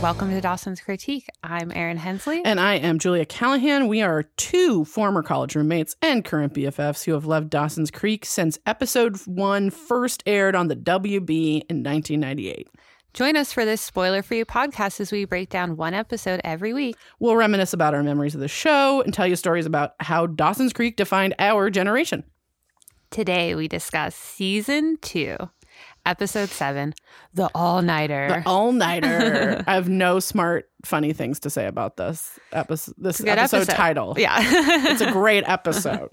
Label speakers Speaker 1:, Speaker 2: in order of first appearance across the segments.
Speaker 1: Welcome to Dawson's Critique. I'm Erin Hensley.
Speaker 2: And I am Julia Callahan. We are two former college roommates and current BFFs who have loved Dawson's Creek since episode one first aired on the WB in 1998.
Speaker 1: Join us for this spoiler free podcast as we break down one episode every week.
Speaker 2: We'll reminisce about our memories of the show and tell you stories about how Dawson's Creek defined our generation.
Speaker 1: Today we discuss season two, episode seven, The All Nighter.
Speaker 2: The all nighter. I have no smart, funny things to say about this episode. This
Speaker 1: a good
Speaker 2: episode,
Speaker 1: episode.
Speaker 2: title.
Speaker 1: yeah.
Speaker 2: It's a great episode.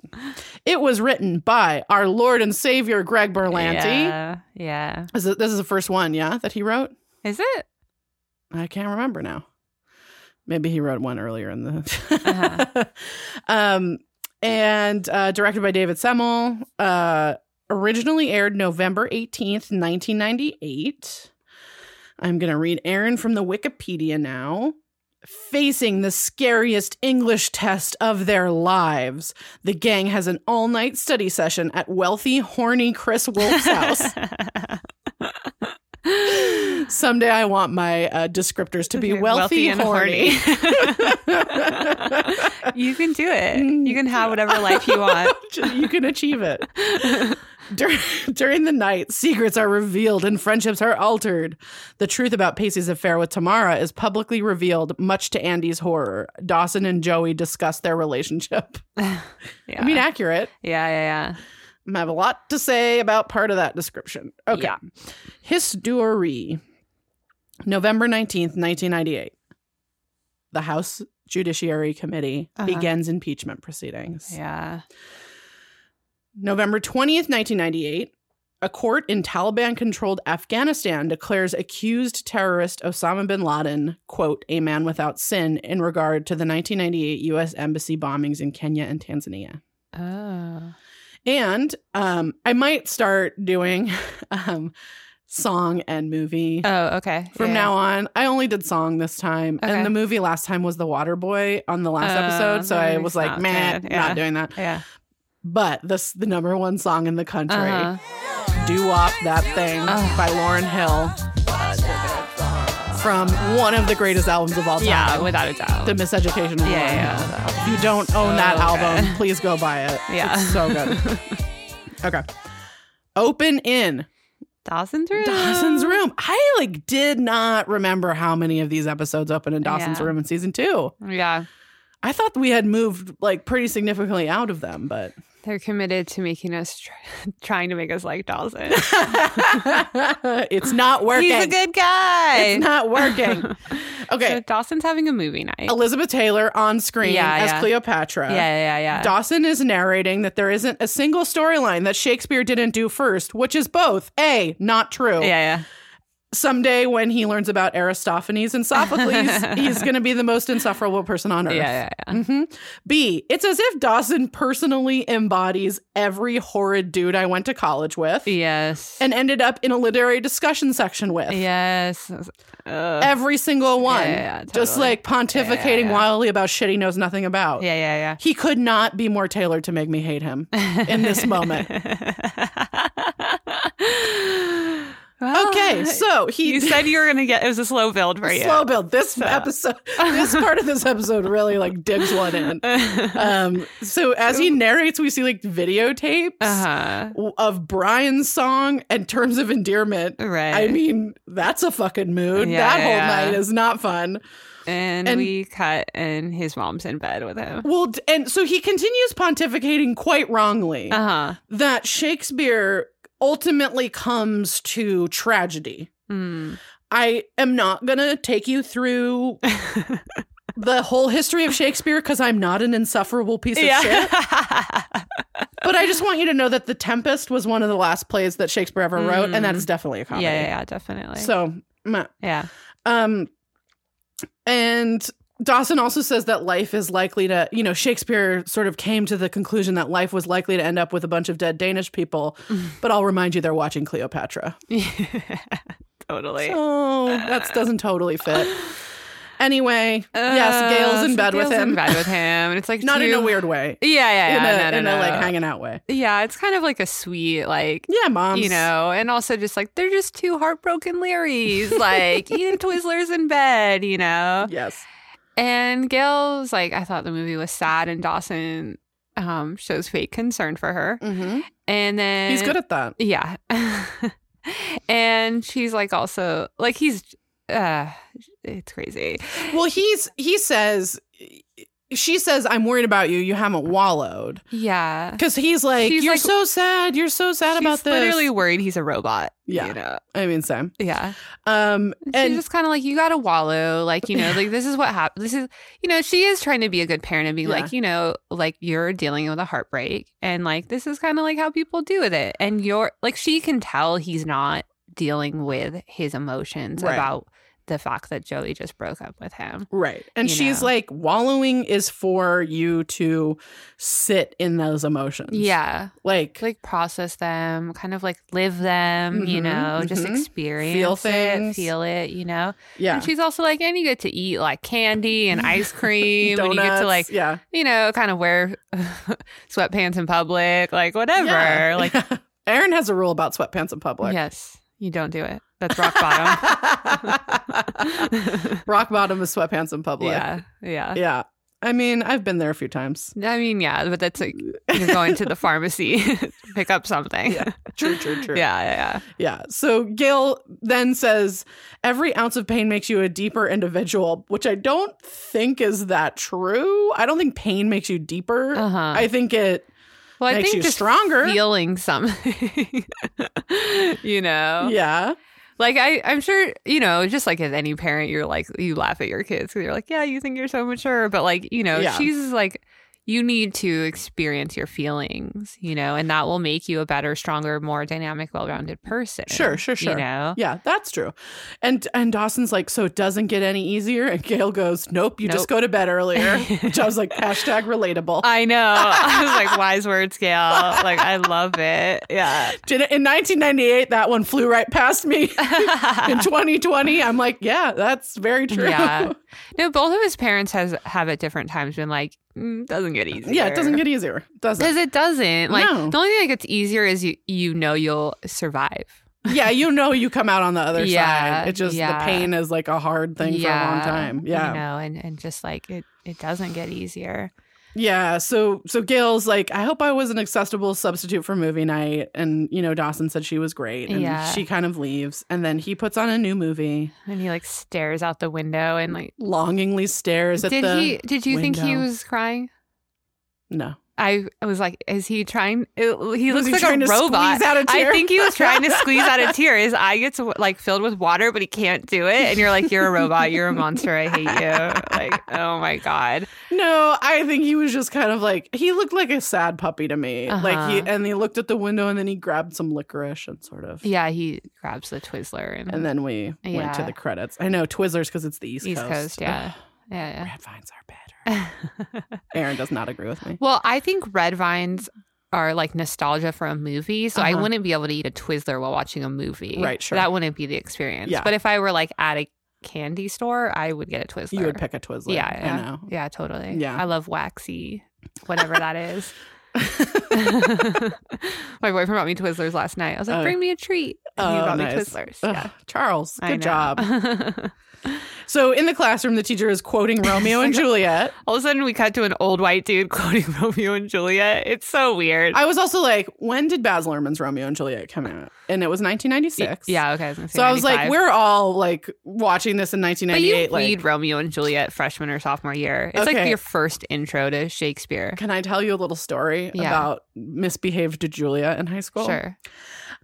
Speaker 2: it was written by our Lord and Savior Greg Berlanti.
Speaker 1: Yeah. yeah.
Speaker 2: Is it- this is the first one, yeah, that he wrote.
Speaker 1: Is it?
Speaker 2: I can't remember now. Maybe he wrote one earlier in the.
Speaker 1: Uh-huh.
Speaker 2: um, and uh, directed by David Semmel. Uh, originally aired November 18th, 1998. I'm going to read Aaron from the Wikipedia now. Facing the scariest English test of their lives, the gang has an all night study session at wealthy, horny Chris Wolf's house. Someday I want my uh, descriptors to be wealthy,
Speaker 1: and
Speaker 2: horny.
Speaker 1: you can do it.
Speaker 2: Mm.
Speaker 1: You can have whatever life you want.
Speaker 2: you can achieve it. Dur- during the night, secrets are revealed and friendships are altered. The truth about Pacey's affair with Tamara is publicly revealed, much to Andy's horror. Dawson and Joey discuss their relationship.
Speaker 1: Yeah.
Speaker 2: I mean, accurate.
Speaker 1: yeah, yeah, yeah.
Speaker 2: I have a lot to say about part of that description. Okay.
Speaker 1: Yeah.
Speaker 2: History. November 19th, 1998. The House Judiciary Committee
Speaker 1: Uh-huh.
Speaker 2: begins impeachment proceedings.
Speaker 1: Yeah.
Speaker 2: November 20th, 1998, a court in Taliban controlled Afghanistan declares accused terrorist Osama bin Laden, quote, a man without sin in regard to the 1998 U.S. Embassy bombings in Kenya and Tanzania.
Speaker 1: Oh.
Speaker 2: And um, I might start doing um, song and movie.
Speaker 1: Oh, okay.
Speaker 2: from
Speaker 1: Yeah.
Speaker 2: now on, I only did song this time,
Speaker 1: Okay.
Speaker 2: and the movie last time was The Water Boy on the last
Speaker 1: Oh,
Speaker 2: episode. So
Speaker 1: that
Speaker 2: I
Speaker 1: makes
Speaker 2: was like,
Speaker 1: sense.
Speaker 2: man,
Speaker 1: Yeah.
Speaker 2: not doing that.
Speaker 1: Yeah.
Speaker 2: But this the number one song in the country.
Speaker 1: Uh-huh.
Speaker 2: Do Wop That Thing
Speaker 1: Ugh.
Speaker 2: by Lauren Hill from one of the greatest albums of all time.
Speaker 1: Yeah, without a doubt.
Speaker 2: The Miseducation of
Speaker 1: yeah,
Speaker 2: Lauren Hill.
Speaker 1: yeah. Oh,
Speaker 2: If you don't own that
Speaker 1: Okay.
Speaker 2: album, please go buy it.
Speaker 1: Yeah.
Speaker 2: It's so good. okay. Open in
Speaker 1: Dawson's Room.
Speaker 2: Dawson's Room. I like did not remember how many of these episodes open in Dawson's
Speaker 1: Yeah.
Speaker 2: Room in season two.
Speaker 1: Yeah.
Speaker 2: I thought we had moved like pretty significantly out of them, but
Speaker 1: They're committed to making us, tr- trying to make us like Dawson.
Speaker 2: it's not working.
Speaker 1: He's a good guy.
Speaker 2: it's not working. Okay.
Speaker 1: So Dawson's having a movie night.
Speaker 2: Elizabeth Taylor on screen
Speaker 1: Yeah,
Speaker 2: as
Speaker 1: yeah.
Speaker 2: Cleopatra.
Speaker 1: Yeah, yeah, yeah.
Speaker 2: Dawson is narrating that there isn't a single storyline that Shakespeare didn't do first, which is both A, not true.
Speaker 1: yeah, yeah.
Speaker 2: Someday when he learns about Aristophanes and Sophocles, he's going to be the most insufferable person on earth.
Speaker 1: Yeah, yeah, yeah.
Speaker 2: Mhm. B, it's as if Dawson personally embodies every horrid dude I went to college with
Speaker 1: Yes.
Speaker 2: and ended up in a literary discussion section with.
Speaker 1: yes. Ugh.
Speaker 2: Every single one.
Speaker 1: Yeah, yeah, yeah,
Speaker 2: Just
Speaker 1: totally.
Speaker 2: like pontificating
Speaker 1: yeah.
Speaker 2: wildly about shit he knows nothing about.
Speaker 1: yeah, yeah,
Speaker 2: He could not be more tailored to make me hate him
Speaker 1: yeah.
Speaker 2: in this moment.
Speaker 1: Well,
Speaker 2: Okay, so he
Speaker 1: you said you were gonna get. It was a slow build for you.
Speaker 2: slow build. This episode, this part of this episode really like digs one in. Um, so as he narrates, we see like videotapes
Speaker 1: Uh huh.
Speaker 2: of Brian's song and terms of endearment.
Speaker 1: Right.
Speaker 2: I mean, that's a fucking mood.
Speaker 1: Yeah,
Speaker 2: that
Speaker 1: yeah,
Speaker 2: whole
Speaker 1: yeah.
Speaker 2: night is not fun.
Speaker 1: and,
Speaker 2: and-
Speaker 1: we cut, and his mom's in bed with him.
Speaker 2: Well, d- and so he continues pontificating quite wrongly
Speaker 1: Uh huh.
Speaker 2: that Shakespeare ultimately comes to tragedy.
Speaker 1: Mm.
Speaker 2: I am not going to take you through the whole history of Shakespeare because I'm not an insufferable piece of shit. But I just want you to know that The Tempest was one of the last plays that Shakespeare ever wrote, and that is definitely a
Speaker 1: yeah,
Speaker 2: comedy.
Speaker 1: Mm. yeah, yeah, definitely.
Speaker 2: So, meh.
Speaker 1: yeah.
Speaker 2: um, and Dawson also says that life is likely to, you know, Shakespeare sort of came to the conclusion that life was likely to end up with a bunch of dead Danish people. But I'll remind you, they're watching Cleopatra.
Speaker 1: totally.
Speaker 2: So that doesn't totally fit. Anyway, yes, Gail's in
Speaker 1: uh, so
Speaker 2: bed with
Speaker 1: Gail's
Speaker 2: him.
Speaker 1: In bed with him, and it's like
Speaker 2: Not in a
Speaker 1: two-
Speaker 2: weird way.
Speaker 1: Yeah, yeah,
Speaker 2: in
Speaker 1: yeah.
Speaker 2: a,
Speaker 1: no, no,
Speaker 2: in a
Speaker 1: no.
Speaker 2: like hanging out way.
Speaker 1: yeah, it's kind of like a sweet, like
Speaker 2: Yeah, um, moms.
Speaker 1: you know, and also just like they're just two heartbroken Larrys, like eating Twizzlers in bed, you know.
Speaker 2: Yes.
Speaker 1: And Gail's like, I thought the movie was sad, and Dawson um, shows fake concern for her,
Speaker 2: Mm-hmm.
Speaker 1: and then
Speaker 2: He's good at that.
Speaker 1: yeah, and she's like also like he's uh, it's crazy.
Speaker 2: Well, he's he says she says I'm worried about you. You haven't wallowed
Speaker 1: Yeah.
Speaker 2: because he's like
Speaker 1: She's
Speaker 2: you're
Speaker 1: like-
Speaker 2: so sad. You're so sad
Speaker 1: She's
Speaker 2: about this.
Speaker 1: literally worried he's a robot.
Speaker 2: Yeah.
Speaker 1: You know?
Speaker 2: I mean, Sam.
Speaker 1: Yeah.
Speaker 2: Um,
Speaker 1: And
Speaker 2: and
Speaker 1: she's just kind of like, you got to wallow. Like, you know, like this is what happened. This is, you know, she is trying to be a good parent and being
Speaker 2: Yeah.
Speaker 1: like, you know, like you're dealing with a heartbreak. And like, this is kind of like how people do with it. And you're like, she can tell he's not dealing with his emotions
Speaker 2: Right.
Speaker 1: about the fact that Joey just broke up with him.
Speaker 2: right, and
Speaker 1: you
Speaker 2: she's
Speaker 1: know.
Speaker 2: like wallowing is for you to sit in those emotions.
Speaker 1: Yeah.
Speaker 2: like,
Speaker 1: Like, process them, kind of like live them, you
Speaker 2: Mhm,
Speaker 1: know, just
Speaker 2: mhm.
Speaker 1: experience
Speaker 2: things.
Speaker 1: it, feel it, you know?
Speaker 2: yeah,
Speaker 1: And she's also like, and you get to eat like candy and ice cream, and you get
Speaker 2: Donuts,
Speaker 1: to like,
Speaker 2: yeah,
Speaker 1: you know, kind of wear sweatpants in public, like whatever.
Speaker 2: Yeah.
Speaker 1: Like,
Speaker 2: Aaron has a rule about sweatpants in public.
Speaker 1: yes, you don't do it. That's rock bottom.
Speaker 2: Rock bottom is sweatpants in public.
Speaker 1: yeah, yeah.
Speaker 2: Yeah. I mean, I've been there a few times.
Speaker 1: I mean, yeah, but that's like you're going to the pharmacy to pick up something.
Speaker 2: Yeah,
Speaker 1: Yeah,
Speaker 2: True, true, true.
Speaker 1: yeah, yeah.
Speaker 2: Yeah. So Gail then says, every ounce of pain makes you a deeper individual, which I don't think is that true. I don't think pain makes you deeper.
Speaker 1: Uh huh.
Speaker 2: I think it
Speaker 1: Well, I
Speaker 2: makes
Speaker 1: think
Speaker 2: you
Speaker 1: just
Speaker 2: stronger.
Speaker 1: feeling something, you know.
Speaker 2: yeah.
Speaker 1: Like I, I'm sure you know. Just like as any parent, you're like you laugh at your kids because you're like, yeah, you think you're so mature, but like you know,
Speaker 2: Yeah.
Speaker 1: she's like, you need to experience your feelings, you know, and that will make you a better, stronger, more dynamic, well-rounded person.
Speaker 2: Sure, sure, sure.
Speaker 1: You know,
Speaker 2: Yeah, that's true. And and Dawson's like, so it doesn't get any easier. And Gail goes, Nope, you just
Speaker 1: Nope. Uh,
Speaker 2: go to bed earlier. which I was like, hashtag relatable.
Speaker 1: I know. I was like, wise words, Gail. Like I love it. Yeah.
Speaker 2: Did it- In 1998, that one flew right past me. In 2020, I'm like, yeah, that's very true.
Speaker 1: Yeah. No, both of his parents has have at different times been like, mm, doesn't get easy.
Speaker 2: Yeah, it doesn't get easier. Doesn't.
Speaker 1: because it doesn't. Like
Speaker 2: No.
Speaker 1: the only thing that gets easier is you you know you'll survive.
Speaker 2: yeah, you know you come out on the other
Speaker 1: Yeah,
Speaker 2: side. It just the
Speaker 1: yeah.
Speaker 2: pain is like a hard thing for a long time. Yeah.
Speaker 1: You know, and, and just like it it doesn't get easier.
Speaker 2: Yeah. So so Gail's like, I hope I was an accessible substitute for movie night. And you know, Dawson said she was great. And
Speaker 1: Yeah.
Speaker 2: she kind of leaves. And then he puts on a new movie,
Speaker 1: And he like stares out the window and like
Speaker 2: longingly stares at
Speaker 1: did
Speaker 2: the
Speaker 1: he did you think he
Speaker 2: window.
Speaker 1: was crying?
Speaker 2: No.
Speaker 1: I was like, is he trying? It, he
Speaker 2: Was
Speaker 1: looks
Speaker 2: he
Speaker 1: like
Speaker 2: trying to
Speaker 1: a robot.
Speaker 2: squeeze out a tear?
Speaker 1: I think he was trying to squeeze out a tear. His eye gets like filled with water, but he can't do it. And you're like, you're a robot. You're a monster. I hate you. Like, oh my god.
Speaker 2: No, I think he was just kind of like he looked like a sad puppy to me. Like he
Speaker 1: Uh-huh.
Speaker 2: and he looked at the window and then he grabbed some licorice and sort of
Speaker 1: Yeah, he grabs the Twizzler and,
Speaker 2: And then we went to
Speaker 1: Mm-hmm. Yeah.
Speaker 2: the credits. I know Twizzlers because it's the East,
Speaker 1: East
Speaker 2: Coast.
Speaker 1: Coast, yeah.
Speaker 2: Ugh,
Speaker 1: yeah.
Speaker 2: Red vines are better.
Speaker 1: yeah.
Speaker 2: Aaron does not agree with me.
Speaker 1: Well, I think red vines are like nostalgia for a movie, so
Speaker 2: Uh-huh.
Speaker 1: I wouldn't be able to eat a Twizzler while watching a movie.
Speaker 2: Right, sure.
Speaker 1: That wouldn't be the experience.
Speaker 2: Yeah.
Speaker 1: But if I were like at a candy store, I would get a Twizzler.
Speaker 2: You would pick a Twizzler.
Speaker 1: Yeah, yeah,
Speaker 2: I know.
Speaker 1: yeah, totally.
Speaker 2: Yeah.
Speaker 1: I love waxy, whatever that is. My boyfriend brought me Twizzlers last night. I was like,
Speaker 2: Oh.
Speaker 1: "Bring me a treat." And he
Speaker 2: Oh,
Speaker 1: brought me
Speaker 2: nice.
Speaker 1: Twizzlers.
Speaker 2: Ugh,
Speaker 1: Yeah,
Speaker 2: Charles,
Speaker 1: I
Speaker 2: good
Speaker 1: know.
Speaker 2: job. So in the classroom, the teacher is quoting Romeo and Juliet.
Speaker 1: All of a sudden, we cut to an old white dude quoting Romeo and Juliet. It's so weird.
Speaker 2: I was also like, when did Baz Luhrmann's Romeo and Juliet come out? And it was 1996.
Speaker 1: Uh, Yeah, okay. I was gonna say
Speaker 2: So I was like,
Speaker 1: 95.
Speaker 2: we're all like watching this in
Speaker 1: But you
Speaker 2: 1998.
Speaker 1: read
Speaker 2: like,
Speaker 1: Romeo and Juliet freshman or sophomore year. It's
Speaker 2: Okay.
Speaker 1: like your first intro to Shakespeare.
Speaker 2: can I tell you a little story
Speaker 1: Yeah.
Speaker 2: about misbehaved Julia in high school?
Speaker 1: Sure.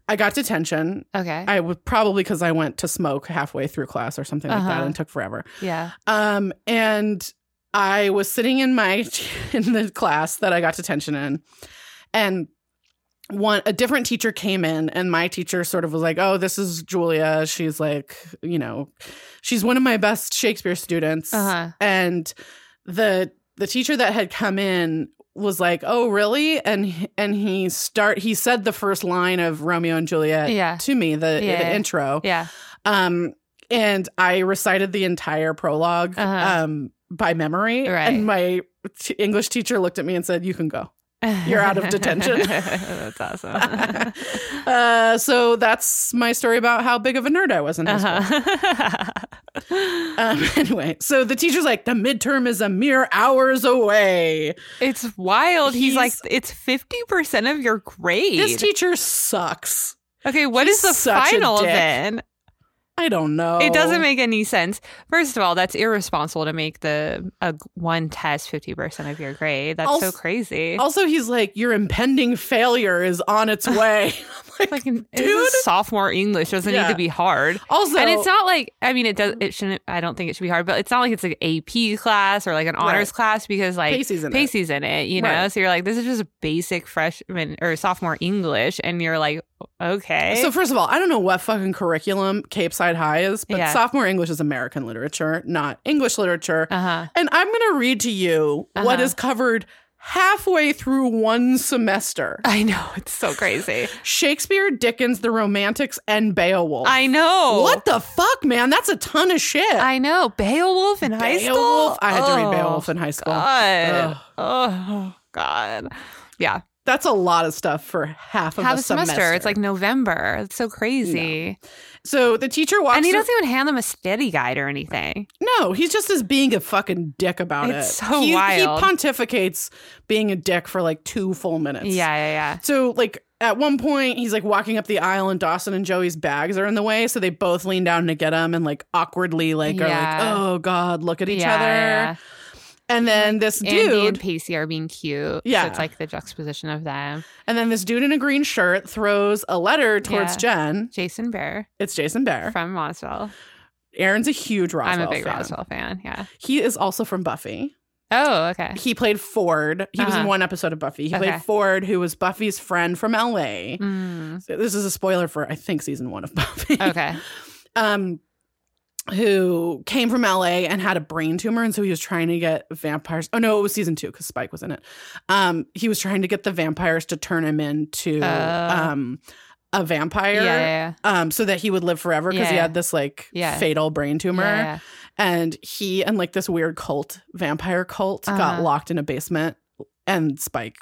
Speaker 2: I got detention
Speaker 1: Okay.
Speaker 2: I would probably because I went to smoke halfway through class or something like that
Speaker 1: Uh-huh.
Speaker 2: and took forever.
Speaker 1: yeah.
Speaker 2: Um, and I was sitting in my in the class that I got detention in, and one a different teacher came in and my teacher sort of was like, "Oh, this is Julia. She's like, you know, she's one of my best Shakespeare students."
Speaker 1: Uh huh.
Speaker 2: and the the teacher that had come in was like oh really and he- and he start he said the first line of romeo and juliet
Speaker 1: Yeah.
Speaker 2: to me the,
Speaker 1: Yeah.
Speaker 2: the intro
Speaker 1: Yeah.
Speaker 2: um and I recited the entire prolog
Speaker 1: Uh-huh.
Speaker 2: um, by memory.
Speaker 1: Right.
Speaker 2: And my t- English teacher looked at me and said, "You can go." You're out of detention.
Speaker 1: That's awesome.
Speaker 2: uh, so that's my story about how big of a nerd I was in high school.
Speaker 1: Uh-huh.
Speaker 2: Um, anyway, so the teacher's like, the midterm is a mere hours away.
Speaker 1: it's wild. He's, like, it's
Speaker 2: he's-
Speaker 1: 50% of your grade.
Speaker 2: This teacher sucks.
Speaker 1: okay, what
Speaker 2: he's
Speaker 1: is the
Speaker 2: such a
Speaker 1: final
Speaker 2: dick. Oh.
Speaker 1: then?
Speaker 2: I don't know.
Speaker 1: It doesn't make any sense. First of all, that's irresponsible to make the a g- one test 50% of your grade. That's
Speaker 2: Also-
Speaker 1: so crazy.
Speaker 2: Also, he's like, your impending failure is on its way. I'm like,
Speaker 1: Fucking, dude,
Speaker 2: dude.
Speaker 1: sophomore English doesn't
Speaker 2: Yeah.
Speaker 1: need to be hard.
Speaker 2: also,
Speaker 1: and it's not like I mean it does it shouldn't I don't think it should be hard, but it's not like it's an AP class or like an honors class because like
Speaker 2: Pacey's in it.
Speaker 1: Pacey's in it, you know.
Speaker 2: Right.
Speaker 1: So you're like, this is just basic freshman or sophomore English, and you're like, okay,
Speaker 2: So first of all, I don't know what fucking curriculum Cape Side High is, but
Speaker 1: Yeah.
Speaker 2: sophomore English is American literature, not English literature.
Speaker 1: uh huh,
Speaker 2: and I'm going to read to you what
Speaker 1: Uh-huh.
Speaker 2: is covered halfway through one semester.
Speaker 1: I know it's so crazy.
Speaker 2: Shakespeare, Dickens, the Romantics, and Beowulf.
Speaker 1: I know
Speaker 2: What the fuck, man? That's a ton of shit.
Speaker 1: I know Beowulf in high school.
Speaker 2: Beowulf? I had to
Speaker 1: Oh,
Speaker 2: read Beowulf in high school. Ugh.
Speaker 1: God, oh God, yeah,
Speaker 2: That's a lot of stuff for half of
Speaker 1: half
Speaker 2: a,
Speaker 1: a semester. It's like November. It's so crazy,
Speaker 2: so the teacher walks.
Speaker 1: and he
Speaker 2: through-
Speaker 1: doesn't even hand them a study guide or anything.
Speaker 2: No, he's just as being a fucking dick about it.
Speaker 1: It's so
Speaker 2: he,
Speaker 1: wild.
Speaker 2: He pontificates being a dick for like two full minutes.
Speaker 1: yeah, yeah, yeah.
Speaker 2: So like at one point he's like walking up the aisle and Dawson and Joey's bags are in the way, so they both lean down to get him and like awkwardly like are
Speaker 1: Yeah.
Speaker 2: like, oh god, look at each
Speaker 1: Yeah,
Speaker 2: other.
Speaker 1: yeah,
Speaker 2: And then this
Speaker 1: yeah.
Speaker 2: dude,
Speaker 1: Andy and Pacey are being cute.
Speaker 2: Yeah.
Speaker 1: so it's like the juxtaposition of them.
Speaker 2: and then this dude in a green shirt throws a letter towards
Speaker 1: Yeah.
Speaker 2: Jen.
Speaker 1: Jason Bear
Speaker 2: It's Jason Bear.
Speaker 1: from Roswell.
Speaker 2: Aaron's a huge Roswell.
Speaker 1: I'm a big
Speaker 2: fan.
Speaker 1: Roswell fan. Yeah.
Speaker 2: He is also from Buffy.
Speaker 1: Oh, okay.
Speaker 2: He played Ford. He was in
Speaker 1: Uh-huh.
Speaker 2: one episode of Buffy. He
Speaker 1: Okay.
Speaker 2: played Ford, who was Buffy's friend from LA.
Speaker 1: Mm,
Speaker 2: This is a spoiler for I think season one of Buffy.
Speaker 1: okay.
Speaker 2: Um who came from LA and had a brain tumor and so he was trying to get vampires. Oh no, it was season 2 cuz Spike was in it. Um he was trying to get the vampires to turn him into
Speaker 1: Oh.
Speaker 2: um a
Speaker 1: Yeah,
Speaker 2: vampire
Speaker 1: yeah, yeah.
Speaker 2: um so that he would live forever cuz he
Speaker 1: Yeah.
Speaker 2: had this like
Speaker 1: Yeah.
Speaker 2: fatal brain tumor
Speaker 1: Yeah, yeah.
Speaker 2: and he and like this weird cult vampire cult got
Speaker 1: Uh-huh.
Speaker 2: locked in a basement and spike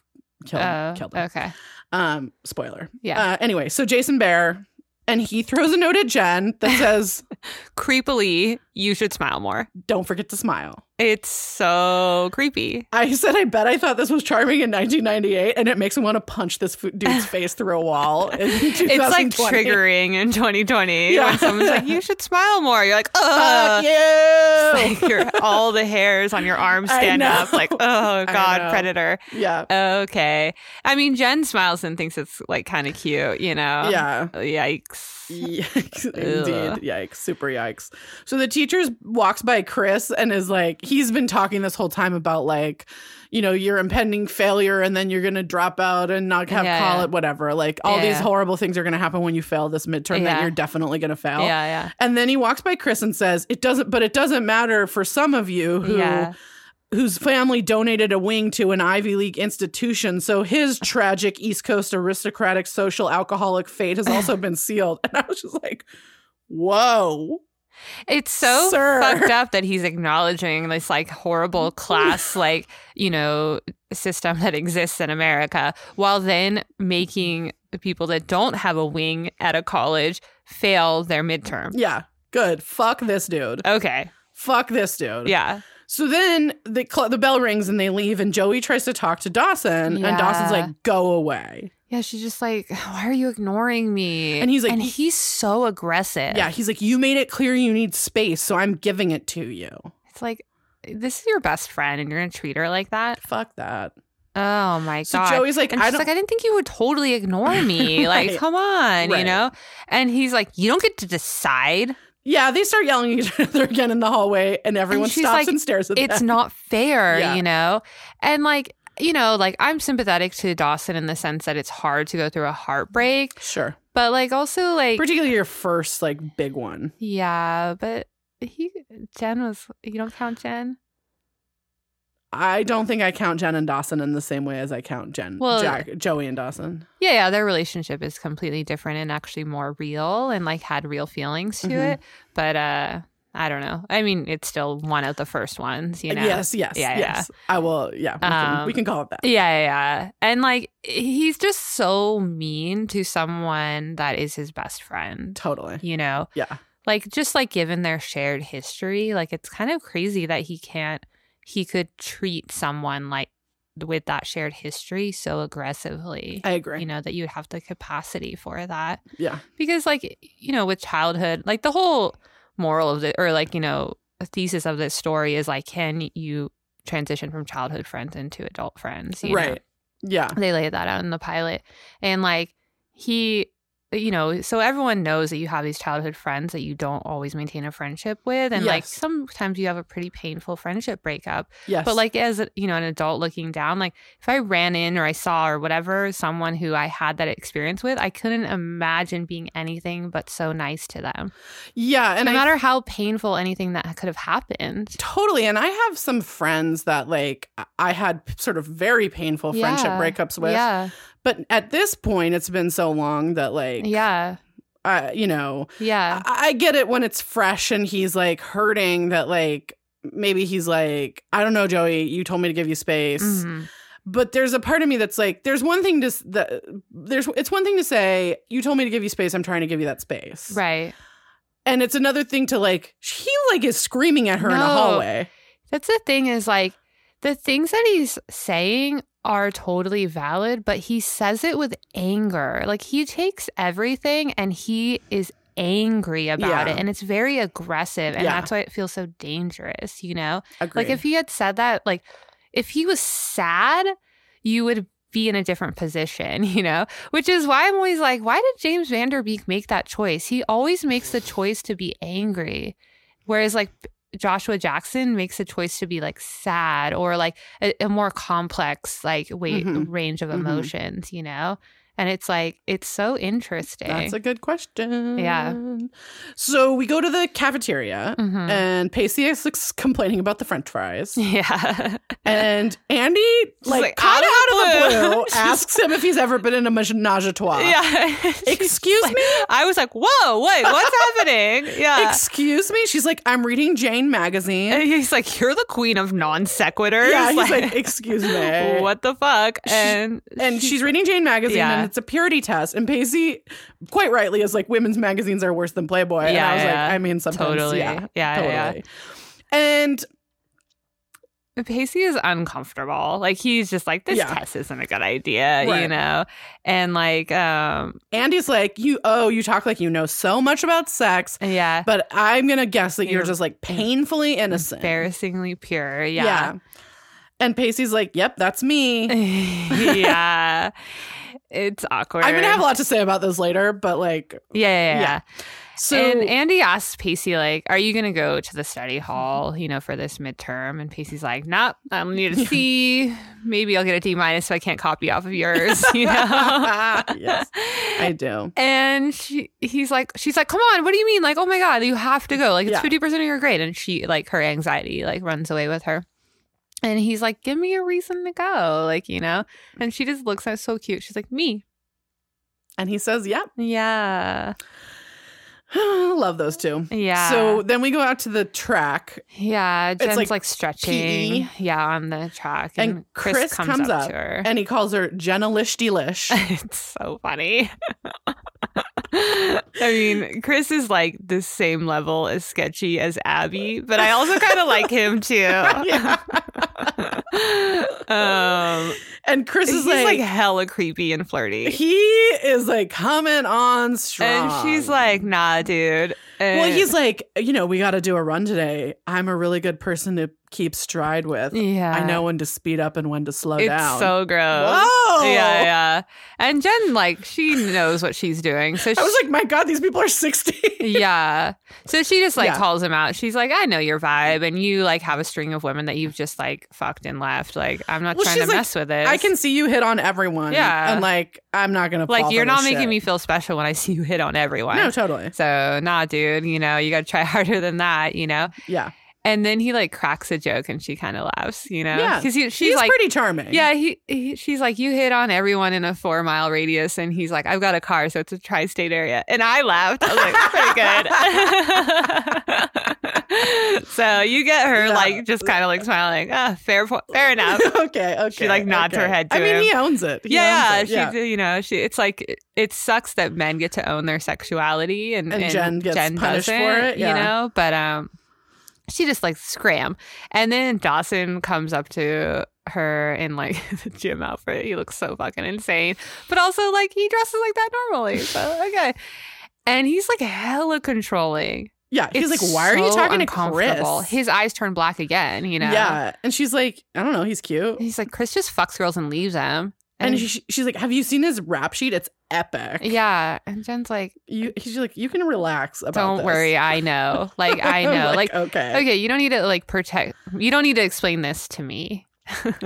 Speaker 2: killed
Speaker 1: Oh,
Speaker 2: killed him
Speaker 1: okay.
Speaker 2: um spoiler
Speaker 1: Yeah.
Speaker 2: uh, anyway so jason bear and he throws a note at jen that says
Speaker 1: Creepily, you should smile more.
Speaker 2: don't forget to smile
Speaker 1: It's so creepy.
Speaker 2: i said i bet i thought this was charming in 1998 and it makes me want to punch this fu- dude's face through a wall in
Speaker 1: It's like
Speaker 2: 2020.
Speaker 1: triggering in 2020
Speaker 2: Yeah.
Speaker 1: when someone's like, "You should smile more." You're like, "Oh,
Speaker 2: Fuck you!
Speaker 1: Like your all the hairs on your arm
Speaker 2: I
Speaker 1: stand up.
Speaker 2: know.
Speaker 1: Like, oh
Speaker 2: know.
Speaker 1: god, predator.
Speaker 2: yeah,
Speaker 1: Okay. I mean, Jen smiles and thinks it's like kind of cute, you know.
Speaker 2: yeah.
Speaker 1: Yikes.
Speaker 2: Yikes,
Speaker 1: Ugh.
Speaker 2: indeed. Yikes. Super yikes. So the teacher walks by Chris and is like, he's been talking this whole time about like, you know, your impending failure and then you're going to drop out and not have
Speaker 1: Yeah,
Speaker 2: call
Speaker 1: yeah.
Speaker 2: it, whatever. Like all these
Speaker 1: Yeah.
Speaker 2: horrible things are going to happen when you fail this midterm that
Speaker 1: Yeah.
Speaker 2: you're definitely going to fail.
Speaker 1: Yeah,
Speaker 2: And then he walks by Chris and says, it doesn't, but it doesn't matter for some of you
Speaker 1: yeah.
Speaker 2: who,
Speaker 1: yeah.
Speaker 2: whose family donated a wing to an Ivy League institution. So his tragic East Coast aristocratic social alcoholic fate has also been sealed. And I was just like, whoa.
Speaker 1: It's so
Speaker 2: Sir.
Speaker 1: fucked up that he's acknowledging this like horrible class like, you know, system that exists in America while then making the people that don't have a wing at a college fail their midterm.
Speaker 2: Yeah, good. Fuck this dude.
Speaker 1: Okay.
Speaker 2: Fuck this dude.
Speaker 1: Yeah.
Speaker 2: So then the, cl- the bell rings and they leave, and Joey tries to talk to Dawson, and
Speaker 1: Yeah.
Speaker 2: Dawson's like, go away.
Speaker 1: Yeah, she's just like, why are you ignoring me?
Speaker 2: And he's like-
Speaker 1: and he's so aggressive.
Speaker 2: Yeah, he's like, you made it clear you need space, so I'm giving it to you.
Speaker 1: It's like, this is your best friend and you're going to treat her like that?
Speaker 2: Fuck that.
Speaker 1: Oh my
Speaker 2: So
Speaker 1: God.
Speaker 2: Joey's like,
Speaker 1: and
Speaker 2: I
Speaker 1: she's
Speaker 2: don't.
Speaker 1: like, I didn't think you would totally ignore me.
Speaker 2: Right.
Speaker 1: Like, come on,
Speaker 2: Right.
Speaker 1: you know? And he's like, You don't get to decide.
Speaker 2: yeah, they start yelling at each other again in the hallway, and everyone
Speaker 1: she's
Speaker 2: stops
Speaker 1: like,
Speaker 2: and stares at
Speaker 1: It's
Speaker 2: them.
Speaker 1: not fair,
Speaker 2: Yeah.
Speaker 1: you know? And like, you know, like I'm sympathetic to Dawson in the sense that it's hard to go through a heartbreak,
Speaker 2: Sure.
Speaker 1: but like also like,
Speaker 2: Particularly your first like big one.
Speaker 1: yeah, but he, Jen was, you don't count Jen?
Speaker 2: I don't think I count Jen and Dawson in the same way as I count Jen,
Speaker 1: Well- uh,
Speaker 2: Jack, Joey and Dawson.
Speaker 1: Yeah, yeah, their relationship is completely different and actually more real and like had real feelings to
Speaker 2: Mhm.
Speaker 1: it. But uh I don't know. I mean, it's still one of the first ones, you know.
Speaker 2: Uh, Yes, yes,
Speaker 1: Yeah, yeah.
Speaker 2: yes. I will. Yeah, we can,
Speaker 1: Um,
Speaker 2: we can call it that.
Speaker 1: Yeah, yeah, yeah. And like he's just so mean to someone that is his best friend,
Speaker 2: Totally.
Speaker 1: you know.
Speaker 2: Yeah.
Speaker 1: Like just like given their shared history, like it's kind of crazy that he can't he could treat someone like with that shared history so aggressively.
Speaker 2: I agree.
Speaker 1: you know that you'd have the capacity for that
Speaker 2: yeah.
Speaker 1: because like you know with childhood like the whole moral of the or like you know a thesis of this story is like can you transition from childhood friends into adult friends you know?
Speaker 2: Right. Yeah.
Speaker 1: they lay that out in the pilot and like he you know so everyone knows that you have these childhood friends that you don't always maintain a friendship with and like
Speaker 2: Yes.
Speaker 1: sometimes you have a pretty painful friendship breakup
Speaker 2: Yes.
Speaker 1: but like as you know, an adult looking down, like if I ran in or I saw or whatever someone who I had that experience with, I couldn't imagine being anything but so nice to them.
Speaker 2: yeah, and
Speaker 1: no
Speaker 2: I
Speaker 1: matter how painful anything that could have happened.
Speaker 2: Totally. And I have some friends that like I had p- sort of very painful friendship
Speaker 1: Yeah.
Speaker 2: breakups with.
Speaker 1: Yeah.
Speaker 2: But at this point, it's been so long that like,
Speaker 1: Yeah.
Speaker 2: I, you know,
Speaker 1: Yeah.
Speaker 2: I, I get it when it's fresh and he's like hurting that like maybe he's like, I don't know, Joey, you told me to give you space.
Speaker 1: Mhm.
Speaker 2: But there's a part of me that's like, there's one thing to, s- that, there's, it's one thing to say, you told me to give you space. I'm trying to give you that space.
Speaker 1: Right.
Speaker 2: And it's another thing to like, he like is screaming at her in a
Speaker 1: No.
Speaker 2: hallway.
Speaker 1: That's the thing is like the things that he's saying are totally valid, but he says it with anger. Like he takes everything and he is angry about
Speaker 2: Yeah.
Speaker 1: it and it's very aggressive and
Speaker 2: Yeah.
Speaker 1: that's why it feels so dangerous, you know?
Speaker 2: Agreed.
Speaker 1: Like if he had said that like if he was sad, you would be in a different position, you know? Which is why I'm always like, why did James Vanderbeek make that choice? He always makes the choice to be angry. Whereas like Joshua Jackson makes a choice to be like sad or like a, a more complex like weight
Speaker 2: Mhm.
Speaker 1: range of
Speaker 2: Mhm.
Speaker 1: emotions, you know? And it's like it's so interesting.
Speaker 2: That's a good question.
Speaker 1: eh. Yeah.
Speaker 2: So we go to the cafeteria
Speaker 1: Mhm.
Speaker 2: and Pacey is complaining about the french fries.
Speaker 1: yeah.
Speaker 2: and Andy, like,
Speaker 1: like,
Speaker 2: kind of out of the blue,
Speaker 1: She's-
Speaker 2: asks him if he's ever been in a menage a trois.
Speaker 1: yeah.
Speaker 2: Excuse me?
Speaker 1: I was like, "Whoa, wait, what's happening?" Yeah.
Speaker 2: Excuse me? She's like, I'm reading Jane magazine.
Speaker 1: And he's like, "You're the queen of non sequiturs."
Speaker 2: yeah, he's like, excuse me.
Speaker 1: "What the fuck?"
Speaker 2: She-
Speaker 1: And
Speaker 2: And she's reading Jane magazine
Speaker 1: Yeah.
Speaker 2: and it's a purity test. And Pacey, quite rightly, is like, women's magazines are worse than Playboy. and
Speaker 1: Yeah,
Speaker 2: I was
Speaker 1: yeah.
Speaker 2: like, I mean, sometimes.
Speaker 1: Totally.
Speaker 2: Yeah,
Speaker 1: Yeah,
Speaker 2: totally.
Speaker 1: yeah,
Speaker 2: And
Speaker 1: Pacey is uncomfortable. Like he's just like, "This
Speaker 2: Yeah.
Speaker 1: test isn't a good idea," you
Speaker 2: Right.
Speaker 1: know. And like, um,
Speaker 2: Andy's like, you oh, you talk like you know so much about sex,
Speaker 1: yeah,
Speaker 2: but I'm gonna guess that you're,
Speaker 1: You're-
Speaker 2: just like painfully innocent.
Speaker 1: embarrassingly pure. Yeah,
Speaker 2: And Pacey's like, yep, that's me.
Speaker 1: yeah. It's awkward.
Speaker 2: I'm gonna have a lot to say about this later, but like
Speaker 1: Yeah, yeah, yeah.
Speaker 2: Yeah. so
Speaker 1: and Andy asks Pacey, like, are you going to go to the study hall, you know, for this midterm? And Pacey's like, nope, I'm need a C. Maybe I'll get a D minus so I can't copy off of yours, you know?
Speaker 2: ah, Yes. I do.
Speaker 1: and she, he's like, she's like, come on, what do you mean? Like, oh my God, you have to go. Like, it's
Speaker 2: Yeah.
Speaker 1: 50% of your grade. And she, like, her anxiety, like, runs away with her. And he's like, give me a reason to go, like, you know? And she just looks at so cute. She's like, me.
Speaker 2: And he says, yep.
Speaker 1: Yeah.
Speaker 2: Love those two.
Speaker 1: Yeah.
Speaker 2: So then we go out to the track
Speaker 1: Yeah, Jen's
Speaker 2: like E.
Speaker 1: like, stretching. Yeah, on the track,
Speaker 2: And
Speaker 1: and,
Speaker 2: Chris
Speaker 1: Chris, comes,
Speaker 2: comes
Speaker 1: up,
Speaker 2: up
Speaker 1: to her.
Speaker 2: and he calls her Jenna Lish Delish.
Speaker 1: it's so funny. I mean, Chris is like the same level as sketchy as Abby, but I also kind of like him too.
Speaker 2: Yeah.
Speaker 1: um,
Speaker 2: And Chris
Speaker 1: he's
Speaker 2: is
Speaker 1: like,
Speaker 2: like,
Speaker 1: hella creepy and flirty,
Speaker 2: he is like coming on
Speaker 1: and
Speaker 2: strong.
Speaker 1: she's like, "Nah, dude." And
Speaker 2: Well, he's like, you know, we got to do a run today. I'm a really good person to keep stride with.
Speaker 1: yeah,
Speaker 2: I know when to speed up and when to slow
Speaker 1: It's
Speaker 2: down.
Speaker 1: so gross.
Speaker 2: Whoa.
Speaker 1: Yeah, yeah. And Jen, like, she knows what she's doing. So she,
Speaker 2: I was like, my God, these people are 60.
Speaker 1: yeah. So she just like
Speaker 2: Yeah.
Speaker 1: calls him out. She's like, I know your vibe, and you like have a string of women that you've just like fucked and left. Like, I'm not
Speaker 2: Well,
Speaker 1: trying to
Speaker 2: she's like,
Speaker 1: mess with it.
Speaker 2: I can see you hit on everyone.
Speaker 1: Yeah.
Speaker 2: And like, I'm not going to
Speaker 1: like, you're not making me feel special when I see you hit on everyone.
Speaker 2: No, totally.
Speaker 1: So nah, dude. You know, you got to try harder than that. You know.
Speaker 2: Yeah.
Speaker 1: And then he like cracks a joke and she kind of laughs, you know?
Speaker 2: Yeah.
Speaker 1: Because she's
Speaker 2: He's
Speaker 1: like,
Speaker 2: pretty charming.
Speaker 1: yeah, he, he, she's like, you hit on everyone in a four mile radius. And he's like, I've got a car, so it's a tri state area. And I laughed. I was like, pretty good. so you get her
Speaker 2: Yeah.
Speaker 1: like just kind of like smiling, ah, fair, po- fair enough.
Speaker 2: okay. Okay.
Speaker 1: She, like, nods
Speaker 2: okay.
Speaker 1: her head
Speaker 2: I
Speaker 1: to
Speaker 2: mean,
Speaker 1: him.
Speaker 2: he owns it. He
Speaker 1: yeah,
Speaker 2: owns it. yeah.
Speaker 1: she, you know, she. It's like it, it sucks that men get to own their sexuality, and,
Speaker 2: And Jen gets punished for
Speaker 1: doesn't,
Speaker 2: it, yeah.
Speaker 1: You know, but um, she just like scram, and then Dawson comes up to her in like the gym outfit. He looks so fucking insane, but also like he dresses like that normally. So okay. And he's like hella controlling.
Speaker 2: Yeah. He's
Speaker 1: It's
Speaker 2: like, why are you
Speaker 1: so
Speaker 2: talking to
Speaker 1: uncomfortable.
Speaker 2: Chris?
Speaker 1: His eyes turn black again, you know?
Speaker 2: Yeah. And she's like, I don't know. He's cute.
Speaker 1: He's like, Chris just fucks girls and leaves them.
Speaker 2: And she, she's like, have you seen his rap sheet? It's epic.
Speaker 1: Yeah. And Jen's like,
Speaker 2: You, he's like, you can relax about
Speaker 1: don't
Speaker 2: this."
Speaker 1: worry i know like i know
Speaker 2: I'm
Speaker 1: like,
Speaker 2: okay.
Speaker 1: okay you don't need to like protect you don't need to explain this to me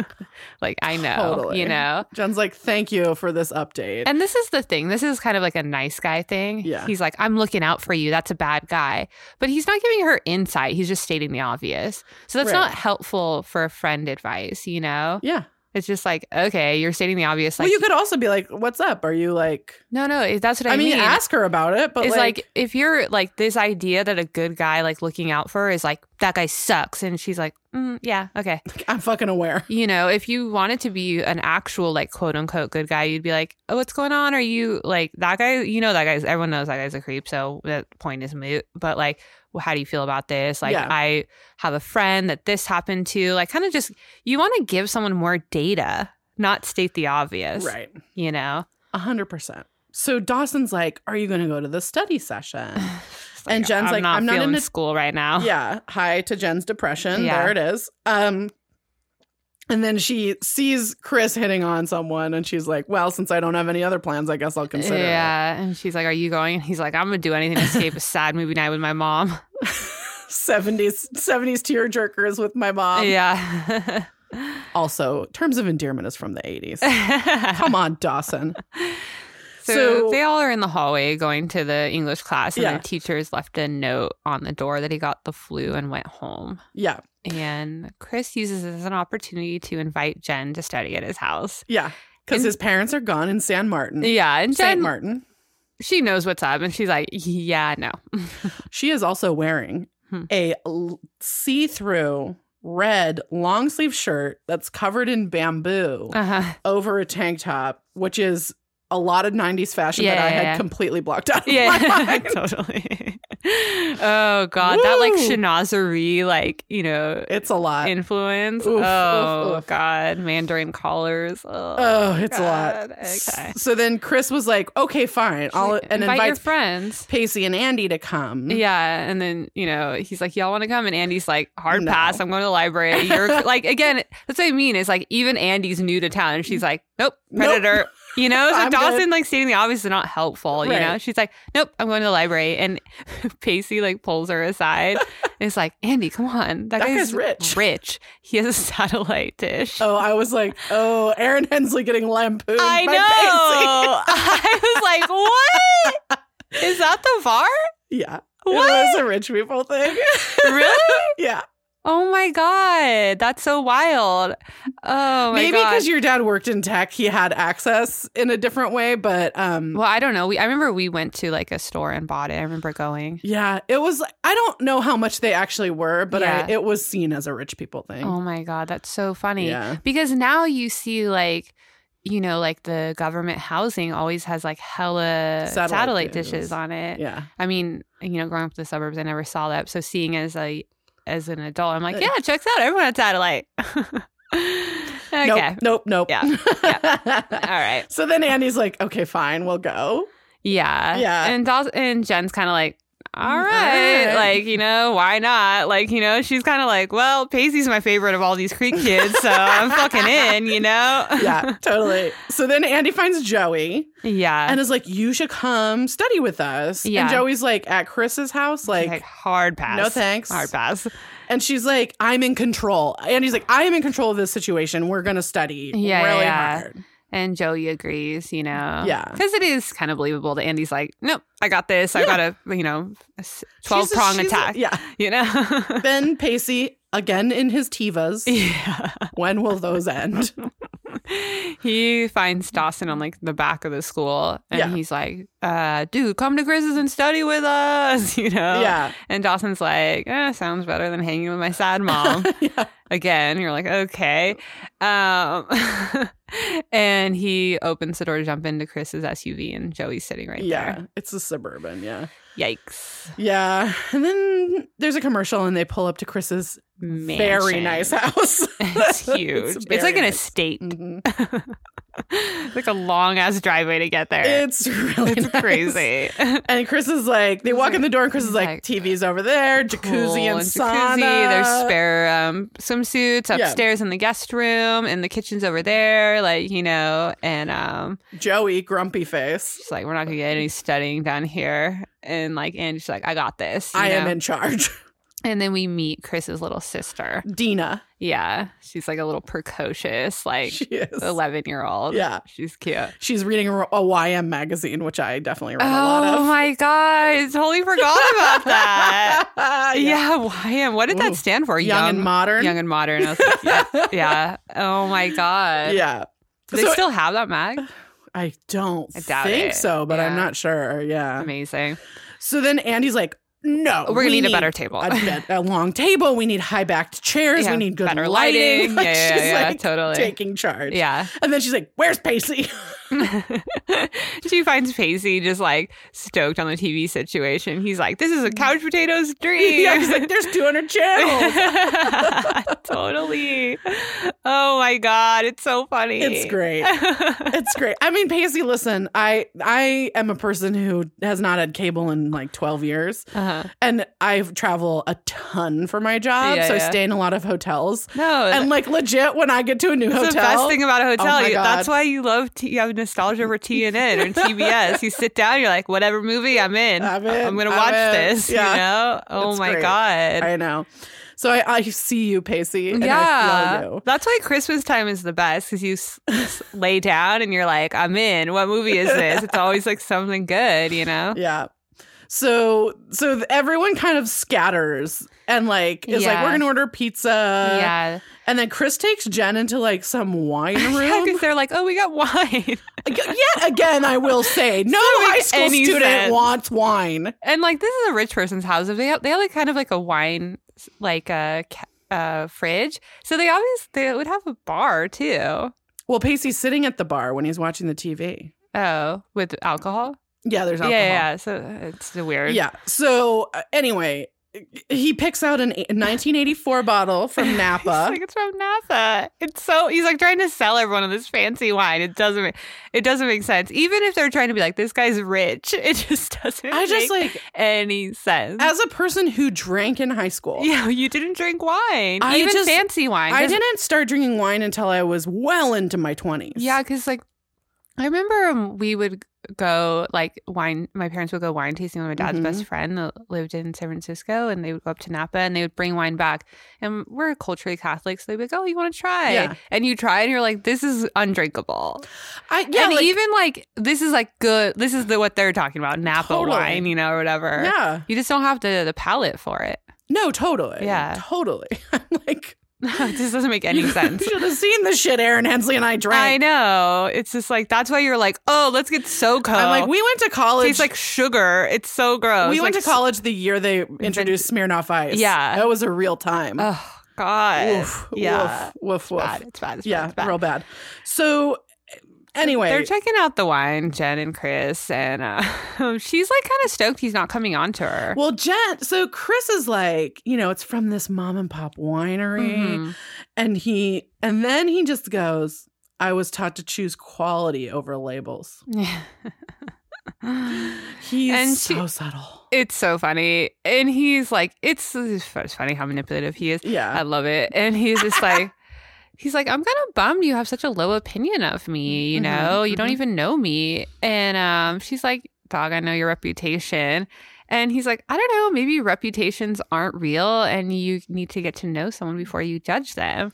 Speaker 1: like i know
Speaker 2: Totally.
Speaker 1: you know
Speaker 2: Jen's like, thank you for this update.
Speaker 1: and this is the thing this is kind of like a nice guy thing
Speaker 2: Yeah.
Speaker 1: he's like i'm looking out for you that's a bad guy but he's not giving her insight he's just stating the obvious so that's
Speaker 2: Right.
Speaker 1: not helpful for a friend advice you know
Speaker 2: yeah.
Speaker 1: it's just like okay you're stating the obvious like
Speaker 2: well, you could also be like, what's up? Are you like,
Speaker 1: no no that's what i,
Speaker 2: I mean, ask her about it, but
Speaker 1: it's
Speaker 2: like,
Speaker 1: like, if you're like this idea that a good guy like looking out for her is like that guy sucks and she's like mm, yeah okay
Speaker 2: I'm fucking aware.
Speaker 1: you know if you wanted to be an actual like quote unquote good guy you'd be like oh what's going on are you like that guy you know that guy's everyone knows that guy's a creep so that point is moot but like well, how do you feel about this like
Speaker 2: Yeah.
Speaker 1: i have a friend that this happened to like kind of just you want to give someone more data not state the obvious
Speaker 2: Right.
Speaker 1: you know
Speaker 2: A hundred percent. So Dawson's like, are you going to go to the study session?
Speaker 1: It's
Speaker 2: And Jen's like, "I'm not
Speaker 1: feeling
Speaker 2: into-
Speaker 1: school right now
Speaker 2: yeah. Hi to Jen's depression.
Speaker 1: Yeah.
Speaker 2: There it is. Um, and then she sees Chris hitting on someone, and she's like, "Well, since I don't have any other plans, I guess I'll consider." It.
Speaker 1: Yeah. And she's like, Are you going? And he's like, I'm going to do anything to escape a sad movie night with my mom.
Speaker 2: 70s 70s tearjerkers with my mom.
Speaker 1: yeah.
Speaker 2: Also, terms of endearment is from the 80s.
Speaker 1: so,
Speaker 2: Come on, Dawson. So-
Speaker 1: they all are in the hallway going to the English class, and
Speaker 2: Yeah.
Speaker 1: the teacher's left a note on the door that he got the flu and went home.
Speaker 2: Yeah.
Speaker 1: And Chris uses this as an opportunity to invite Jen to study at his house.
Speaker 2: Yeah. Because
Speaker 1: And-
Speaker 2: his parents are gone in San Martin.
Speaker 1: Yeah. And
Speaker 2: San
Speaker 1: Jen,
Speaker 2: Martin.
Speaker 1: she knows what's up, and she's like, Yeah, no.
Speaker 2: She is also wearing
Speaker 1: Hmm.
Speaker 2: a see through red long sleeve shirt that's covered in bamboo
Speaker 1: Uh-huh.
Speaker 2: over a tank top, which is a lot of 90s fashion that
Speaker 1: Yeah,
Speaker 2: I
Speaker 1: yeah,
Speaker 2: had
Speaker 1: yeah.
Speaker 2: completely blocked out. Of my
Speaker 1: Yeah,
Speaker 2: mind.
Speaker 1: totally. oh god, that like
Speaker 2: Woo!
Speaker 1: Shinazery, like you know,
Speaker 2: It's a lot.
Speaker 1: influence.
Speaker 2: Uh, Oof, oof,
Speaker 1: oh
Speaker 2: oof.
Speaker 1: god, Mandarin collars. Oh,
Speaker 2: oh, it's a lot.
Speaker 1: God. Okay,
Speaker 2: So then Chris was like, okay, fine. I'll
Speaker 1: She's like,
Speaker 2: Oh, and hmm?
Speaker 1: invite your
Speaker 2: invites
Speaker 1: friends.
Speaker 2: Pacey and Andy to come.
Speaker 1: Yeah, and then you know he's like, "Y'all want to come?" And Andy's like, "Hard
Speaker 2: No.
Speaker 1: pass. I'm going to the library." You're like, again, that's what I mean. Is like even Andy's new to town, and she's like, "Nope,
Speaker 2: Nope.
Speaker 1: predator." You know, so
Speaker 2: I'm good.
Speaker 1: Dawson like stating the obvious is not helpful. You
Speaker 2: Right.
Speaker 1: know, she's like, "Nope, I'm going to the library," and Pacey like pulls her aside and is like, "Andy, come on, that,
Speaker 2: That
Speaker 1: guy's,
Speaker 2: guy's rich."
Speaker 1: Rich. He has a satellite dish."
Speaker 2: Oh, I was like, oh, Aaron Hensley getting lampooned.
Speaker 1: I
Speaker 2: by
Speaker 1: know. I was like, "What is that? The VAR?
Speaker 2: Pacey. Yeah.
Speaker 1: What?
Speaker 2: It was a rich people thing.
Speaker 1: Really?"
Speaker 2: yeah.
Speaker 1: Oh my god, that's so wild. Oh my
Speaker 2: Maybe
Speaker 1: god.
Speaker 2: because your dad worked in tech, he had access in a different way, but um
Speaker 1: Well, I don't know. We I remember we went to like a store and bought it. I remember going.
Speaker 2: yeah, it was I don't know how much they actually were, but
Speaker 1: Yeah.
Speaker 2: I, it was seen as a rich people thing.
Speaker 1: Oh my god, that's so funny.
Speaker 2: yeah.
Speaker 1: Because now you see like you know, like the government housing always has like hella
Speaker 2: Satellite
Speaker 1: satellite,
Speaker 2: dishes.
Speaker 1: dishes. on it.
Speaker 2: Yeah.
Speaker 1: I mean, you know, growing up in the suburbs, I never saw that. So seeing as a as an adult, I'm like,
Speaker 2: Yeah.
Speaker 1: yeah, checks out. Everyone had satellite. okay.
Speaker 2: Nope, nope, nope.
Speaker 1: Yeah. All right.
Speaker 2: so then Andy's like, "Okay, fine, we'll go."
Speaker 1: Yeah.
Speaker 2: Yeah. Mm,
Speaker 1: And Dawson, and Jen's kind of like, all
Speaker 2: All
Speaker 1: right.
Speaker 2: right.
Speaker 1: Like, you know, why not? Like, you know, she's kind of like, well, Paisley's my favorite of all these Creek kids, so I'm fucking in, you know?
Speaker 2: Yeah, totally. So then Andy finds Joey
Speaker 1: yeah.
Speaker 2: and is like, "You should come study with us." And
Speaker 1: Yeah.
Speaker 2: Joey's like at Chris's house,
Speaker 1: like,
Speaker 2: like,
Speaker 1: hard pass.
Speaker 2: "No thanks."
Speaker 1: Hard pass.
Speaker 2: And she's like, I'm in control. And he's like, I am in control of this situation. We're going to study
Speaker 1: Yeah,
Speaker 2: really
Speaker 1: yeah, yeah.
Speaker 2: hard.
Speaker 1: And Joey agrees, you know.
Speaker 2: Yeah.
Speaker 1: Because it is kind of believable that Andy's like, nope, I got this. I
Speaker 2: Yeah.
Speaker 1: got a, you know, a s-
Speaker 2: She's a-
Speaker 1: 12 prong
Speaker 2: she's a-
Speaker 1: attack,
Speaker 2: yeah.
Speaker 1: you know?
Speaker 2: Ben Pacey again in his Tivas.
Speaker 1: yeah.
Speaker 2: when will those end?
Speaker 1: he finds Dawson on like the back of the school and
Speaker 2: Yeah.
Speaker 1: he's like, uh, dude, come to Grizz's and study with us, you know?
Speaker 2: Yeah.
Speaker 1: And Dawson's like, eh, sounds better than hanging with my sad mom.
Speaker 2: Yeah.
Speaker 1: Again, you're like, okay. Um, and he opens the door to jump into Chris's SUV and Joey's sitting right
Speaker 2: yeah. It's a suburban. Yeah.
Speaker 1: there. Yikes.
Speaker 2: Yeah. And then there's a commercial and they pull up to Chris's very
Speaker 1: Mansion.
Speaker 2: nice house.
Speaker 1: It's huge. It's,
Speaker 2: very
Speaker 1: like an
Speaker 2: nice.
Speaker 1: estate.
Speaker 2: Mhm.
Speaker 1: like a long ass driveway to get there.
Speaker 2: It's really
Speaker 1: It's
Speaker 2: nice.
Speaker 1: crazy.
Speaker 2: And Chris is like, they walk in the door, and Chris is like,
Speaker 1: Like,
Speaker 2: TV's over there,
Speaker 1: Cool
Speaker 2: jacuzzi and,
Speaker 1: and
Speaker 2: sauna.
Speaker 1: There's spare um, swimsuits
Speaker 2: Yeah.
Speaker 1: upstairs in the guest room, and the kitchen's over there. Like you know, and um,
Speaker 2: Joey, grumpy face.
Speaker 1: she's like, "We're not gonna get any studying done here." And like, and she's like, "I got this." you
Speaker 2: I am
Speaker 1: know?
Speaker 2: in charge.
Speaker 1: And then we meet Chris's little sister.
Speaker 2: Dina,
Speaker 1: Yeah, she's like a little precocious, like
Speaker 2: she is.
Speaker 1: eleven year old.
Speaker 2: Yeah.
Speaker 1: she's cute.
Speaker 2: She's reading a, a YM magazine, which I definitely read a lot
Speaker 1: Oh
Speaker 2: of.
Speaker 1: my god, I totally forgot about that.
Speaker 2: yeah.
Speaker 1: yeah, YM. What did
Speaker 2: Ooh.
Speaker 1: that stand for?
Speaker 2: Young, and modern.
Speaker 1: Young and modern. I was like, yeah, yeah. Oh my god.
Speaker 2: yeah.
Speaker 1: Do they
Speaker 2: So-
Speaker 1: still have that mag?
Speaker 2: I don't
Speaker 1: I doubt
Speaker 2: think
Speaker 1: it.
Speaker 2: so, but I'm
Speaker 1: Yeah.
Speaker 2: not sure. Yeah.
Speaker 1: Amazing.
Speaker 2: So then Andy's like, no,
Speaker 1: We're gonna
Speaker 2: we
Speaker 1: need a better table.
Speaker 2: a, bed- a long table. We need high backed chairs.
Speaker 1: Yeah,
Speaker 2: we need good
Speaker 1: better lighting.
Speaker 2: lighting. Like,
Speaker 1: yeah, yeah,
Speaker 2: she's
Speaker 1: yeah,
Speaker 2: like
Speaker 1: totally.
Speaker 2: taking charge.
Speaker 1: yeah.
Speaker 2: And then she's like, "Where's Pacey?"
Speaker 1: she finds Pacey just like stoked on the TV situation. He's like, "This is a couch potato's dream."
Speaker 2: yeah, she's like, "Oh." "There's 200 channels."
Speaker 1: totally. Oh my god, it's so funny.
Speaker 2: It's great. It's great. I mean, Pacey, listen, I I am a person who has not had cable in like 12 years,
Speaker 1: uh-huh.
Speaker 2: and I travel a ton for my job,
Speaker 1: Yeah,
Speaker 2: so I
Speaker 1: yeah.
Speaker 2: stay in a lot of hotels.
Speaker 1: No,
Speaker 2: And
Speaker 1: and
Speaker 2: like legit, when I get to a new
Speaker 1: that's
Speaker 2: hotel,
Speaker 1: the best thing about a hotel.
Speaker 2: Oh my
Speaker 1: You- that's
Speaker 2: God.
Speaker 1: why you love t- you have nostalgia for TNN or TBS. you sit down, you're like, whatever movie I'm in,
Speaker 2: I'm in,
Speaker 1: gonna
Speaker 2: I'm
Speaker 1: watch
Speaker 2: in.
Speaker 1: this.
Speaker 2: Yeah.
Speaker 1: You know? Oh
Speaker 2: It's
Speaker 1: my
Speaker 2: great.
Speaker 1: god.
Speaker 2: I know. So I, I see you, Pacey. And I feel you.
Speaker 1: that's why Christmas time is the best because you s- s- lay down and you're like, I'm in. What movie is this? It's always like something good, you know.
Speaker 2: Yeah. So so th- everyone kind of scatters and like is like
Speaker 1: Yeah.
Speaker 2: we're gonna order pizza.
Speaker 1: yeah,
Speaker 2: And then Chris takes Jen into like some wine room.
Speaker 1: because they're like, oh, we got wine,
Speaker 2: Yet again, I will say, no
Speaker 1: Doesn't
Speaker 2: high
Speaker 1: make
Speaker 2: school
Speaker 1: any
Speaker 2: student
Speaker 1: sense.
Speaker 2: wants wine.
Speaker 1: and like this is a rich person's house. If they have, they have like kind of like a wine like a ca- uh, fridge, so they always they would have a bar too.
Speaker 2: Well, Pacey's sitting at the bar when he's watching the TV.
Speaker 1: Oh, with alcohol.
Speaker 2: Yeah, there's alcohol.
Speaker 1: Yeah, yeah. So it's weird.
Speaker 2: Yeah. So uh, anyway, he picks out an a- 1984 bottle from
Speaker 1: He's
Speaker 2: Napa.
Speaker 1: like it's from Napa. It's so he's like trying to sell everyone on this fancy wine. It doesn't make it doesn't make sense. Even if they're trying to be like this guy's rich, it just doesn't.
Speaker 2: I just
Speaker 1: make
Speaker 2: like
Speaker 1: any sense.
Speaker 2: as a person who drank in high school.
Speaker 1: yeah, you didn't drink wine,
Speaker 2: I
Speaker 1: even
Speaker 2: just-
Speaker 1: fancy wine.
Speaker 2: I
Speaker 1: 'Cause-
Speaker 2: didn't start drinking wine until I was well into my 20s.
Speaker 1: Yeah, because like I remember um, we would go like wine. My parents would go wine tasting with my dad's
Speaker 2: Mhm.
Speaker 1: best friend that lived in San Francisco, and they would go up to Napa and they would bring wine back. And we're culturally Catholic, so they'd be like, "Oh, you want to try?"
Speaker 2: Yeah.
Speaker 1: And you try, and you're like, "This is undrinkable."
Speaker 2: I, yeah,
Speaker 1: and
Speaker 2: like-
Speaker 1: even like this is like good. This is the what they're talking about Napa
Speaker 2: Totally.
Speaker 1: wine, you know, or whatever.
Speaker 2: yeah.
Speaker 1: You just don't have the the palate for it.
Speaker 2: No, totally.
Speaker 1: Yeah.
Speaker 2: Totally. I'm like,
Speaker 1: it just doesn't make any
Speaker 2: you
Speaker 1: sense.
Speaker 2: should have seen the shit Aaron Hensley and I
Speaker 1: I
Speaker 2: drank.
Speaker 1: know. It's just like that's why you're like, oh, let's get SoCo.
Speaker 2: I'm like, we went to
Speaker 1: It
Speaker 2: college.
Speaker 1: tastes like sugar. It's so gross.
Speaker 2: we went
Speaker 1: Like,
Speaker 2: to college the year they introduced Smirnoff Ice.
Speaker 1: Yeah.
Speaker 2: That was a real time.
Speaker 1: Oh God.
Speaker 2: Woof,
Speaker 1: yeah.
Speaker 2: Woof, woof, woof.
Speaker 1: Bad. It's bad. It's bad.
Speaker 2: yeah,
Speaker 1: It's bad.
Speaker 2: real bad. So, anyway.
Speaker 1: They're checking out the wine, Jen and Chris, and uh, she's like kind of stoked he's not coming on to her.
Speaker 2: well, Jen, so Chris is like, you know, it's from this mom and pop winery.
Speaker 1: Mhm.
Speaker 2: and he and then he just goes i was taught to choose quality over labels he's
Speaker 1: And she-
Speaker 2: so subtle
Speaker 1: it's so funny, and he's like, it's, it's funny how manipulative he is. I
Speaker 2: yeah
Speaker 1: love it, and he's just like. He's like, I'm kind of bummed you have such a low opinion of me. You
Speaker 2: Mhm,
Speaker 1: know, you don't
Speaker 2: mhm.
Speaker 1: even know me. And um, she's like, Dog, I know your reputation. And he's like, I don't know, maybe reputations aren't real and you need to get to know someone before you judge them.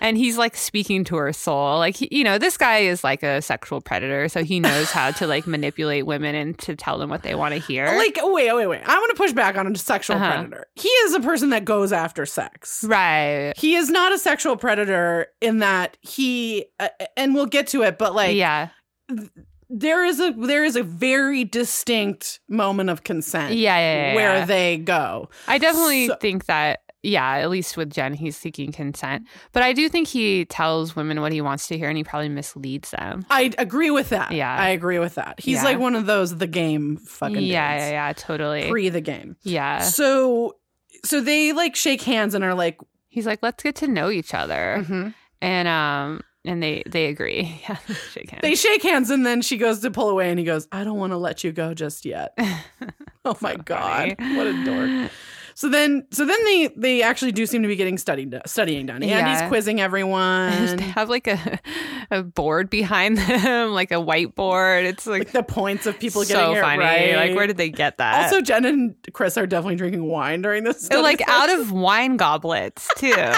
Speaker 1: and he's like speaking to her soul. Like, he, you know, this guy is like a sexual predator, so he knows how to like manipulate women and to tell them what they want to hear.
Speaker 2: Like, wait, wait, wait. I want to push back on a sexual
Speaker 1: Uh-huh.
Speaker 2: predator. He is a person that goes after sex.
Speaker 1: right.
Speaker 2: He is not a sexual predator in that he, uh, and we'll get to it, but like,
Speaker 1: yeah.
Speaker 2: there is a there is a very distinct moment of
Speaker 1: Yeah.
Speaker 2: consent
Speaker 1: Yeah. yeah,
Speaker 2: where
Speaker 1: yeah.
Speaker 2: they go.
Speaker 1: I definitely
Speaker 2: So-
Speaker 1: think that, yeah, at least with Jen, he's seeking consent. But I do think he tells women what he wants to hear and he probably misleads them.
Speaker 2: I agree with that.
Speaker 1: Yeah.
Speaker 2: I agree with that. He's
Speaker 1: Yeah.
Speaker 2: like one of those the game fucking
Speaker 1: yeah, yeah,
Speaker 2: dudes.
Speaker 1: yeah, totally.
Speaker 2: Pre the game.
Speaker 1: yeah.
Speaker 2: So so they like shake hands and are like
Speaker 1: He's like, let's get to know each other.
Speaker 2: mhm.
Speaker 1: And um and they they agree. Yeah. Shake hands.
Speaker 2: they shake hands and then she goes to pull away and he goes, I don't want to let you go just yet. Oh my god. What a dork. So then so then they they actually do seem to be getting studied studying done.
Speaker 1: Yeah.
Speaker 2: Andy's quizzing
Speaker 1: Just
Speaker 2: everyone.
Speaker 1: have like a a board behind them, like a whiteboard. It's like,
Speaker 2: Like the points of people
Speaker 1: so
Speaker 2: getting it
Speaker 1: funny.
Speaker 2: right.
Speaker 1: Like where did they get that?
Speaker 2: Also, Jen and Chris are definitely drinking wine during this.
Speaker 1: They're,
Speaker 2: study
Speaker 1: like
Speaker 2: session.
Speaker 1: out of wine goblets too.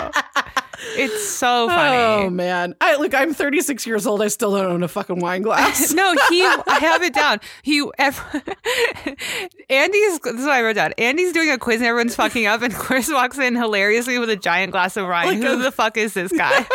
Speaker 1: it's so
Speaker 2: Oh
Speaker 1: funny.
Speaker 2: man! I look. I'm 36 years old. I still don't own a fucking wine glass.
Speaker 1: no, he. I have it down. He. Ev- Andy's. This is what I wrote down. Andy's doing a quiz and everyone's fucking up, and Chris walks in hilariously with a giant glass of wine.
Speaker 2: Like
Speaker 1: Who
Speaker 2: a-
Speaker 1: the fuck is this guy?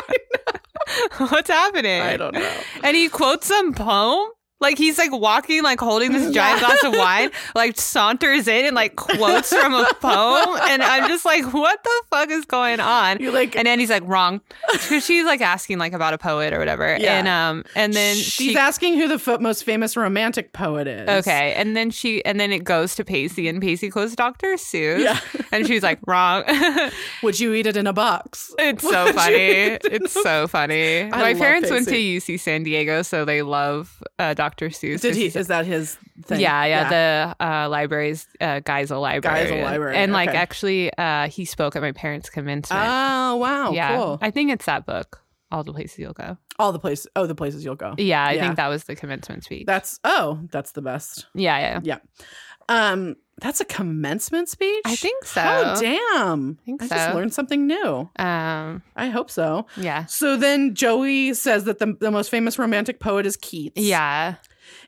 Speaker 1: What's happening?
Speaker 2: I don't know.
Speaker 1: and he quotes some poem. Like he's like walking, like holding this giant glass of wine, like saunters in and like quotes from a poem. And I'm just like, what the fuck is going on?
Speaker 2: You're like,
Speaker 1: And Andy's like, wrong. Because she's like asking like about a poet or whatever.
Speaker 2: Yeah.
Speaker 1: And um and then
Speaker 2: she's
Speaker 1: she
Speaker 2: asking who the fo- most famous romantic poet is.
Speaker 1: Okay. And then she and then it goes to Pacey and Pacey goes Dr. Seuss.
Speaker 2: Yeah.
Speaker 1: And she's like, wrong.
Speaker 2: Would you eat it in a box?
Speaker 1: It's so funny. It's so funny. My
Speaker 2: love
Speaker 1: parents went to
Speaker 2: Pacey.
Speaker 1: UC San Diego, so they love uh, Dr. Seuss. 'cause
Speaker 2: Did he?
Speaker 1: he's-
Speaker 2: Is that his thing?
Speaker 1: Yeah, yeah, the uh, library's uh, Geisel Library.
Speaker 2: Library,
Speaker 1: And like
Speaker 2: okay.
Speaker 1: actually, uh, he spoke at my parents' commencement.
Speaker 2: oh wow!
Speaker 1: yeah,
Speaker 2: Cool.
Speaker 1: I think it's that book. All the places you'll go.
Speaker 2: All the places. Oh, the places you'll go.
Speaker 1: Yeah, I
Speaker 2: Yeah.
Speaker 1: think that was the commencement speech.
Speaker 2: That's oh, that's the best.
Speaker 1: yeah, yeah.
Speaker 2: Um, that's a commencement speech.
Speaker 1: I think so.
Speaker 2: Oh damn! I,
Speaker 1: think
Speaker 2: just
Speaker 1: so.
Speaker 2: learned something new.
Speaker 1: Um,
Speaker 2: I hope so.
Speaker 1: yeah,
Speaker 2: So then Joey says that the, the most famous romantic poet is Keats.
Speaker 1: yeah.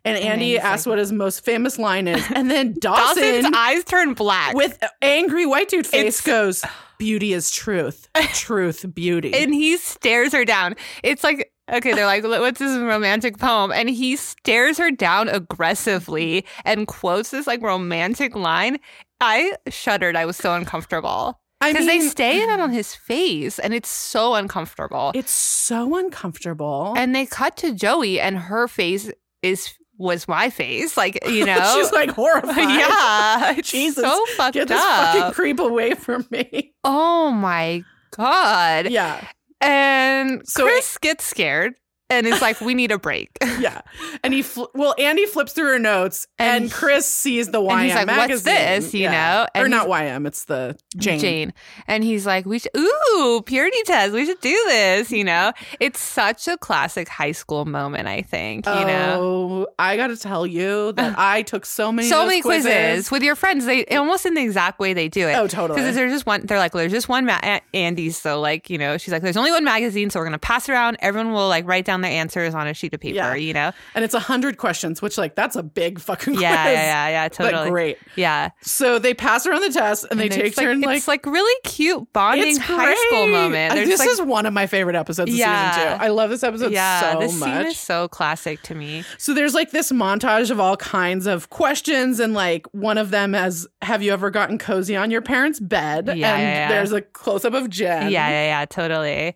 Speaker 2: And
Speaker 1: then
Speaker 2: Andy
Speaker 1: he's
Speaker 2: asks
Speaker 1: like-
Speaker 2: what his most famous line is. And then
Speaker 1: Dawson's
Speaker 2: Dawson,
Speaker 1: eyes turn black,
Speaker 2: with angry white dude face,
Speaker 1: It's-
Speaker 2: goes, Beauty is truth. Truth, beauty.
Speaker 1: and he stares her down. It's like. Okay, they're like, what's this romantic poem? And he stares her down aggressively and quotes this like romantic line. I shuddered. I was so uncomfortable.
Speaker 2: I
Speaker 1: because
Speaker 2: mean,
Speaker 1: they stay in it on his face and it's so uncomfortable
Speaker 2: it's so uncomfortable.
Speaker 1: and they cut to joey and her face is was my face like you know
Speaker 2: She's like horrified.
Speaker 1: yeah it's
Speaker 2: Jesus,
Speaker 1: so fucked
Speaker 2: Get this fucking
Speaker 1: up
Speaker 2: creep away from me.
Speaker 1: oh my god
Speaker 2: Yeah.
Speaker 1: and
Speaker 2: So-
Speaker 1: chris gets scared and is like we need a break
Speaker 2: Yeah. And he, fl- well, Andy flips through her notes and,
Speaker 1: And-
Speaker 2: Chris sees the YM
Speaker 1: and he's like, "What's
Speaker 2: magazine."
Speaker 1: this?" You know?
Speaker 2: or
Speaker 1: And
Speaker 2: not YM, it's the Jane.
Speaker 1: and he's like we should ooh purity test we should do this you know it's such a classic high school moment i think you know
Speaker 2: Oh, I got to tell you that I took so many of
Speaker 1: so
Speaker 2: those
Speaker 1: many quizzes. with your friends. They almost in the exact way they do it.
Speaker 2: Oh, totally.
Speaker 1: Because there's just one. They're like, there's just one. Ma- A- Andy's so like, you know, she's like, there's only one magazine, so we're gonna pass around. Everyone will like write down their answers on a sheet of paper.
Speaker 2: Yeah.
Speaker 1: You know.
Speaker 2: And it's a hundred questions, which like that's a big fucking
Speaker 1: Yeah, yeah,
Speaker 2: quiz.
Speaker 1: yeah, yeah. Totally.
Speaker 2: But great.
Speaker 1: Yeah.
Speaker 2: So they pass around the test and, they
Speaker 1: And
Speaker 2: take
Speaker 1: it's like,
Speaker 2: turn like
Speaker 1: it's like really cute bonding
Speaker 2: it's
Speaker 1: high school
Speaker 2: great.
Speaker 1: moment.
Speaker 2: And
Speaker 1: They're
Speaker 2: This
Speaker 1: just like,
Speaker 2: is one of my favorite episodes of
Speaker 1: Yeah.
Speaker 2: season two. I love this episode
Speaker 1: yeah,
Speaker 2: so
Speaker 1: this
Speaker 2: much.
Speaker 1: scene is so classic to me.
Speaker 2: so there's like this montage of all kinds of questions, and like one of them is, "Have you ever gotten cozy on your parents' bed?" and
Speaker 1: yeah, yeah.
Speaker 2: there's a close up of Jen.
Speaker 1: yeah, yeah, yeah, totally.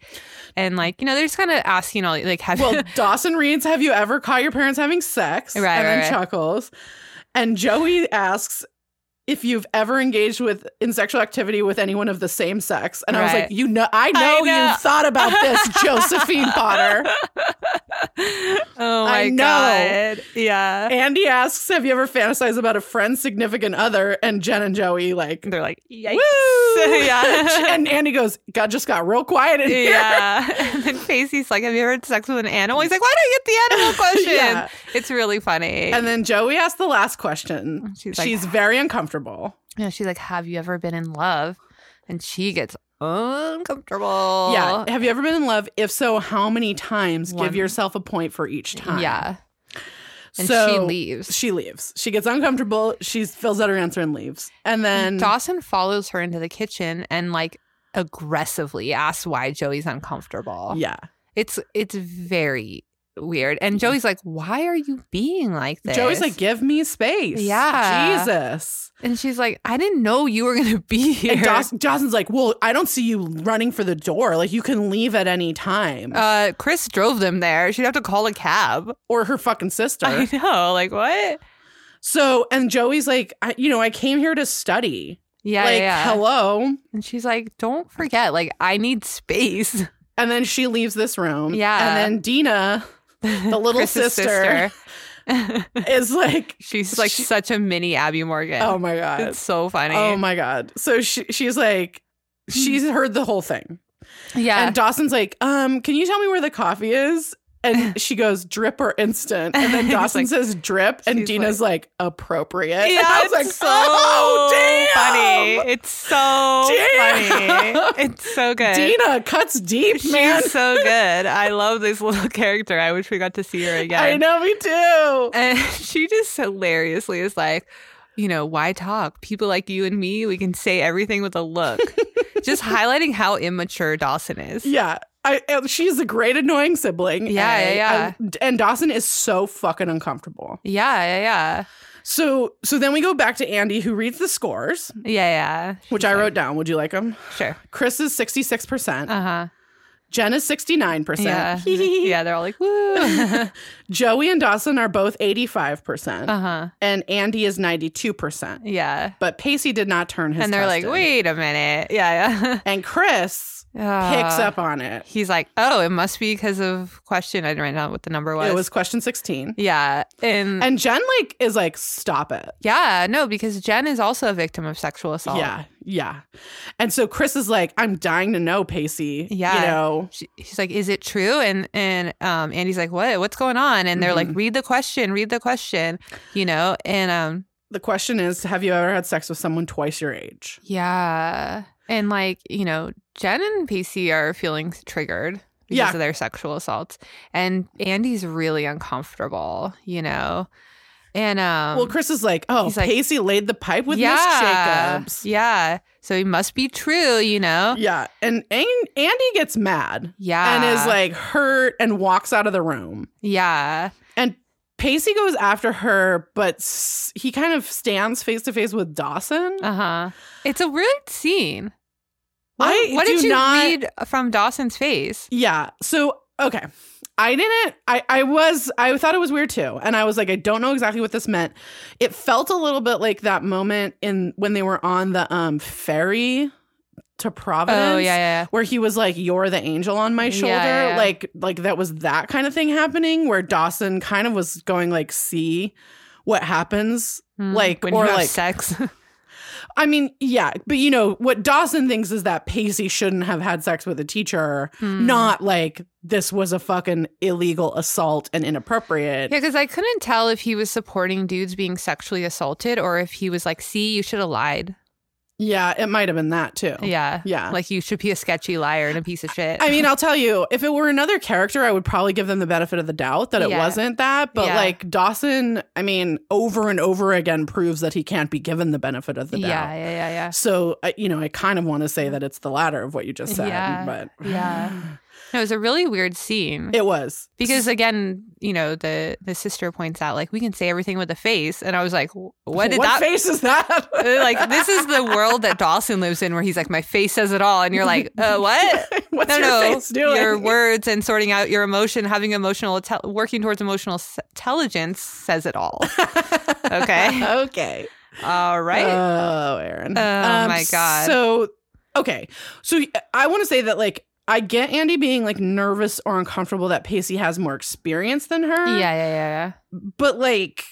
Speaker 1: And like, you know, they're just kind of asking all like, have
Speaker 2: Well, Dawson reads, "Have you ever caught your parents having sex?"
Speaker 1: Right,
Speaker 2: and then
Speaker 1: right, right.
Speaker 2: chuckles. And Joey asks if you've ever engaged with in sexual activity with anyone of the same sex. And I was
Speaker 1: Right.
Speaker 2: like, "You know, I know,
Speaker 1: know.
Speaker 2: you thought about this, Josephine Potter."
Speaker 1: oh my
Speaker 2: I know.
Speaker 1: god, yeah.
Speaker 2: Andy asks, "Have you ever fantasized about a friend's significant other?" And Jen and Joey like,
Speaker 1: They're like, yikes.
Speaker 2: "Woo!"
Speaker 1: yeah.
Speaker 2: and Andy goes, "God, just got real quiet in here."
Speaker 1: yeah. And then Pacey's like, Have you ever had sex with an animal? He's like, Why do I get the animal question?
Speaker 2: Yeah.
Speaker 1: It's really funny.
Speaker 2: And then Joey asks the last question.
Speaker 1: She's like-
Speaker 2: she's very uncomfortable.
Speaker 1: you know, she's like, Have you ever been in love? And she gets uncomfortable.
Speaker 2: Yeah. Have you ever been in love? If so, how many times?
Speaker 1: One.
Speaker 2: Give yourself a point for each time.
Speaker 1: Yeah. And she
Speaker 2: So-
Speaker 1: leaves.
Speaker 2: She leaves. She gets uncomfortable. She fills out her answer and leaves. And then
Speaker 1: Dawson follows her into the kitchen and like aggressively asks why Joey's uncomfortable.
Speaker 2: yeah,
Speaker 1: It's it's very weird. And Joey's like, "Why are you being like this?"
Speaker 2: Joey's like, "Give me space."
Speaker 1: Yeah.
Speaker 2: Jesus.
Speaker 1: and she's like, "I didn't know you were gonna be here."
Speaker 2: And Dawson, Dawson's like, "Well, I don't see you running for the door. Like you can leave at any time."
Speaker 1: uh, Chris drove them there. She'd have to call a cab.
Speaker 2: or her fucking sister.
Speaker 1: I know. Like what?
Speaker 2: so and Joey's like, I, "You know, I came here to study."
Speaker 1: Yeah, yeah,
Speaker 2: like,
Speaker 1: yeah.
Speaker 2: hello.
Speaker 1: And she's like, "Don't forget, like I need space."
Speaker 2: And then she leaves this room.
Speaker 1: Yeah.
Speaker 2: And then Dina The little
Speaker 1: Chris's
Speaker 2: sister.
Speaker 1: sister.
Speaker 2: is like,
Speaker 1: she's like
Speaker 2: She-
Speaker 1: such a mini Abby Morgan.
Speaker 2: "Oh my god."
Speaker 1: it's so funny.
Speaker 2: Oh my god. So she she's like she's heard the whole thing.
Speaker 1: yeah.
Speaker 2: And Dawson's like, "Um, can you tell me where the coffee is?" And she goes, "Drip or instant." And then
Speaker 1: He's
Speaker 2: Dawson
Speaker 1: like-
Speaker 2: says, "Drip," and
Speaker 1: she's
Speaker 2: Dina's like, "Appropriate."
Speaker 1: yeah,
Speaker 2: And I was
Speaker 1: it's
Speaker 2: like,
Speaker 1: so
Speaker 2: "Oh, damn!"
Speaker 1: funny. It's so
Speaker 2: Damn.
Speaker 1: funny. It's so good.
Speaker 2: Dina cuts deep,
Speaker 1: She's
Speaker 2: man.
Speaker 1: so good. I love this little character. I wish we got to see her again.
Speaker 2: I know me too.
Speaker 1: And she just hilariously is like, you know, why talk? People like you and me, we can say everything with a look. just highlighting how immature Dawson is.
Speaker 2: Yeah. I, and she's a great annoying sibling.
Speaker 1: Yeah,
Speaker 2: A.
Speaker 1: yeah,
Speaker 2: I- and Dawson is so fucking uncomfortable.
Speaker 1: Yeah, yeah, yeah.
Speaker 2: So, so then we go back to Andy, who reads the scores,
Speaker 1: Yeah,
Speaker 2: which I wrote down. Would you like them?
Speaker 1: yeah. Sure.
Speaker 2: Chris is 66%.
Speaker 1: Uh huh.
Speaker 2: Jen is 69%.
Speaker 1: Yeah. yeah, they're all like, woo. uh
Speaker 2: Joey and Dawson are both 85%.
Speaker 1: huh.
Speaker 2: and Andy is 92%.
Speaker 1: Uh-huh. Yeah.
Speaker 2: But Pacey did not turn his
Speaker 1: and they're
Speaker 2: test
Speaker 1: like,
Speaker 2: in.
Speaker 1: wait a minute. Yeah,
Speaker 2: And Chris
Speaker 1: yeah.
Speaker 2: picks
Speaker 1: Uh,
Speaker 2: up on it.
Speaker 1: He's like, oh, it must be because of question. I didn't write down what the number was.
Speaker 2: It was question 16.
Speaker 1: yeah. And,
Speaker 2: And Jen like is like, stop it.
Speaker 1: yeah, no, because Jen is also a victim of sexual assault.
Speaker 2: Yeah, yeah. And so Chris is like, I'm dying to know, Pacey.
Speaker 1: Yeah.
Speaker 2: You know,
Speaker 1: she, she's like, "Is it true?" And and um, Andy's like, "What? What's going on?" And they're like,
Speaker 2: Mm-hmm.
Speaker 1: "Read the question. Read the question." You know, and um,
Speaker 2: the question is, have you ever had sex with someone twice your age?
Speaker 1: yeah, and like you know, Jen and Pacey are feeling triggered because
Speaker 2: Yeah.
Speaker 1: of their sexual assaults, and Andy's really uncomfortable. You know, and um,
Speaker 2: well, Chris is like, oh,
Speaker 1: he's like-
Speaker 2: Pacey laid the pipe with
Speaker 1: yeah,
Speaker 2: Miss Jacobs.
Speaker 1: yeah. So it must be true. You know,
Speaker 2: Yeah. And An- Andy gets mad
Speaker 1: yeah,
Speaker 2: and is like hurt and walks out of the room.
Speaker 1: yeah,
Speaker 2: And Pacey goes after her, but s- he kind of stands face to face with Dawson.
Speaker 1: uh huh. It's a weird scene. What,
Speaker 2: I
Speaker 1: what
Speaker 2: do
Speaker 1: did you
Speaker 2: not-
Speaker 1: read from Dawson's face?
Speaker 2: Yeah. So, okay. I didn't I I was I thought it was weird too. And I was like I don't know exactly what this meant. It felt a little bit like that moment in when they were on the um ferry to Providence.
Speaker 1: Oh yeah, yeah,
Speaker 2: Where he was like, "You're the angel on my
Speaker 1: Yeah,
Speaker 2: shoulder,"
Speaker 1: yeah, yeah.
Speaker 2: like, like that was that kind of thing happening. Where Dawson kind of was going, like, "See what happens
Speaker 1: yeah. Mm,
Speaker 2: Like,
Speaker 1: when you
Speaker 2: or
Speaker 1: have
Speaker 2: like-
Speaker 1: sex.
Speaker 2: I mean, yeah, but you know what Dawson thinks is that Pacey shouldn't have had sex with a teacher,
Speaker 1: Mm.
Speaker 2: not like this was a fucking illegal assault and inappropriate.
Speaker 1: yeah, because I couldn't tell if he was supporting dudes being sexually assaulted or if he was like, "See, you should have lied."
Speaker 2: Yeah, it might have been that too.
Speaker 1: Yeah,
Speaker 2: Oh, Yeah.
Speaker 1: like you should be a sketchy liar and a piece of shit.
Speaker 2: I mean, I'll tell you, if it were another character, I would probably give them the benefit of the doubt that it
Speaker 1: Yeah.
Speaker 2: wasn't that. But
Speaker 1: Yeah.
Speaker 2: like Dawson, I mean, over and over again proves that he can't be given the benefit of the doubt.
Speaker 1: yeah, yeah, yeah, yeah.
Speaker 2: So, I- you know, I kind of want to say that it's the latter of what you just said,
Speaker 1: Yeah.
Speaker 2: but
Speaker 1: Yeah. No, it was a really weird scene
Speaker 2: it was.
Speaker 1: because, again, you know, the the sister points out like we can say everything with a face, and I was like, "Wh- "What did that?"
Speaker 2: face is that?
Speaker 1: like this is the world that Dawson lives in, where he's like, "My face says it all," and you're like, "Uh, what?"
Speaker 2: What's
Speaker 1: no,
Speaker 2: your
Speaker 1: no,
Speaker 2: face doing?
Speaker 1: your words and sorting out your emotion, having emotional, te- working towards emotional s- intelligence says it all. Okay.
Speaker 2: okay.
Speaker 1: all right.
Speaker 2: Oh, Aaron.
Speaker 1: Oh, my God.
Speaker 2: So, okay. So I want to say that, like, I get Andy being like nervous or uncomfortable that Pacey has more experience than her.
Speaker 1: yeah, yeah, yeah,
Speaker 2: But like,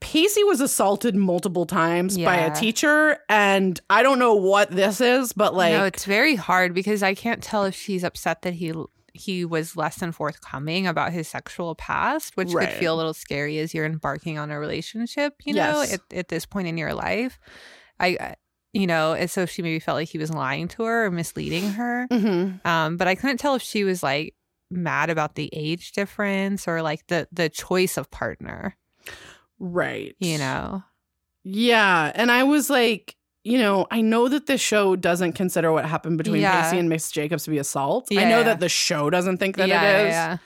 Speaker 2: Pacey was assaulted multiple times by
Speaker 1: Yeah.
Speaker 2: a teacher, and I don't know what this is, but
Speaker 1: yeah.
Speaker 2: like,
Speaker 1: no, it's very hard because I can't tell if she's upset that he he was less than forthcoming about his sexual past, which
Speaker 2: Right.
Speaker 1: could feel a little scary as you're embarking on a relationship. You know,
Speaker 2: Yes.
Speaker 1: at, at this point in your life, I. I you know, and so she maybe felt like he was lying to her or misleading her.
Speaker 2: Mm-hmm.
Speaker 1: Um, but I couldn't tell if she was like mad about the age difference or like the the choice of partner,
Speaker 2: Right.
Speaker 1: you know.
Speaker 2: Yeah. And I was like, you know, I know that the show doesn't consider what happened between
Speaker 1: Yeah.
Speaker 2: Pacey and Miss Jacobs to be assault. I
Speaker 1: Yeah,
Speaker 2: know
Speaker 1: yeah.
Speaker 2: that the show doesn't think that
Speaker 1: yeah,
Speaker 2: it
Speaker 1: yeah,
Speaker 2: is.
Speaker 1: yeah.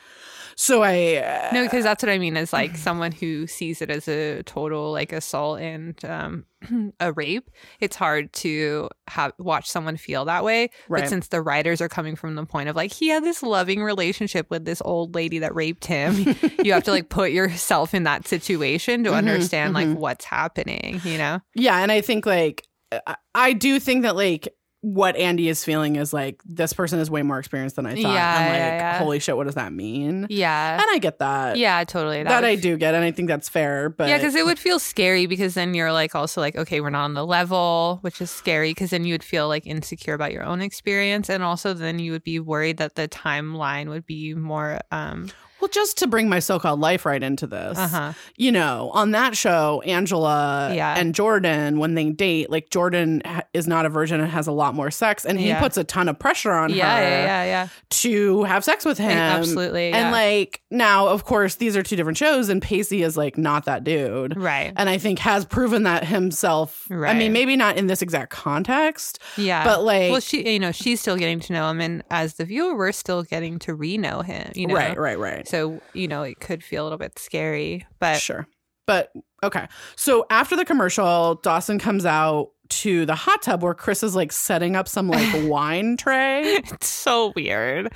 Speaker 2: So I. Uh,
Speaker 1: No, because that's what I mean is like someone who sees it as a total like assault and um, a rape. It's hard to have watch someone feel that way.
Speaker 2: Right.
Speaker 1: But since the writers are coming from the point of like he had this loving relationship with this old lady that raped him, you have to like put yourself in that situation to
Speaker 2: Mhm,
Speaker 1: understand
Speaker 2: mhm.
Speaker 1: like what's happening. You know?
Speaker 2: yeah. And I think, like, uh, I, I do think that, like, what Andy is feeling is like, this person is way more experienced than I thought.
Speaker 1: Yeah,
Speaker 2: I'm like,
Speaker 1: yeah, yeah.
Speaker 2: holy shit, what does that mean?
Speaker 1: Yeah,
Speaker 2: And I get that.
Speaker 1: yeah, totally.
Speaker 2: Uh, That, I do get. And I think that's fair. But
Speaker 1: yeah, because it would feel scary because then you're like also like, okay, we're not on the level, which is scary because then you would feel like insecure about your own experience. And also then you would be worried that the timeline would be more, um,
Speaker 2: Well, just to bring my so called life right into this,
Speaker 1: uh huh.
Speaker 2: you know, on that show, Angela
Speaker 1: Yeah.
Speaker 2: and Jordan, when they date, like Jordan ha- is not a virgin and has a lot more sex, and he
Speaker 1: Yeah.
Speaker 2: puts a ton of pressure on
Speaker 1: Yeah,
Speaker 2: her
Speaker 1: yeah, yeah, yeah.
Speaker 2: to have sex with him.
Speaker 1: Absolutely.
Speaker 2: And
Speaker 1: yeah.
Speaker 2: like now, of course, these are two different shows, and Pacey is like not that dude.
Speaker 1: right.
Speaker 2: And I think has proven that himself. I
Speaker 1: Right.
Speaker 2: mean, maybe not in this exact context,
Speaker 1: Yeah.
Speaker 2: but like,
Speaker 1: well, she, you know, she's still getting to know him. And as the viewer, we're still getting to re know him, you know?
Speaker 2: right, right, right.
Speaker 1: So, you know, it could feel a little bit scary, but
Speaker 2: Sure. But okay. So after the commercial, Dawson comes out to the hot tub where Chris is like setting up some like wine tray.
Speaker 1: it's so weird.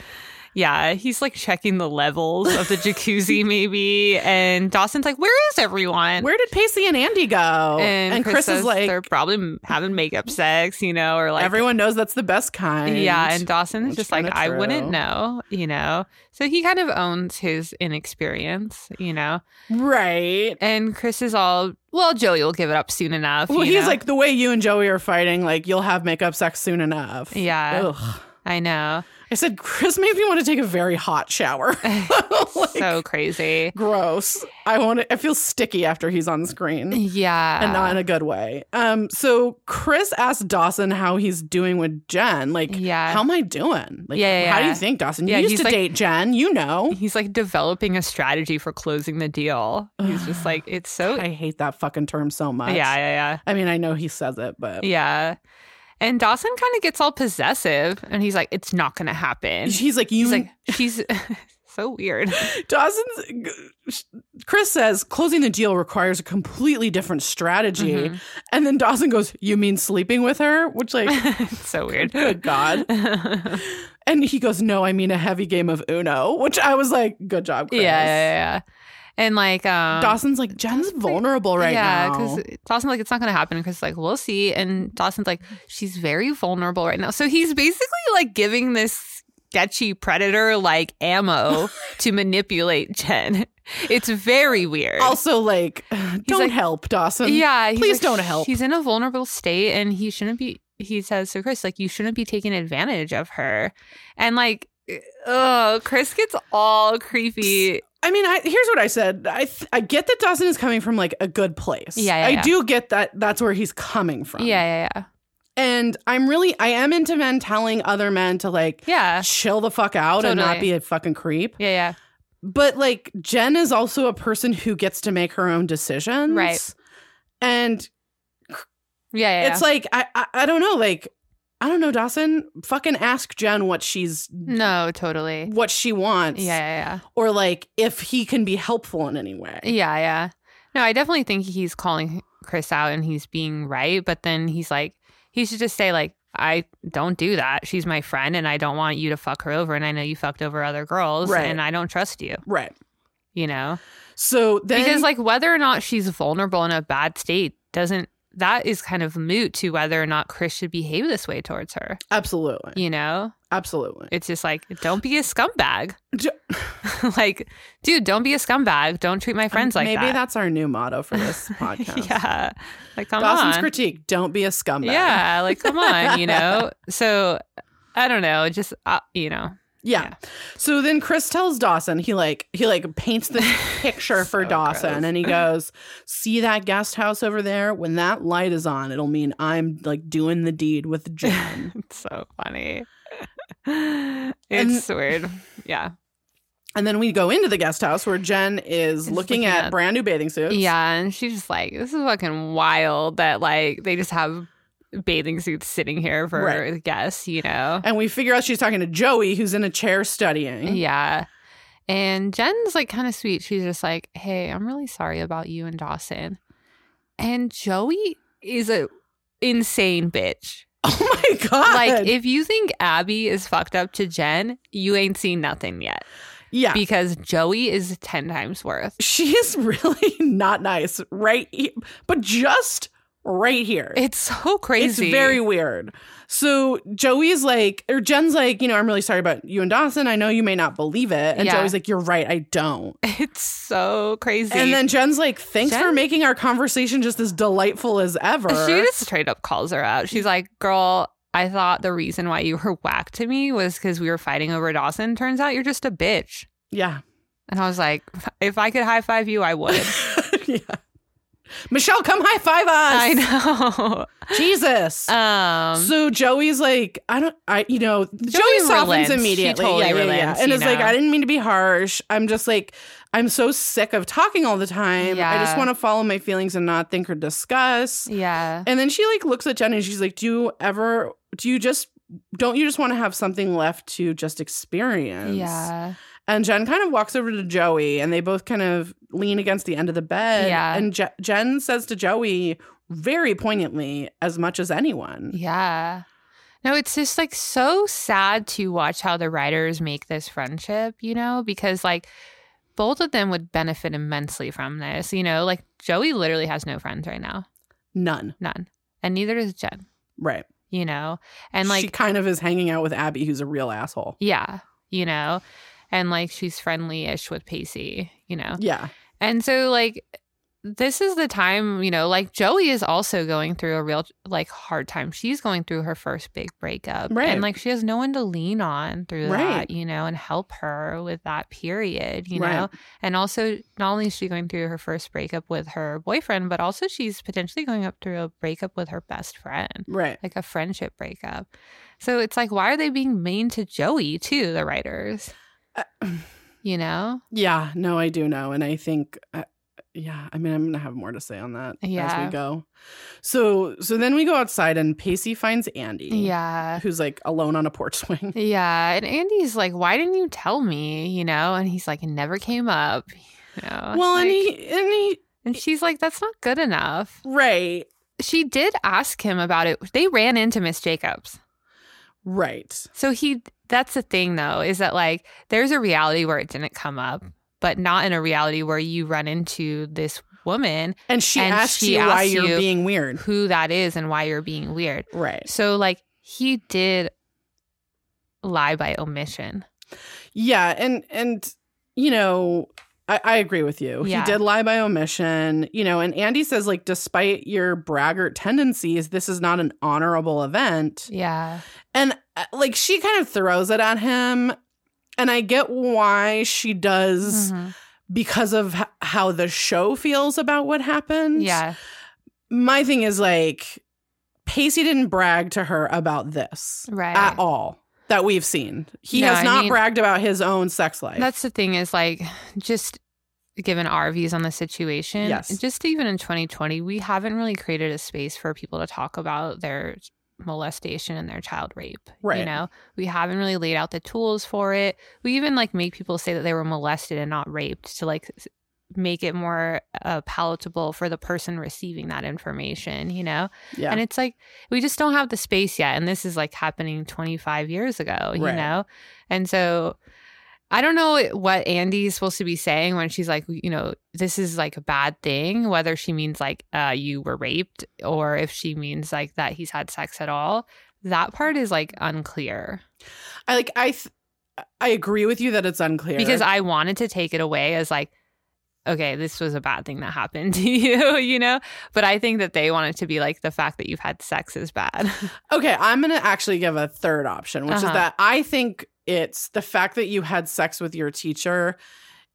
Speaker 1: Yeah, he's like checking the levels of the jacuzzi, maybe. And Dawson's like, Where is everyone?
Speaker 2: Where did Pacey and Andy go?
Speaker 1: and, Chris, is like, They're probably m- having makeup sex, you know, or like.
Speaker 2: everyone knows that's the best kind.
Speaker 1: yeah, and Dawson
Speaker 2: Which
Speaker 1: is just like,
Speaker 2: kinda
Speaker 1: I
Speaker 2: true.
Speaker 1: wouldn't know, you know? So he kind of owns his inexperience, you know?
Speaker 2: right.
Speaker 1: And Chris is all, Well, Joey will give it up soon enough.
Speaker 2: Well,
Speaker 1: you
Speaker 2: he's
Speaker 1: know?
Speaker 2: like the way you and Joey are fighting. Like you'll have makeup sex soon enough.
Speaker 1: Yeah,
Speaker 2: Ugh.
Speaker 1: I know.
Speaker 2: I said Chris made me want to take a very hot shower. Like,
Speaker 1: so crazy.
Speaker 2: gross. I want. to I feel sticky after he's on screen.
Speaker 1: Yeah.
Speaker 2: and not in a good way. Um, so Chris asked Dawson how he's doing with Jen. Like,
Speaker 1: Yeah.
Speaker 2: how am I doing? Like,
Speaker 1: Yeah, yeah,
Speaker 2: how do you
Speaker 1: yeah.
Speaker 2: think, Dawson? You
Speaker 1: Yeah,
Speaker 2: used
Speaker 1: he's
Speaker 2: to
Speaker 1: like-
Speaker 2: date Jen, you know.
Speaker 1: he's like developing a strategy for closing the deal. He's just like, it's so
Speaker 2: I hate that fucking term so
Speaker 1: yeah,
Speaker 2: much.
Speaker 1: yeah,
Speaker 2: I mean, I know he says it, but
Speaker 1: yeah, yeah. And Dawson kind of gets all possessive, and he's like, "It's not gonna happen." She's
Speaker 2: he's like, you.
Speaker 1: like, "She's so weird."
Speaker 2: Dawson's. Chris says closing the deal requires a completely different strategy,
Speaker 1: Mhm.
Speaker 2: and then Dawson goes, "You mean sleeping with her?" Which, like,
Speaker 1: It's so weird.
Speaker 2: good God.
Speaker 1: yeah,
Speaker 2: And he goes, "No, I mean a heavy game of Uno." Which I was like, "Good job,
Speaker 1: yeah,
Speaker 2: Chris."
Speaker 1: yeah. And like, um,
Speaker 2: Dawson's like Jen's vulnerable right
Speaker 1: yeah,
Speaker 2: now.
Speaker 1: because Dawson's like, it's not going to happen. Because like, we'll see. And Dawson's like, she's very vulnerable right now. So he's basically like giving this sketchy predator like ammo to manipulate Jen. It's very weird.
Speaker 2: also like don't
Speaker 1: like-
Speaker 2: help Dawson.
Speaker 1: yeah, he's
Speaker 2: please
Speaker 1: like,
Speaker 2: don't help.
Speaker 1: He's in a vulnerable state, and he shouldn't be. He says to Chris, like, you shouldn't be taking advantage of her. And like, oh, Chris gets all creepy.
Speaker 2: I mean, I, here's what I said. I th- I get that Dawson is coming from like a good place.
Speaker 1: Yeah, yeah,
Speaker 2: I
Speaker 1: yeah.
Speaker 2: do get that. That's where he's coming from.
Speaker 1: Yeah, yeah,
Speaker 2: and I'm really I am into men telling other men to like
Speaker 1: yeah, yeah,
Speaker 2: chill the fuck out and
Speaker 1: Totally.
Speaker 2: not be a fucking creep.
Speaker 1: yeah, yeah.
Speaker 2: But like Jen is also a person who gets to make her own decisions,
Speaker 1: Right.
Speaker 2: And
Speaker 1: yeah, yeah.
Speaker 2: it's like I, I I don't know like. I don't know, Dawson. Fucking ask Jen what she's
Speaker 1: no, totally.
Speaker 2: what she wants
Speaker 1: Yeah, yeah, yeah.
Speaker 2: or like if he can be helpful in any way.
Speaker 1: Yeah, yeah. No, I definitely think he's calling Chris out and he's being right, but then he's like he should just say like I don't do that. She's my friend and I don't want you to fuck her over and I know you fucked over other girls
Speaker 2: Right.
Speaker 1: and I don't trust you,
Speaker 2: Right.
Speaker 1: you know?
Speaker 2: So then
Speaker 1: because like whether or not she's vulnerable in a bad state doesn't that is kind of moot to whether or not Chris should behave this way towards her,
Speaker 2: absolutely.
Speaker 1: you know?
Speaker 2: Absolutely.
Speaker 1: It's just like don't be a scumbag.
Speaker 2: J-
Speaker 1: like, dude, don't be a scumbag. Don't treat my friends like
Speaker 2: Um, Maybe
Speaker 1: that.
Speaker 2: that's our new motto for this podcast.
Speaker 1: yeah. Like come
Speaker 2: Dawson's
Speaker 1: on.
Speaker 2: critique, don't be a scumbag.
Speaker 1: Yeah, like come on, you know. So I don't know, just uh, you know,
Speaker 2: Yeah.
Speaker 1: Yeah.
Speaker 2: So then Chris tells Dawson, he like he like paints this picture for
Speaker 1: So
Speaker 2: Dawson
Speaker 1: gross.
Speaker 2: and he goes, "See that guest house over there? When that light is on, it'll mean I'm like doing the deed with Jen."
Speaker 1: It's so funny. It's weird. Yeah.
Speaker 2: and then we go into the guest house where Jen is
Speaker 1: Is
Speaker 2: looking,
Speaker 1: looking
Speaker 2: at,
Speaker 1: at-
Speaker 2: brand new bathing suits.
Speaker 1: Yeah. And she's just like, this is fucking wild that like they just have bathing suits sitting here for
Speaker 2: Right.
Speaker 1: guests, you know?
Speaker 2: And we figure out she's talking to Joey who's in a chair studying.
Speaker 1: Yeah. And Jen's like kind of sweet. She's just like, hey, I'm really sorry about you and Dawson. And Joey is a insane bitch.
Speaker 2: Oh my god.
Speaker 1: Like, if you think Abby is fucked up to Jen, you ain't seen nothing yet.
Speaker 2: yeah.
Speaker 1: Because Joey is 10 times worth.
Speaker 2: she is really not nice right he- but just right here.
Speaker 1: It's so crazy.
Speaker 2: It's very weird. So Joey's like, or Jen's like, you know, I'm really sorry about you and Dawson. I know you may not believe it. And
Speaker 1: Yeah.
Speaker 2: Joey's like, you're right, I don't.
Speaker 1: It's so crazy.
Speaker 2: And then Jen's like, thanks for
Speaker 1: Jen-
Speaker 2: making our conversation just as delightful as ever.
Speaker 1: she just straight up calls her out. She's like, girl, I thought the reason why you were whack to me was because we were fighting over Dawson. Turns out you're just a bitch.
Speaker 2: yeah.
Speaker 1: And I was like, if I could high five you, I would.
Speaker 2: yeah. Michelle, come high five us.
Speaker 1: I know.
Speaker 2: Jesus.
Speaker 1: Um,
Speaker 2: so Joey's like, I don't, I, you know, Joey, softens
Speaker 1: relents. She
Speaker 2: immediately.
Speaker 1: totally
Speaker 2: yeah, yeah, yeah.
Speaker 1: relents,
Speaker 2: And
Speaker 1: you
Speaker 2: it's like,
Speaker 1: know.
Speaker 2: I didn't mean to be harsh. I'm just like, I'm so sick of talking all the time. I just
Speaker 1: Yeah.
Speaker 2: want to follow my feelings and not think or discuss.
Speaker 1: yeah.
Speaker 2: And then she like looks at Jen and she's like, do you ever, do you just, don't you just want to have something left to just experience?
Speaker 1: Yeah.
Speaker 2: And Jen kind of walks over to Joey and they both kind of lean against the end of the bed.
Speaker 1: Yeah.
Speaker 2: And Je- Jen says to Joey very poignantly, as much as anyone.
Speaker 1: Yeah. No, it's just like so sad to watch how the writers make this friendship, you know, because like both of them would benefit immensely from this, you know, like Joey literally has no friends right now,
Speaker 2: None.
Speaker 1: none. And neither does Jen,
Speaker 2: Right.
Speaker 1: you know, and
Speaker 2: she
Speaker 1: like,
Speaker 2: kind of is hanging out with Abby, who's a real asshole.
Speaker 1: yeah, you know, and like she's friendly ish with Pacey, you know.
Speaker 2: Yeah.
Speaker 1: And so like this is the time, you know, like Joey is also going through a real like hard time. She's going through her first big breakup.
Speaker 2: Right.
Speaker 1: And like she has no one to lean on through
Speaker 2: Right.
Speaker 1: that, you know, and help her with that period, you
Speaker 2: Right.
Speaker 1: know. And also not only is she going through her first breakup with her boyfriend, but also she's potentially going up through a breakup with her best friend.
Speaker 2: Right.
Speaker 1: Like a friendship breakup. So it's like, why are they being mean to Joey too, the writers?
Speaker 2: Uh,
Speaker 1: You know?
Speaker 2: Yeah. No, I do know. And I think, uh, yeah, I mean, I'm going to have more to say on that as
Speaker 1: Yeah.
Speaker 2: we go. So, so then we go outside and Pacey finds Andy.
Speaker 1: Yeah.
Speaker 2: Who's like alone on a porch swing.
Speaker 1: Yeah, and Andy's like, "Why didn't you tell me?" You know, and he's like, "It never came up." You know,
Speaker 2: Well,
Speaker 1: Oh, Like-
Speaker 2: and he, and he,
Speaker 1: and she's like, "That's not good enough."
Speaker 2: right.
Speaker 1: She did ask him about it. They ran into Miss Jacobs,
Speaker 2: Right.
Speaker 1: so he. That's the thing, though, is that like there's a reality where it didn't come up, but not in a reality where you run into this woman
Speaker 2: And she
Speaker 1: And
Speaker 2: asks
Speaker 1: she
Speaker 2: you why
Speaker 1: asks
Speaker 2: you're
Speaker 1: you-
Speaker 2: being weird.
Speaker 1: who that is and why you're being weird.
Speaker 2: Right.
Speaker 1: So like he did lie by omission.
Speaker 2: Yeah, and and you know, I, I agree with you.
Speaker 1: Yeah.
Speaker 2: He did lie by omission, you know, and Andy says, like, despite your braggart tendencies, this is not an honorable event.
Speaker 1: Yeah.
Speaker 2: And uh, like she kind of throws it at him. And I get why she does
Speaker 1: Mhm.
Speaker 2: because of h- how the show feels about what happened.
Speaker 1: Yeah.
Speaker 2: My thing is like, Pacey didn't brag to her about this.
Speaker 1: Right.
Speaker 2: at all that we've seen. He
Speaker 1: No,
Speaker 2: has
Speaker 1: I
Speaker 2: not
Speaker 1: mean-
Speaker 2: bragged about his own sex life.
Speaker 1: That's the thing is like just given our views on the situation,
Speaker 2: Yes.
Speaker 1: just even in 2020, we haven't really created a space for people to talk about their molestation and their child rape.
Speaker 2: Right.
Speaker 1: You know, we haven't really laid out the tools for it. We even like make people say that they were molested and not raped to like s- make it more uh, palatable for the person receiving that information, you know?
Speaker 2: yeah.
Speaker 1: And it's like we just don't have the space yet. And this is like happening 25 years ago, you
Speaker 2: Right.
Speaker 1: know? And so I don't know what Andy's supposed to be saying when she's like, you know, this is like a bad thing, whether she means like uh, you were raped or if she means like that he's had sex at all. That part is like unclear
Speaker 2: I like I th- I agree with you that it's unclear.
Speaker 1: because I wanted to take it away as like, okay, this was a bad thing that happened to you, you know? But I think that they want it to be like the fact that you've had sex is bad.
Speaker 2: Okay, I'm going to actually give a third option, which is
Speaker 1: Uh-huh.
Speaker 2: that I think it's the fact that you had sex with your teacher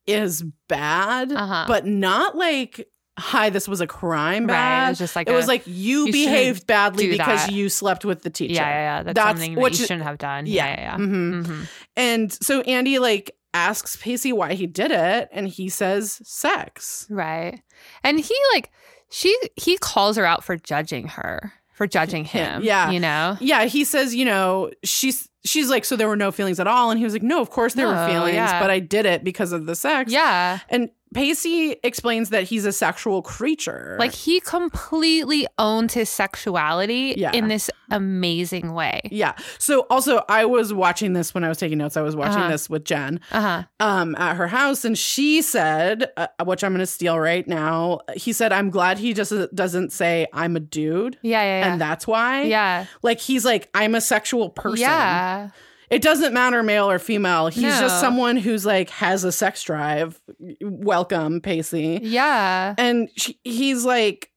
Speaker 2: is bad,
Speaker 1: Uh-huh.
Speaker 2: but not like, hi, this was a crime
Speaker 1: Right. It
Speaker 2: bad.
Speaker 1: was just like
Speaker 2: it
Speaker 1: a-
Speaker 2: was like you,
Speaker 1: you
Speaker 2: behaved badly
Speaker 1: do
Speaker 2: because
Speaker 1: that.
Speaker 2: you slept with the teacher.
Speaker 1: yeah, yeah, yeah. That's,
Speaker 2: That's
Speaker 1: something that
Speaker 2: what
Speaker 1: you
Speaker 2: you-
Speaker 1: shouldn't have done.
Speaker 2: Yeah.
Speaker 1: Yeah, yeah, yeah.
Speaker 2: Mhm.
Speaker 1: Mm-hmm.
Speaker 2: And so Andy like asks Pacey why he did it, and he says sex.
Speaker 1: Right. And he like she he calls her out for judging her, for judging him.
Speaker 2: yeah.
Speaker 1: You know?
Speaker 2: Yeah, he says, you know, she's she's like, so there were no feelings at all, and he was like, no, of course there were
Speaker 1: No,
Speaker 2: feelings,
Speaker 1: Oh, yeah.
Speaker 2: but I did it because of the sex.
Speaker 1: Yeah.
Speaker 2: and Pacey explains that he's a sexual creature.
Speaker 1: Like he completely owned his sexuality
Speaker 2: Yeah.
Speaker 1: in this amazing way.
Speaker 2: yeah. So also, I was watching this when I was taking notes. I was watching
Speaker 1: Uh-huh.
Speaker 2: this with Jen,
Speaker 1: Uh-huh.
Speaker 2: um, at her house, and she said, uh, which I'm going to steal right now. He said, "I'm glad he just uh, doesn't say I'm a dude."
Speaker 1: Yeah, yeah, yeah.
Speaker 2: And that's why.
Speaker 1: yeah.
Speaker 2: Like he's like, I'm a sexual person.
Speaker 1: Yeah.
Speaker 2: It doesn't matter male or female. He's just
Speaker 1: No.
Speaker 2: someone who's like has a sex drive. Welcome, Pacey.
Speaker 1: Yeah.
Speaker 2: And she, he's like,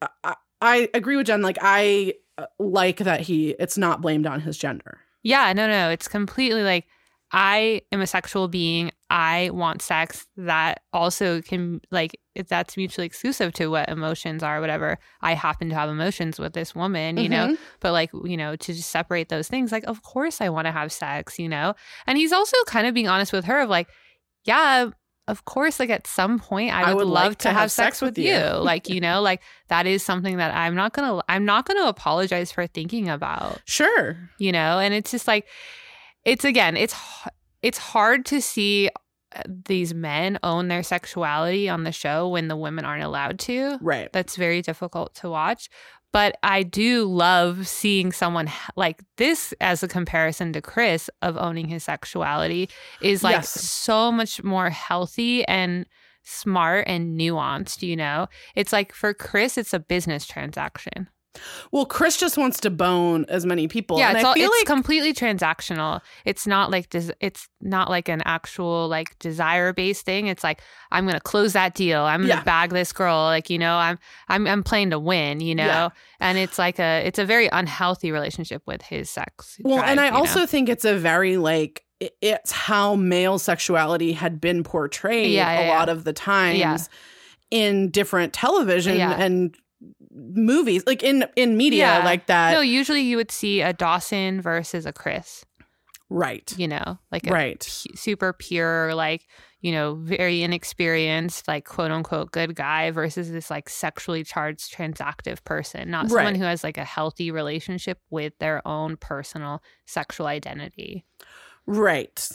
Speaker 2: I- I, I agree with Jen. Like I uh, like that he it's not blamed on his gender.
Speaker 1: Yeah, no, no. It's completely like I am a sexual being. I want sex. That also can like if that's mutually exclusive to what emotions are, whatever. I happen to have emotions with this woman, you know.
Speaker 2: Mm-hmm.
Speaker 1: But like, you know, to just separate those things, like of course I want to have sex, you know? And he's also kind of being honest with her of like, yeah, of course, like at some point I would, love to, have, sex, with you. like, you know, like that is something that I'm not gonna I'm not gonna apologize for thinking about
Speaker 2: Sure.
Speaker 1: you know and it's just like it's again it's h- it's hard to see uh, these men own their sexuality on the show when the women aren't allowed to
Speaker 2: Right.
Speaker 1: that's very difficult to watch but i do love seeing someone h- like this as a comparison to chris of owning his sexuality is like
Speaker 2: Yes.
Speaker 1: so much more healthy and smart and nuanced you know it's like for chris it's a business transaction
Speaker 2: Well, Chris just wants to bone as many people.
Speaker 1: yeah,
Speaker 2: and
Speaker 1: it's,
Speaker 2: I
Speaker 1: all,
Speaker 2: feel
Speaker 1: it's
Speaker 2: like
Speaker 1: completely transactional. It's not like des- it's not like an actual like desire based thing. It's like I'm gonna close that deal. I'm gonna
Speaker 2: Yeah.
Speaker 1: bag this girl. Like you know, I'm I'm I'm playing to win. You know,
Speaker 2: Yeah.
Speaker 1: and it's like a it's a very unhealthy relationship with his sex.
Speaker 2: Well,
Speaker 1: drive,
Speaker 2: and I
Speaker 1: you know?
Speaker 2: also think it's a very like i- it's how male sexuality had been portrayed
Speaker 1: Yeah, yeah,
Speaker 2: a
Speaker 1: yeah.
Speaker 2: lot of the times
Speaker 1: Yeah.
Speaker 2: in different television
Speaker 1: Yeah.
Speaker 2: and movies, like in in media
Speaker 1: Yeah.
Speaker 2: like that.
Speaker 1: no. Usually, you would see a Dawson versus a Chris.
Speaker 2: right.
Speaker 1: You know, like a
Speaker 2: Right.
Speaker 1: pu- super pure, like, you know, very inexperienced, like, quote unquote, good guy versus this, like, sexually charged, transactive person, not someone
Speaker 2: Right.
Speaker 1: who has, like, a healthy relationship with their own personal sexual identity.
Speaker 2: Right.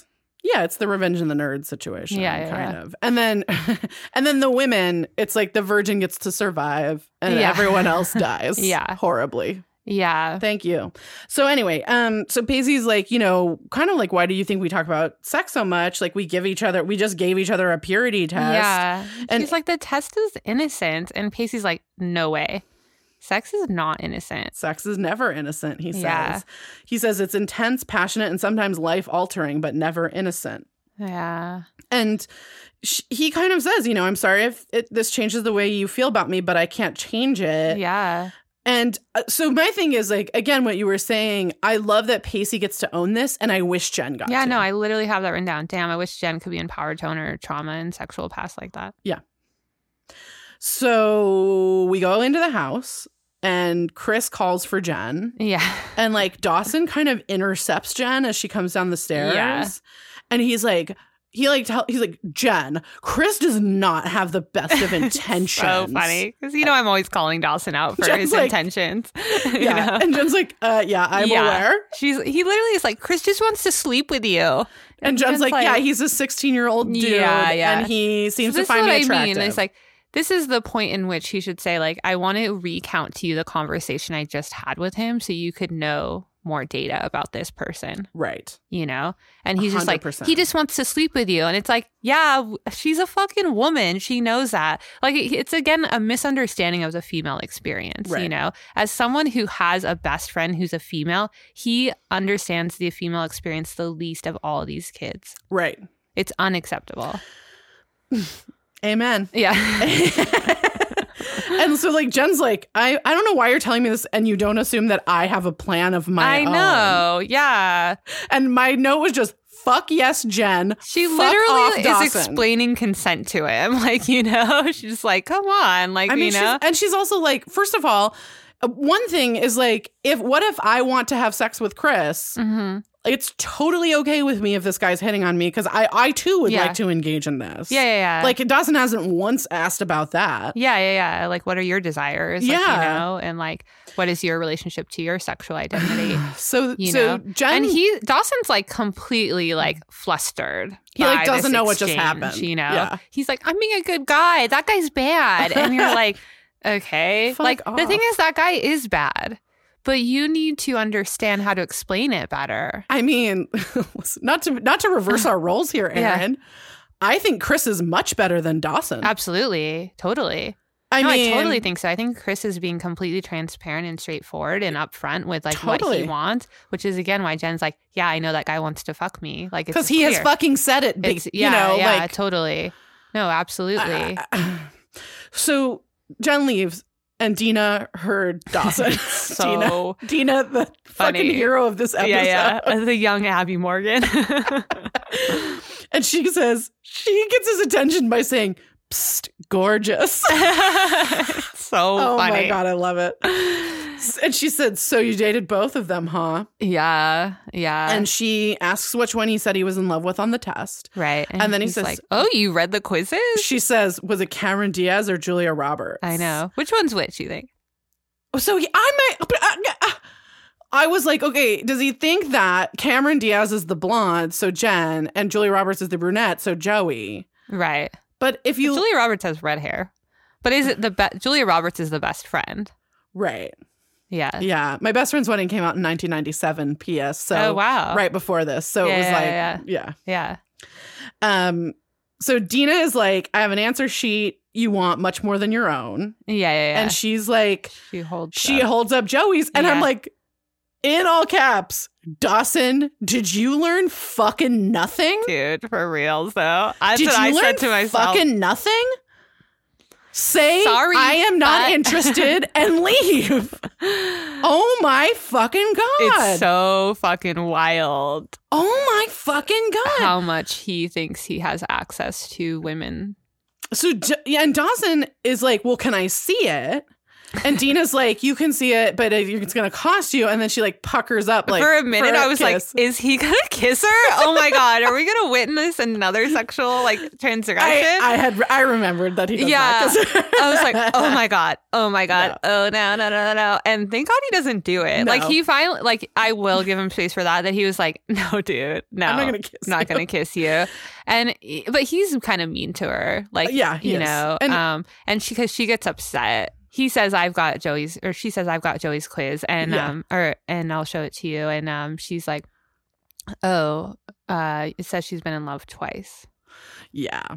Speaker 2: Yeah, it's the revenge of the nerd situation,
Speaker 1: Yeah, yeah,
Speaker 2: kind of. And then and then the women, it's like the virgin gets to survive and
Speaker 1: Yeah.
Speaker 2: everyone else dies.
Speaker 1: Yeah.
Speaker 2: Horribly.
Speaker 1: Yeah.
Speaker 2: Thank you. So anyway, um, so Paisley's like, you know, kind of like, why do you think we talk about sex so much? Like we give each other, we just gave each other a purity test.
Speaker 1: Yeah.
Speaker 2: And-
Speaker 1: And She's like, the test is innocent. And Pacey's like, no way. Sex is not innocent.
Speaker 2: Sex is never innocent, he says.
Speaker 1: Yeah.
Speaker 2: He says it's intense, passionate, and sometimes life altering, but never innocent.
Speaker 1: Yeah.
Speaker 2: And sh- he kind of says, you know, I'm sorry if it, this changes the way you feel about me, but I can't change it.
Speaker 1: Yeah.
Speaker 2: And uh, so my thing is like, again, what you were saying, I love that Pacey gets to own this, and I wish Jen got
Speaker 1: Yeah.
Speaker 2: to.
Speaker 1: No, I literally have that written down. Damn, I wish Jen could be empowered to own her trauma and sexual past like that.
Speaker 2: So we go into the house and Chris calls for Jen.
Speaker 1: Yeah.
Speaker 2: And like Dawson kind of intercepts Jen as she comes down the stairs.
Speaker 1: Yeah.
Speaker 2: And he's like, he like tell he's like, Jen, Chris does not have the best of intentions.
Speaker 1: so funny because you know I'm always calling Dawson out for
Speaker 2: Jen's
Speaker 1: his
Speaker 2: like-
Speaker 1: intentions. you
Speaker 2: Yeah.
Speaker 1: know?
Speaker 2: And Jen's like, uh yeah, I'm
Speaker 1: Yeah.
Speaker 2: aware.
Speaker 1: she's he literally is like Chris just wants to sleep with you,
Speaker 2: And Jen's like, Yeah, he's a 16 year old dude.
Speaker 1: Yeah, yeah.
Speaker 2: And he seems to
Speaker 1: this
Speaker 2: find
Speaker 1: is
Speaker 2: me
Speaker 1: what
Speaker 2: attractive.
Speaker 1: I mean. It's like this is the point in which he should say like I want to recount to you the conversation I just had with him so you could know more data about this person.
Speaker 2: right.
Speaker 1: You know, and he's just like
Speaker 2: 100%.
Speaker 1: he just wants to sleep with you, and it's like yeah, w- she's a fucking woman. She knows that. Like it- it's again a misunderstanding of the female experience. You
Speaker 2: Right.
Speaker 1: know, as someone who has a best friend who's a female, he understands the female experience the least of all these kids.
Speaker 2: Right.
Speaker 1: It's unacceptable.
Speaker 2: Amen.
Speaker 1: Yeah.
Speaker 2: and so like Jen's like, I, I don't know why you're telling me this and you don't assume that I have a plan of my
Speaker 1: I
Speaker 2: own.
Speaker 1: know. Yeah.
Speaker 2: And my note was just fuck yes, Jen.
Speaker 1: She
Speaker 2: Fuck off,
Speaker 1: literally is
Speaker 2: Dawson.
Speaker 1: explaining consent to him. Like, you know, she's just like, come on. Like,
Speaker 2: I mean,
Speaker 1: you
Speaker 2: she's,
Speaker 1: know.
Speaker 2: and she's also like, first of all, uh, one thing is like, if what if I want to have sex with Chris?
Speaker 1: hmm
Speaker 2: It's totally okay with me if this guy's hitting on me because I, I too would
Speaker 1: Yeah.
Speaker 2: like to engage in this.
Speaker 1: Yeah, yeah, yeah.
Speaker 2: Like Dawson hasn't once asked about that.
Speaker 1: yeah, yeah, yeah. Like, what are your desires? Like,
Speaker 2: Yeah.
Speaker 1: you know, and like, what is your relationship to your sexual identity?
Speaker 2: So
Speaker 1: You
Speaker 2: so
Speaker 1: know?
Speaker 2: Jen
Speaker 1: and he Dawson's like completely like flustered.
Speaker 2: He, like,
Speaker 1: by this
Speaker 2: doesn't know what just
Speaker 1: exchange,
Speaker 2: happened.
Speaker 1: You know,
Speaker 2: Yeah.
Speaker 1: he's like, I'm being a good guy. That guy's bad, and you're like, okay.
Speaker 2: Fuck
Speaker 1: like the thing
Speaker 2: off.
Speaker 1: is, that guy is bad, but you need to understand how to explain it better.
Speaker 2: I mean, not to not to reverse our roles here,
Speaker 1: Yeah.
Speaker 2: Aaron. I think Chris is much better than Dawson.
Speaker 1: Absolutely, totally.
Speaker 2: I
Speaker 1: no,
Speaker 2: mean,
Speaker 1: I totally think so. I think Chris is being completely transparent and straightforward and upfront with like what
Speaker 2: Totally.
Speaker 1: he wants, which is again why Jen's like, yeah, I know that guy wants to fuck me. Like, it's
Speaker 2: because he has
Speaker 1: clear.
Speaker 2: fucking said it. big-
Speaker 1: It's,
Speaker 2: you know,
Speaker 1: yeah,
Speaker 2: like uh,
Speaker 1: totally. No, absolutely.
Speaker 2: so Jen leaves and Dina heard Dawson. Dina,
Speaker 1: so
Speaker 2: Dina, the fucking
Speaker 1: funny.
Speaker 2: hero of this episode.
Speaker 1: yeah, yeah, the young Abby Morgan.
Speaker 2: And she says, she gets his attention by saying, Psst, gorgeous.
Speaker 1: It's so
Speaker 2: oh my
Speaker 1: funny.
Speaker 2: God, I love it. S- And she said, So you dated both of them, huh?
Speaker 1: Yeah, yeah.
Speaker 2: and she asks which one he said he was in love with on the test.
Speaker 1: right.
Speaker 2: and then he
Speaker 1: he's
Speaker 2: says-
Speaker 1: like, "Oh, you read the quizzes?
Speaker 2: She says, Was it Cameron Diaz or Julia Roberts? Oh,
Speaker 1: I know. Which one's which? You think?
Speaker 2: So he, I might. but, uh, uh, I was like, okay, does he think that Cameron Diaz is the blonde, so Jen, and Julia Roberts is the brunette, so Joey?
Speaker 1: Right.
Speaker 2: But if you
Speaker 1: Julia Roberts has red hair, but is it the best? Julia Roberts is the best friend.
Speaker 2: right,
Speaker 1: Yeah.
Speaker 2: yeah, my best friend's wedding came out in 1997. P.S. So
Speaker 1: oh wow.
Speaker 2: right before this, so
Speaker 1: Yeah,
Speaker 2: it was
Speaker 1: yeah,
Speaker 2: like,
Speaker 1: yeah.
Speaker 2: yeah.
Speaker 1: Yeah.
Speaker 2: Um, so Dina is like, I have an answer sheet. You want much more than your own,
Speaker 1: Yeah. Yeah. yeah.
Speaker 2: and she's like,
Speaker 1: she holds.
Speaker 2: she
Speaker 1: up.
Speaker 2: holds up Joey's, and I'm
Speaker 1: Yeah.
Speaker 2: like, in all caps, Dawson, did you learn fucking nothing?
Speaker 1: dude for real though that's
Speaker 2: did
Speaker 1: what i
Speaker 2: you learn
Speaker 1: said to myself
Speaker 2: fucking nothing? Say
Speaker 1: Sorry,
Speaker 2: I am not
Speaker 1: but-
Speaker 2: interested and leave. Oh my fucking god!
Speaker 1: it's so fucking wild
Speaker 2: oh my fucking god!
Speaker 1: how much he thinks he has access to women
Speaker 2: So D- yeah, and Dawson is like, "Well, can I see it?" And Dina's like, "You can see it, but it- it's gonna cost you." And then she like puckers up. Like
Speaker 1: for a minute
Speaker 2: I
Speaker 1: i was like is he gonna kiss her oh my god are we gonna witness another sexual like transgression
Speaker 2: I, I had I remembered that he does
Speaker 1: Yeah.
Speaker 2: not kiss her.
Speaker 1: I was like, oh my god, oh my god, oh no, no, no, no, no, and thank God he doesn't do it. Like
Speaker 2: No.
Speaker 1: he finally, like I will give him space for that. That he was like, no, dude, no,
Speaker 2: I'm not gonna kiss
Speaker 1: not
Speaker 2: you."
Speaker 1: gonna kiss you. And but he's kind of mean to her, like
Speaker 2: Yeah, he
Speaker 1: you
Speaker 2: is.
Speaker 1: know,
Speaker 2: And-
Speaker 1: um, and she because she gets upset. He says, "I've got Joey's," or she says, "I've got Joey's quiz," and
Speaker 2: Yeah.
Speaker 1: um, or and I'll show it to you. And um, she's like, "Oh, uh, it says she's been in love twice."
Speaker 2: yeah.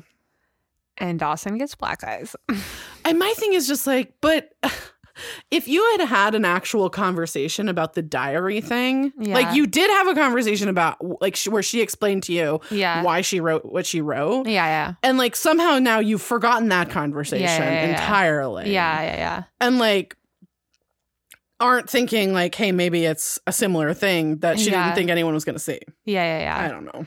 Speaker 1: And Dawson gets black eyes.
Speaker 2: And my thing is just like, but if you had had an actual conversation about the diary thing,
Speaker 1: Yeah.
Speaker 2: like you did have a conversation about like sh- where she explained to you
Speaker 1: Yeah.
Speaker 2: why she wrote what she wrote,
Speaker 1: Yeah, yeah.
Speaker 2: and like somehow now you've forgotten that conversation
Speaker 1: yeah, yeah.
Speaker 2: entirely.
Speaker 1: Yeah, yeah, yeah.
Speaker 2: and like aren't thinking like, hey, maybe it's a similar thing that she
Speaker 1: Yeah.
Speaker 2: didn't think anyone was going to see.
Speaker 1: Yeah, yeah,
Speaker 2: I
Speaker 1: yeah.
Speaker 2: don't know.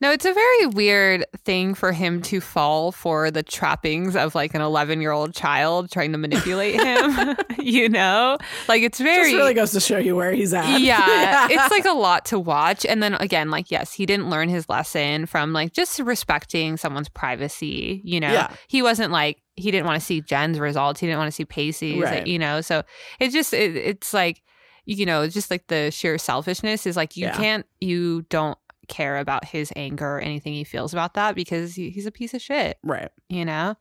Speaker 1: No, it's a very weird thing for him to fall for the trappings of like an 11 year old child trying to manipulate him. you know? Like it's
Speaker 2: This
Speaker 1: very.
Speaker 2: really goes to show you where he's at.
Speaker 1: yeah, it's like a lot to watch. And then again, like, yes, he didn't learn his lesson from like just respecting someone's privacy. You know,
Speaker 2: Yeah.
Speaker 1: he wasn't like, he didn't want to see Jen's results. He didn't want to see Pacey's,
Speaker 2: Right.
Speaker 1: you know? So it just, it, it's like, you know, just like the sheer selfishness is like, you
Speaker 2: Yeah.
Speaker 1: can't, you don't care about his anger or anything he feels about that because he, he's a piece of shit,
Speaker 2: right.
Speaker 1: you know?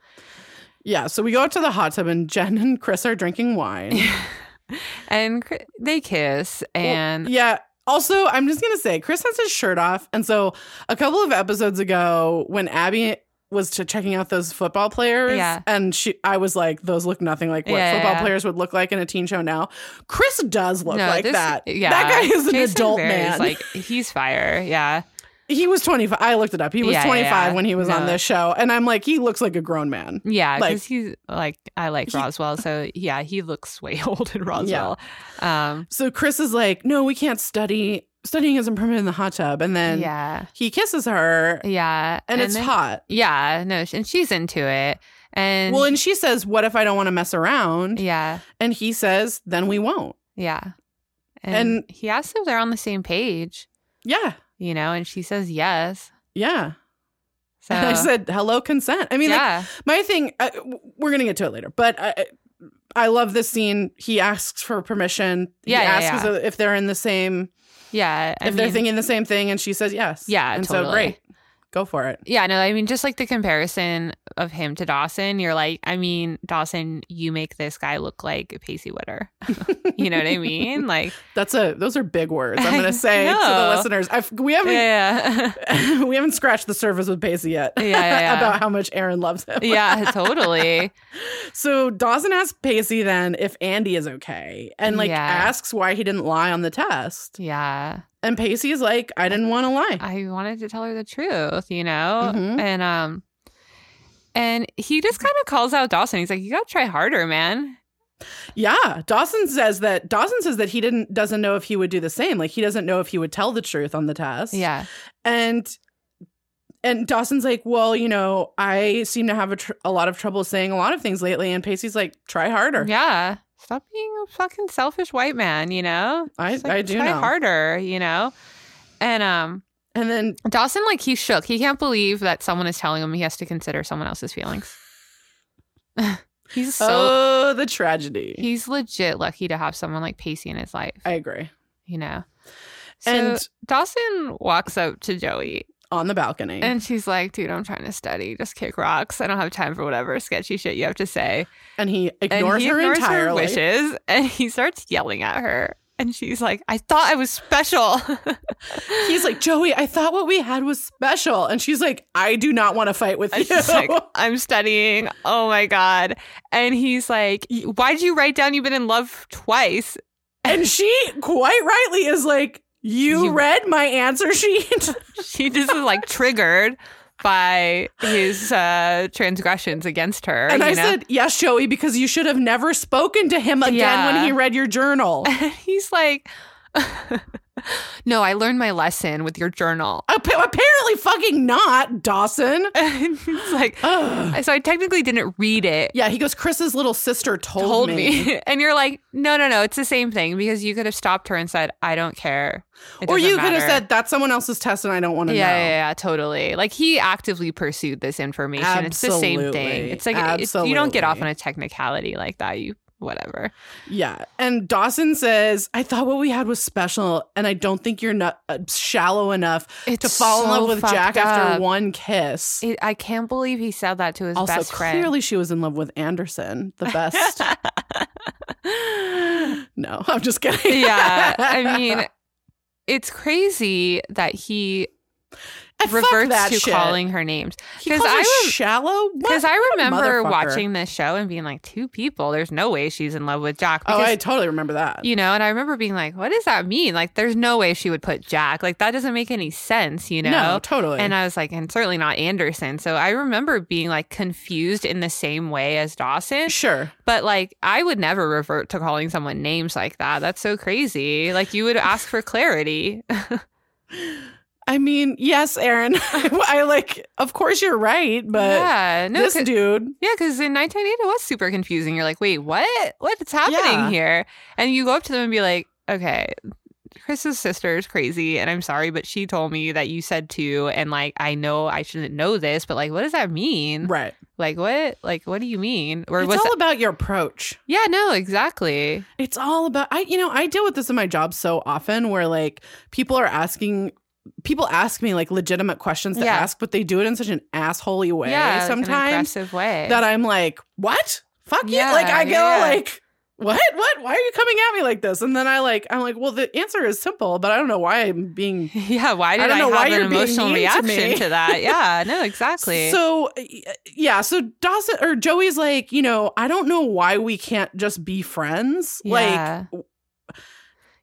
Speaker 2: Yeah, so we go out to the hot tub and Jen and Chris are drinking wine.
Speaker 1: And cr- they kiss
Speaker 2: Well,
Speaker 1: and.
Speaker 2: yeah. Also, I'm just gonna say Chris has his shirt off, and so a couple of episodes ago, when Abby was to checking out those football players,
Speaker 1: Yeah.
Speaker 2: and she, I was like, those look nothing like what
Speaker 1: Yeah,
Speaker 2: football
Speaker 1: yeah.
Speaker 2: players would look like in a teen show now. Chris does look like
Speaker 1: this-
Speaker 2: that.
Speaker 1: Yeah,
Speaker 2: that guy is an
Speaker 1: Jason
Speaker 2: adult
Speaker 1: Bear is,
Speaker 2: man.
Speaker 1: Like he's fire. Yeah,
Speaker 2: he was 25. I looked it up. He was
Speaker 1: Yeah, yeah,
Speaker 2: 25
Speaker 1: yeah.
Speaker 2: when he was on
Speaker 1: No.
Speaker 2: this show. And I'm like, he looks like a grown man.
Speaker 1: Yeah,
Speaker 2: Like-
Speaker 1: because he's like I like
Speaker 2: He-
Speaker 1: Roswell, so yeah, he looks way old in Roswell. Um,
Speaker 2: So Chris is like, no, we can't study. Studying isn't permitted in the hot tub. And then
Speaker 1: yeah,
Speaker 2: he kisses her and,
Speaker 1: yeah,
Speaker 2: it's
Speaker 1: then-
Speaker 2: hot.
Speaker 1: Yeah, no, sh- and she's into it, and
Speaker 2: well, and she says, what if I don't want to mess around?
Speaker 1: yeah,
Speaker 2: And he says, then we won't.
Speaker 1: yeah, and,
Speaker 2: And-
Speaker 1: he asks if they're on the same page,
Speaker 2: Yeah.
Speaker 1: you know, and she says yes.
Speaker 2: Yeah.
Speaker 1: So
Speaker 2: And I said, hello, consent. I mean, like,
Speaker 1: yeah,
Speaker 2: My thing, uh, w- we're going to get to it later, but I, I- I love this scene. He asks for permission. He
Speaker 1: Yeah, yeah,
Speaker 2: asks if they're in the same,
Speaker 1: yeah, I
Speaker 2: if they're
Speaker 1: mean-
Speaker 2: thinking the same thing, and she says yes.
Speaker 1: Yeah,
Speaker 2: and so
Speaker 1: totally.
Speaker 2: great, go for it.
Speaker 1: Yeah, no, I mean, just like the comparison of him to Dawson, you're like, I mean, Dawson, you make this guy look like Pacey Witter. you know what I mean? Like,
Speaker 2: That's a those are big words. I'm going
Speaker 1: I
Speaker 2: to say to the
Speaker 1: know.
Speaker 2: listeners, I've, we haven't
Speaker 1: yeah,
Speaker 2: we haven't scratched the surface with Pacey yet
Speaker 1: Yeah, yeah, yeah.
Speaker 2: about how much Aaron loves him.
Speaker 1: yeah, totally.
Speaker 2: So Dawson asks Pacey then if Andy is okay, and like
Speaker 1: Yeah.
Speaker 2: asks why he didn't lie on the test,
Speaker 1: Yeah,
Speaker 2: and Pacey's like, I didn't want to lie.
Speaker 1: I wanted to tell her the truth, you know,
Speaker 2: Mhm.
Speaker 1: and um, and he just kind of calls out Dawson. He's like, you gotta try harder, man.
Speaker 2: Yeah, Dawson says that Dawson says that he didn't doesn't know if he would do the same. Like he doesn't know if he would tell the truth on the test.
Speaker 1: Yeah,
Speaker 2: and and Dawson's like, well, you know, I seem to have a, tr- a lot of trouble saying a lot of things lately, and Pacey's like, try harder.
Speaker 1: yeah. Stop being a fucking selfish white man, you know.
Speaker 2: I-
Speaker 1: Just, like,
Speaker 2: I do
Speaker 1: try
Speaker 2: know.
Speaker 1: harder, you know, and um.
Speaker 2: And then
Speaker 1: Dawson, like, he shook. He can't believe that someone is telling him he has to consider someone else's feelings. he's so
Speaker 2: oh, the tragedy.
Speaker 1: he's legit lucky to have someone like Pacey in his life,
Speaker 2: I agree.
Speaker 1: you know. So
Speaker 2: And
Speaker 1: Dawson walks up to Joey
Speaker 2: on the balcony, and,
Speaker 1: and she's like, "Dude, I'm trying to study. Just kick rocks. I don't have time for whatever sketchy shit you have to say."
Speaker 2: he
Speaker 1: And
Speaker 2: ignores
Speaker 1: he
Speaker 2: her
Speaker 1: ignores her
Speaker 2: entirely.
Speaker 1: wishes, and he starts yelling at her. And she's like, "I thought I was special."
Speaker 2: He's like, Joey, I thought what we had was special, and she's like, I do not want to fight with
Speaker 1: And
Speaker 2: you.
Speaker 1: she's like, I'm studying. Oh my God. And he's like, Why'd you write down you've been in love twice?
Speaker 2: And she quite rightly is like, You,
Speaker 1: You-
Speaker 2: read my answer sheet.
Speaker 1: She just is like triggered by his uh, transgressions against her.
Speaker 2: and
Speaker 1: you
Speaker 2: I
Speaker 1: know?
Speaker 2: said, Yes, Joey, because you should have never spoken to him again
Speaker 1: Yeah.
Speaker 2: when he read your journal.
Speaker 1: And he's like, No, I learned my lesson with your journal.
Speaker 2: Appa- Apparently, fucking not, Dawson.
Speaker 1: And he's like,
Speaker 2: Oh. Ugh.
Speaker 1: So I technically didn't read it.
Speaker 2: Yeah, he goes, Chris's little sister told,
Speaker 1: Told me. And you're like, no, no, no. It's the same thing because you could have stopped her and said, I don't care. It
Speaker 2: Or
Speaker 1: doesn't
Speaker 2: you could have
Speaker 1: matter."
Speaker 2: said, That's someone else's test and I don't want to
Speaker 1: yeah,
Speaker 2: know.
Speaker 1: yeah, yeah, totally. Like he actively pursued this information. It's the same thing.
Speaker 2: Absolutely.
Speaker 1: It's like it- it's- you don't get off
Speaker 2: Absolutely.
Speaker 1: on a technicality like that. You whatever.
Speaker 2: Yeah. And Dawson says, I thought what we had was special, and I don't think you're not uh, shallow enough
Speaker 1: It's
Speaker 2: to fall in
Speaker 1: so
Speaker 2: love with
Speaker 1: fucked
Speaker 2: Jack after
Speaker 1: up.
Speaker 2: one kiss.
Speaker 1: It, I can't believe he said that to his
Speaker 2: also,
Speaker 1: best friend.
Speaker 2: clearly she was in love with Anderson, the best. no, I'm just kidding.
Speaker 1: yeah, I mean, it's crazy that he
Speaker 2: I fuck
Speaker 1: reverts
Speaker 2: that
Speaker 1: to
Speaker 2: shit.
Speaker 1: calling her names
Speaker 2: He
Speaker 1: 'cause
Speaker 2: calls her
Speaker 1: I rem-
Speaker 2: shallow.
Speaker 1: because I
Speaker 2: What a
Speaker 1: remember
Speaker 2: motherfucker.
Speaker 1: watching this show and being like, two people. There's no way she's in love with Jack.
Speaker 2: Oh,
Speaker 1: Because
Speaker 2: I totally remember that.
Speaker 1: you know and i remember being like what does that mean like there's no way she would put jack like that doesn't make any sense you know
Speaker 2: no, totally.
Speaker 1: and i was like and certainly not anderson so i remember being like confused in the same way as dawson
Speaker 2: sure.
Speaker 1: but like i would never revert to calling someone names like that that's so crazy like you would ask for clarity
Speaker 2: I mean, yes, Aaron. I like. Of course, you're right, but
Speaker 1: yeah no
Speaker 2: this
Speaker 1: 'cause-
Speaker 2: dude.
Speaker 1: yeah because in 1980 it was super confusing you're like wait what what's happening
Speaker 2: Yeah.
Speaker 1: here and you go up to them and be like okay Chris's sister is crazy, and I'm sorry, but she told me that you said two, and like I know I shouldn't know this, but like, what does that mean?
Speaker 2: Right.
Speaker 1: Like, what? Like, what do you mean? Or
Speaker 2: It's
Speaker 1: what's?
Speaker 2: all
Speaker 1: that-
Speaker 2: about your approach.
Speaker 1: yeah, no, exactly.
Speaker 2: It's all about I you know, I deal with this in my job so often where like people are asking people ask me like legitimate questions to
Speaker 1: Yeah.
Speaker 2: ask, but they do it in such an assholey way
Speaker 1: yeah, like, an
Speaker 2: sometimes
Speaker 1: aggressive way.
Speaker 2: that I'm like, What? Fuck
Speaker 1: Yeah,
Speaker 2: you. Like I go
Speaker 1: yeah, yeah.
Speaker 2: like what? What? Why are you coming at me like this? And then I like I'm like, well, the answer is simple, but I don't know why I'm being
Speaker 1: yeah, why did
Speaker 2: don't
Speaker 1: I,
Speaker 2: know why
Speaker 1: have an
Speaker 2: you're being
Speaker 1: emotional
Speaker 2: mean to
Speaker 1: reaction
Speaker 2: me.
Speaker 1: to, that? Yeah, no, exactly.
Speaker 2: So y- yeah, so Dawson or Joey's like, you know, I don't know why we can't just be friends. Like
Speaker 1: Yeah.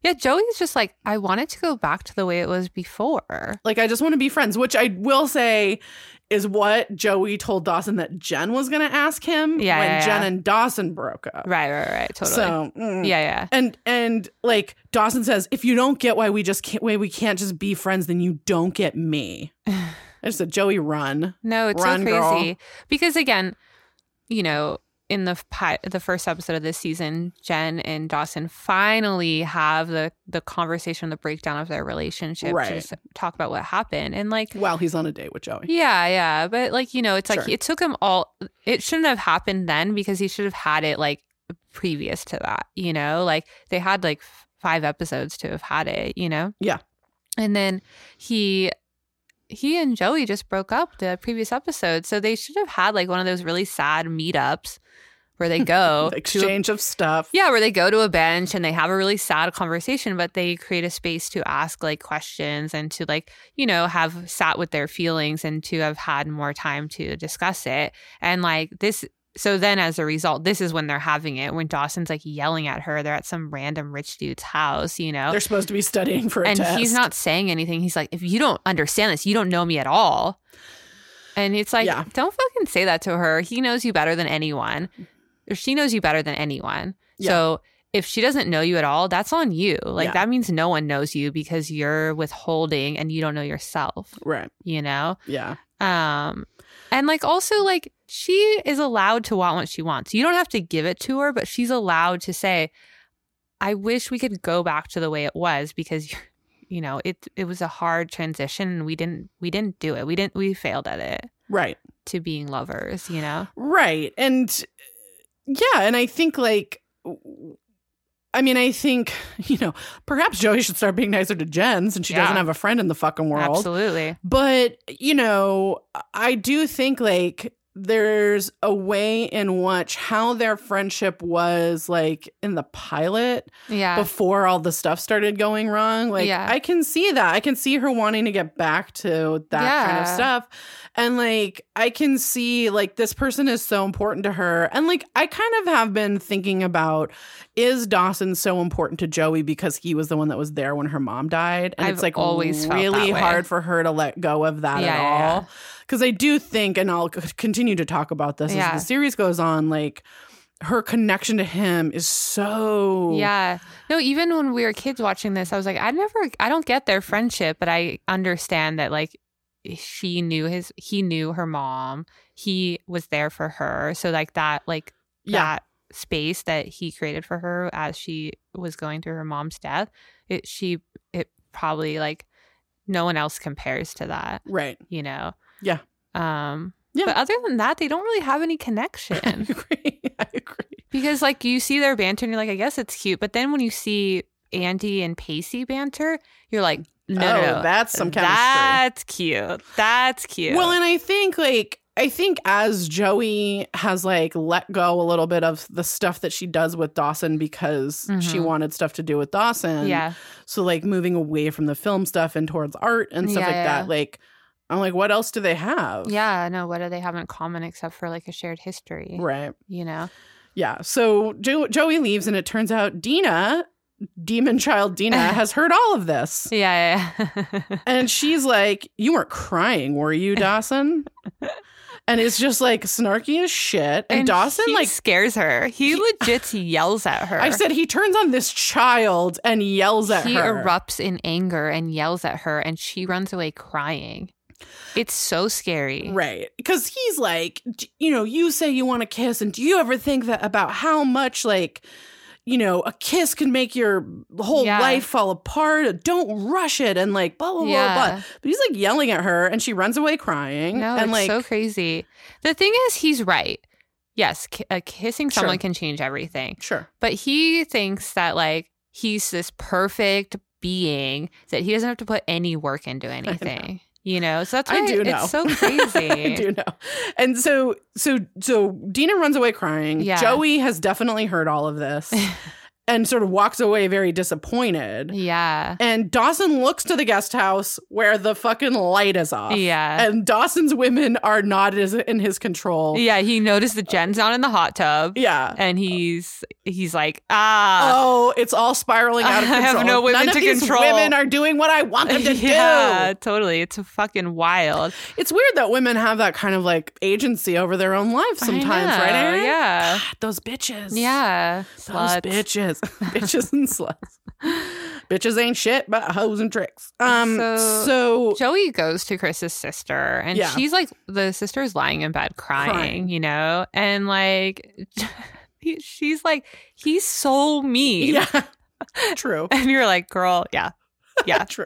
Speaker 1: Yeah, Joey's just like, I wanted to go back to the way it was before.
Speaker 2: Like, I just want to be friends, which I will say is what Joey told Dawson that Jen was going to ask him
Speaker 1: Yeah,
Speaker 2: when
Speaker 1: yeah,
Speaker 2: Jen
Speaker 1: yeah.
Speaker 2: and Dawson broke up.
Speaker 1: Right, right, right. Totally.
Speaker 2: So, mm.
Speaker 1: yeah, yeah.
Speaker 2: And and like Dawson says, if you don't get why we just can't, why we can't just be friends, then you don't get me. I just said, Joey, run.
Speaker 1: No, it's
Speaker 2: Run,
Speaker 1: so crazy.
Speaker 2: girl.
Speaker 1: Because again, you know, in the pi- the first episode of this season, Jen and Dawson finally have the the conversation, the breakdown of their relationship,
Speaker 2: Right.
Speaker 1: to just talk about what happened, and like.
Speaker 2: While he's on a date with Joey.
Speaker 1: Yeah, yeah, but like you know, it's like
Speaker 2: Sure.
Speaker 1: it took him all. It shouldn't have happened then because he should have had it like previous to that. You know, like they had like f- five episodes to have had it. You know.
Speaker 2: Yeah.
Speaker 1: And then he he and Joey just broke up the previous episode, so they should have had like one of those really sad meetups where they go
Speaker 2: The
Speaker 1: to a
Speaker 2: exchange of stuff.
Speaker 1: yeah, where they go to a bench and they have a really sad conversation, but they create a space to ask like questions and to like, you know, have sat with their feelings and to have had more time to discuss it. And like this, so then as a result, this is when they're having it when Dawson's like yelling at her. They're at some random rich dude's house, you know?
Speaker 2: They're supposed to be studying for a
Speaker 1: and
Speaker 2: test.
Speaker 1: he's not saying anything. He's like, if you don't understand this, you don't know me at all. And it's like,
Speaker 2: Yeah.
Speaker 1: don't fucking say that to her. He knows you better than anyone, or she knows you better than anyone. So if she doesn't know you at all, that's on you. Like
Speaker 2: Yeah.
Speaker 1: that means no one knows you because you're withholding and you don't know yourself.
Speaker 2: Right.
Speaker 1: You know.
Speaker 2: Yeah.
Speaker 1: Um, and like also like she is allowed to want what she wants. You don't have to give it to her, but she's allowed to say, "I wish we could go back to the way it was because you know it it was a hard transition and we didn't we didn't do it. We didn't we failed at it
Speaker 2: Right.
Speaker 1: to being lovers. You know,
Speaker 2: Right. And yeah, and I think like w- I mean, I think, you know, perhaps Joey should start being nicer to Jen since she
Speaker 1: Yeah.
Speaker 2: doesn't have a friend in the fucking world.
Speaker 1: absolutely.
Speaker 2: But, you know, I do think like there's a way in which how their friendship was like in the pilot
Speaker 1: Yeah,
Speaker 2: before all the stuff started going wrong. Like
Speaker 1: Yeah.
Speaker 2: I can see that. I can see her wanting to get back to that kind of
Speaker 1: Yeah.
Speaker 2: stuff. And like I can see like this person is so important to her. And like I kind of have been thinking about is Dawson so important to Joey because he was the one that was there when her mom died? And
Speaker 1: I've
Speaker 2: it's like
Speaker 1: always felt
Speaker 2: really
Speaker 1: that way.
Speaker 2: hard for her to let go of that
Speaker 1: Yeah,
Speaker 2: at
Speaker 1: yeah, yeah.
Speaker 2: all because I do think, and I'll c- continue to talk about this
Speaker 1: Yeah.
Speaker 2: as the series goes on, like her connection to him is so
Speaker 1: Yeah. No, even when we were kids watching this, I was like, I never, I don't get their friendship, but I understand that like she knew his, he knew her mom, he was there for her. So like that, like
Speaker 2: yeah
Speaker 1: that space that he created for her as she was going through her mom's death, it, she, it probably like no one else compares to that,
Speaker 2: right
Speaker 1: you know?
Speaker 2: Yeah.
Speaker 1: Um,
Speaker 2: Yeah.
Speaker 1: But other than that, they don't really have any connection.
Speaker 2: I agree I agree
Speaker 1: Because like you see their banter and you're like, I guess it's cute. But then when you see Andy and Pacey banter, you're like, no,
Speaker 2: oh,
Speaker 1: no, no.
Speaker 2: that's some chemistry
Speaker 1: That's cute. That's cute.
Speaker 2: well and I think like I think as Joey has like let go a little bit of the stuff that she does with Dawson because she
Speaker 1: Mhm.
Speaker 2: wanted stuff to do with Dawson
Speaker 1: yeah,
Speaker 2: so like moving away from the film stuff and towards art and stuff
Speaker 1: Yeah,
Speaker 2: like
Speaker 1: yeah,
Speaker 2: that
Speaker 1: yeah.
Speaker 2: like I'm like what else do they have
Speaker 1: yeah. No, what do they have in common except for like a shared history?
Speaker 2: right
Speaker 1: You know,
Speaker 2: Yeah. So jo- Joey leaves, and it turns out Dina, demon child Dina, has heard all of this.
Speaker 1: yeah, yeah, yeah.
Speaker 2: And she's like, You weren't crying, were you, Dawson? And it's just like snarky as shit. And, Dawson,
Speaker 1: he
Speaker 2: like,
Speaker 1: scares her. He legit yells at her.
Speaker 2: I said, he turns on this child and yells at
Speaker 1: he
Speaker 2: her.
Speaker 1: erupts in anger and yells at her, and she runs away crying. It's so scary.
Speaker 2: Right. Because he's like, "D- you know, you say you want a kiss, and do you ever think that about how much, like, you know, a kiss can make your whole
Speaker 1: Yeah.
Speaker 2: life fall apart? Don't rush it. And like, blah, blah, blah, blah.
Speaker 1: Yeah.
Speaker 2: But he's like yelling at her and she runs away crying.
Speaker 1: No,
Speaker 2: and
Speaker 1: it's
Speaker 2: like,
Speaker 1: so crazy. The thing is, he's right. Yes, ki- uh, kissing
Speaker 2: Sure.
Speaker 1: someone can change everything,
Speaker 2: sure.
Speaker 1: but he thinks that like he's this perfect being that he doesn't have to put any work into anything. You know, so that's why
Speaker 2: I do know.
Speaker 1: it's so
Speaker 2: I
Speaker 1: crazy.
Speaker 2: do know. And so, so, so Dina runs away crying.
Speaker 1: Yeah.
Speaker 2: Joey has definitely heard all of this. and sort of walks away very disappointed.
Speaker 1: Yeah.
Speaker 2: And Dawson looks to the guest house where the fucking light is off.
Speaker 1: Yeah.
Speaker 2: And Dawson's women are not as in his control.
Speaker 1: Yeah, he noticed that Jen's not in the hot tub.
Speaker 2: Yeah.
Speaker 1: And he's he's like, ah,
Speaker 2: oh, it's all spiraling out of
Speaker 1: I
Speaker 2: control.
Speaker 1: have no women
Speaker 2: None
Speaker 1: to
Speaker 2: of these
Speaker 1: control.
Speaker 2: women are doing what I want them to
Speaker 1: yeah,
Speaker 2: do.
Speaker 1: totally. It's fucking wild.
Speaker 2: It's weird that women have that kind of like agency over their own lives sometimes,
Speaker 1: I
Speaker 2: right?
Speaker 1: know,
Speaker 2: Erin?
Speaker 1: Yeah.
Speaker 2: God, those bitches.
Speaker 1: Yeah.
Speaker 2: Those
Speaker 1: Sluts.
Speaker 2: bitches. bitches and sluts. bitches ain't shit but hoes and tricks. Um
Speaker 1: So-
Speaker 2: so,
Speaker 1: Joey goes to Chris's sister and
Speaker 2: Yeah.
Speaker 1: she's like the sister's lying in bed crying,
Speaker 2: Crying.
Speaker 1: you know? And like he- she's like, he's so mean.
Speaker 2: yeah. True.
Speaker 1: And you're like, girl, yeah. Yeah.
Speaker 2: True.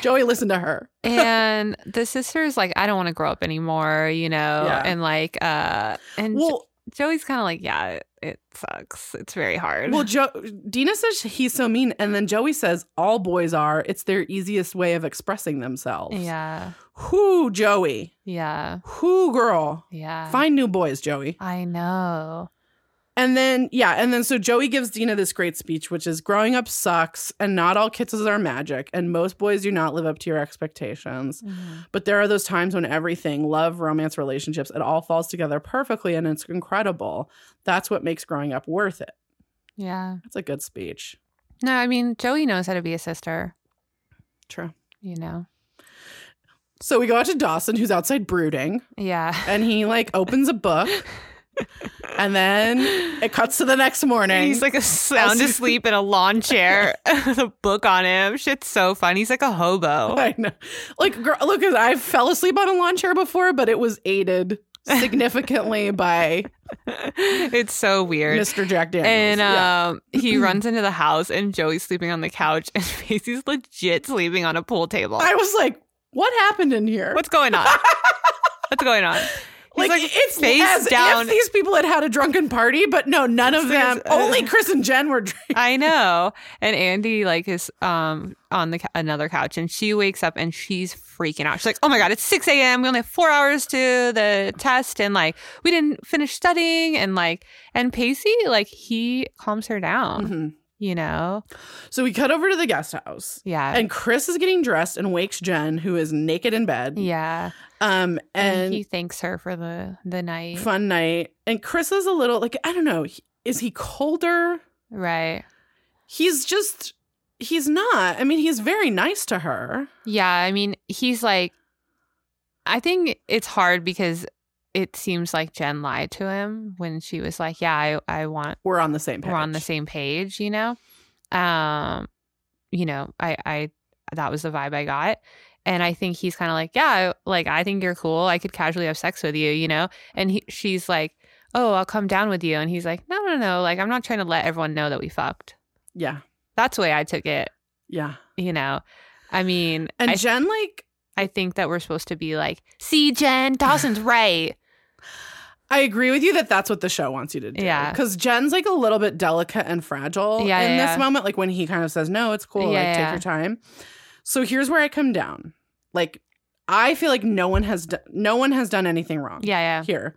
Speaker 2: Joey listened to her.
Speaker 1: and the sister's like, I don't want to grow up anymore, you know?
Speaker 2: Yeah.
Speaker 1: And like uh and
Speaker 2: Well,
Speaker 1: Joey's kind of like, yeah, it, it sucks. It's very hard.
Speaker 2: well, jo- Dina says he's so mean, and then Joey says all boys are. It's their easiest way of expressing themselves.
Speaker 1: yeah.
Speaker 2: Whoo, Joey.
Speaker 1: Yeah.
Speaker 2: Whoo, girl.
Speaker 1: Yeah.
Speaker 2: Find new boys, Joey.
Speaker 1: I know.
Speaker 2: And then, yeah, and then so Joey gives Dina this great speech, which is growing up sucks, and not all kisses are magic, and most boys do not live up to your expectations. But there are those times when everything love, romance, relationships it all falls together perfectly, and it's incredible. That's what makes growing up worth it.
Speaker 1: Yeah.
Speaker 2: That's a good speech.
Speaker 1: No, I mean, Joey knows how to be a sister,
Speaker 2: True.
Speaker 1: you know?
Speaker 2: So we go out to Dawson, who's outside brooding,
Speaker 1: Yeah.
Speaker 2: and he like opens a book, and then it cuts to the next morning.
Speaker 1: He's like a sound
Speaker 2: As-
Speaker 1: asleep in a lawn chair with a book on him. Shit's so fun. He's like a hobo.
Speaker 2: I know. Like, girl, look, I fell asleep on a lawn chair before, but it was aided significantly by
Speaker 1: it's so weird.
Speaker 2: Mr. Jack Daniels.
Speaker 1: and
Speaker 2: Yeah.
Speaker 1: um, he runs into the house, and Joey's sleeping on the couch, and Macy's legit sleeping on a pool table.
Speaker 2: I was like, what happened in here?
Speaker 1: What's going on? What's going on? He's
Speaker 2: like, it's
Speaker 1: face
Speaker 2: as
Speaker 1: down.
Speaker 2: if these people had had a drunken party, but no, none of
Speaker 1: It's like
Speaker 2: them.
Speaker 1: it's-
Speaker 2: Only Chris and Jen were drinking.
Speaker 1: I know. And Andy like is um on the cou- another couch, and she wakes up and she's freaking out. She's like, "Oh my god, it's six a.m. We only have four hours to the test, and like we didn't finish studying." And like, and Pacey like he calms her down.
Speaker 2: Mhm.
Speaker 1: You know?
Speaker 2: So we cut over to the guest house,
Speaker 1: Yeah.
Speaker 2: and Chris is getting dressed and wakes Jen, who is naked in bed.
Speaker 1: yeah.
Speaker 2: Um,
Speaker 1: And, he
Speaker 2: and
Speaker 1: thanks her for the the night.
Speaker 2: fun night. And Chris is a little like I don't know. he- Is he colder?
Speaker 1: Right.
Speaker 2: He's just. He's not. I mean, he's very nice to her.
Speaker 1: Yeah. I mean, he's like, I think it's hard because it seems like Jen lied to him when she was like, "Yeah, I I want."
Speaker 2: We're on the same page.
Speaker 1: we're on the same page, you know. Um, you know, I I that was the vibe I got. And I think he's kind of like, yeah, like I think you're cool. I could casually have sex with you, you know. And he, she's like, oh, I'll come down with you. And he's like, no, no, no. Like I'm not trying to let everyone know that we fucked.
Speaker 2: Yeah.
Speaker 1: That's the way I took it,
Speaker 2: Yeah.
Speaker 1: you know. I mean,
Speaker 2: And
Speaker 1: I,
Speaker 2: Jen, like,
Speaker 1: I think that we're supposed to be like, see, Jen Dawson's right.
Speaker 2: I agree with you that that's what the show wants you to do.
Speaker 1: Yeah.
Speaker 2: Because Jen's like a little bit delicate and fragile
Speaker 1: Yeah,
Speaker 2: in
Speaker 1: yeah,
Speaker 2: this
Speaker 1: yeah.
Speaker 2: moment. Like when he kind of says, no, it's cool.
Speaker 1: Yeah,
Speaker 2: like, take
Speaker 1: yeah.
Speaker 2: your time. So here's where I come down. Like, I feel like no one has do- no one has done anything wrong.
Speaker 1: Yeah, yeah.
Speaker 2: Here.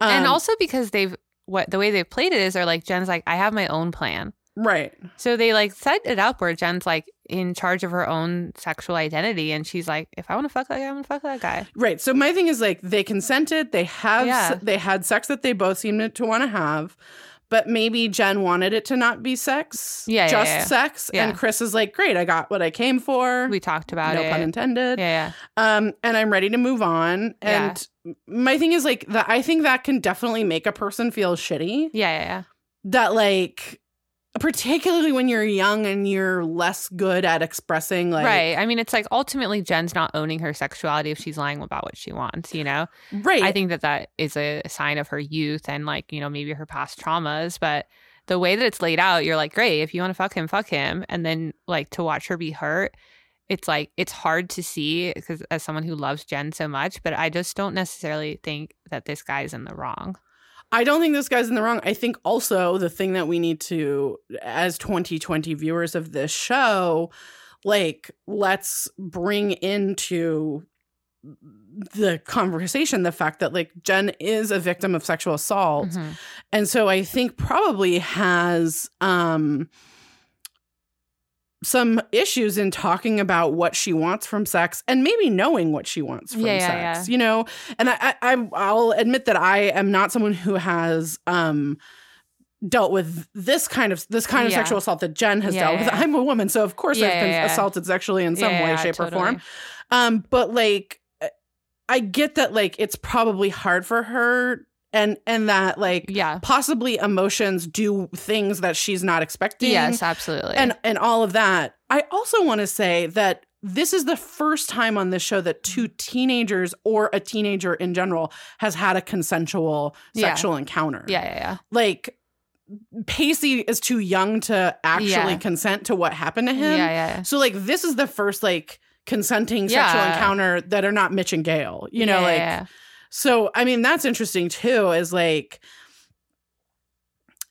Speaker 1: and
Speaker 2: Um,
Speaker 1: also because they've what the way they've played it is, they're like, Jen's like, I have my own plan.
Speaker 2: right.
Speaker 1: So they like set it up where Jen's like in charge of her own sexual identity, and she's like, "If I want to fuck that guy, I'm gonna fuck that guy."
Speaker 2: Right. So my thing is like they consented, they have
Speaker 1: Yeah.
Speaker 2: they had sex that they both seemed to want to have, but maybe Jen wanted it to not be sex,
Speaker 1: Yeah, yeah,
Speaker 2: just
Speaker 1: yeah.
Speaker 2: sex,
Speaker 1: Yeah.
Speaker 2: and Chris is like, "Great, I got what I came for."
Speaker 1: We talked about
Speaker 2: no
Speaker 1: it.
Speaker 2: pun intended.
Speaker 1: yeah,
Speaker 2: Um and I'm ready to move on.
Speaker 1: Yeah.
Speaker 2: And my thing is like that I think that can definitely make a person feel shitty
Speaker 1: yeah, yeah, yeah,
Speaker 2: that like particularly when you're young and you're less good at expressing
Speaker 1: yeah.
Speaker 2: like
Speaker 1: right. I mean, it's like ultimately Jen's not owning her sexuality if she's lying about what she wants. You know,
Speaker 2: right
Speaker 1: I think that that is a sign of her youth and like you know maybe her past traumas, but. The way that it's laid out, you're like, great, if you want to fuck him, fuck him. And then, like, to watch her be hurt, it's like, it's hard to see because as someone who loves Jen so much, but I just don't necessarily think that this guy's in the wrong.
Speaker 2: I don't think this guy's in the wrong. I think also the thing that we need to, as 2020 viewers of this show, like, let's bring into the conversation the fact that like Jen is a victim of sexual assault
Speaker 1: Mhm.
Speaker 2: and so I think probably has um some issues in talking about what she wants from sex and maybe knowing what she wants from
Speaker 1: Yeah, yeah,
Speaker 2: sex you know and I, I I'm- I'll admit that I am not someone who has um dealt with this kind of this kind of
Speaker 1: Yeah.
Speaker 2: sexual assault that Jen has
Speaker 1: Yeah,
Speaker 2: dealt
Speaker 1: yeah,
Speaker 2: with
Speaker 1: yeah.
Speaker 2: I'm a woman so of course
Speaker 1: Yeah,
Speaker 2: I've been
Speaker 1: yeah, yeah.
Speaker 2: assaulted sexually in some
Speaker 1: Yeah,
Speaker 2: way
Speaker 1: yeah,
Speaker 2: shape or
Speaker 1: totally.
Speaker 2: form um but like I get that like it's probably hard for her and and that like
Speaker 1: Yeah.
Speaker 2: possibly emotions do things that she's not expecting
Speaker 1: Yes, absolutely.
Speaker 2: and and all of that. I also want to say that this is the first time on this show that two
Speaker 1: Mm-hmm.
Speaker 2: teenagers or a teenager in general has had a consensual
Speaker 1: Yeah.
Speaker 2: sexual encounter.
Speaker 1: yeah, yeah, yeah.
Speaker 2: Like Pacey is too young to actually
Speaker 1: Yeah.
Speaker 2: consent to what happened to him.
Speaker 1: yeah, yeah.
Speaker 2: So like this is the first like consenting sexual
Speaker 1: Yeah.
Speaker 2: encounter that are not Mitch and Gail. You know,
Speaker 1: Yeah,
Speaker 2: like
Speaker 1: yeah,
Speaker 2: so I mean that's interesting too, is like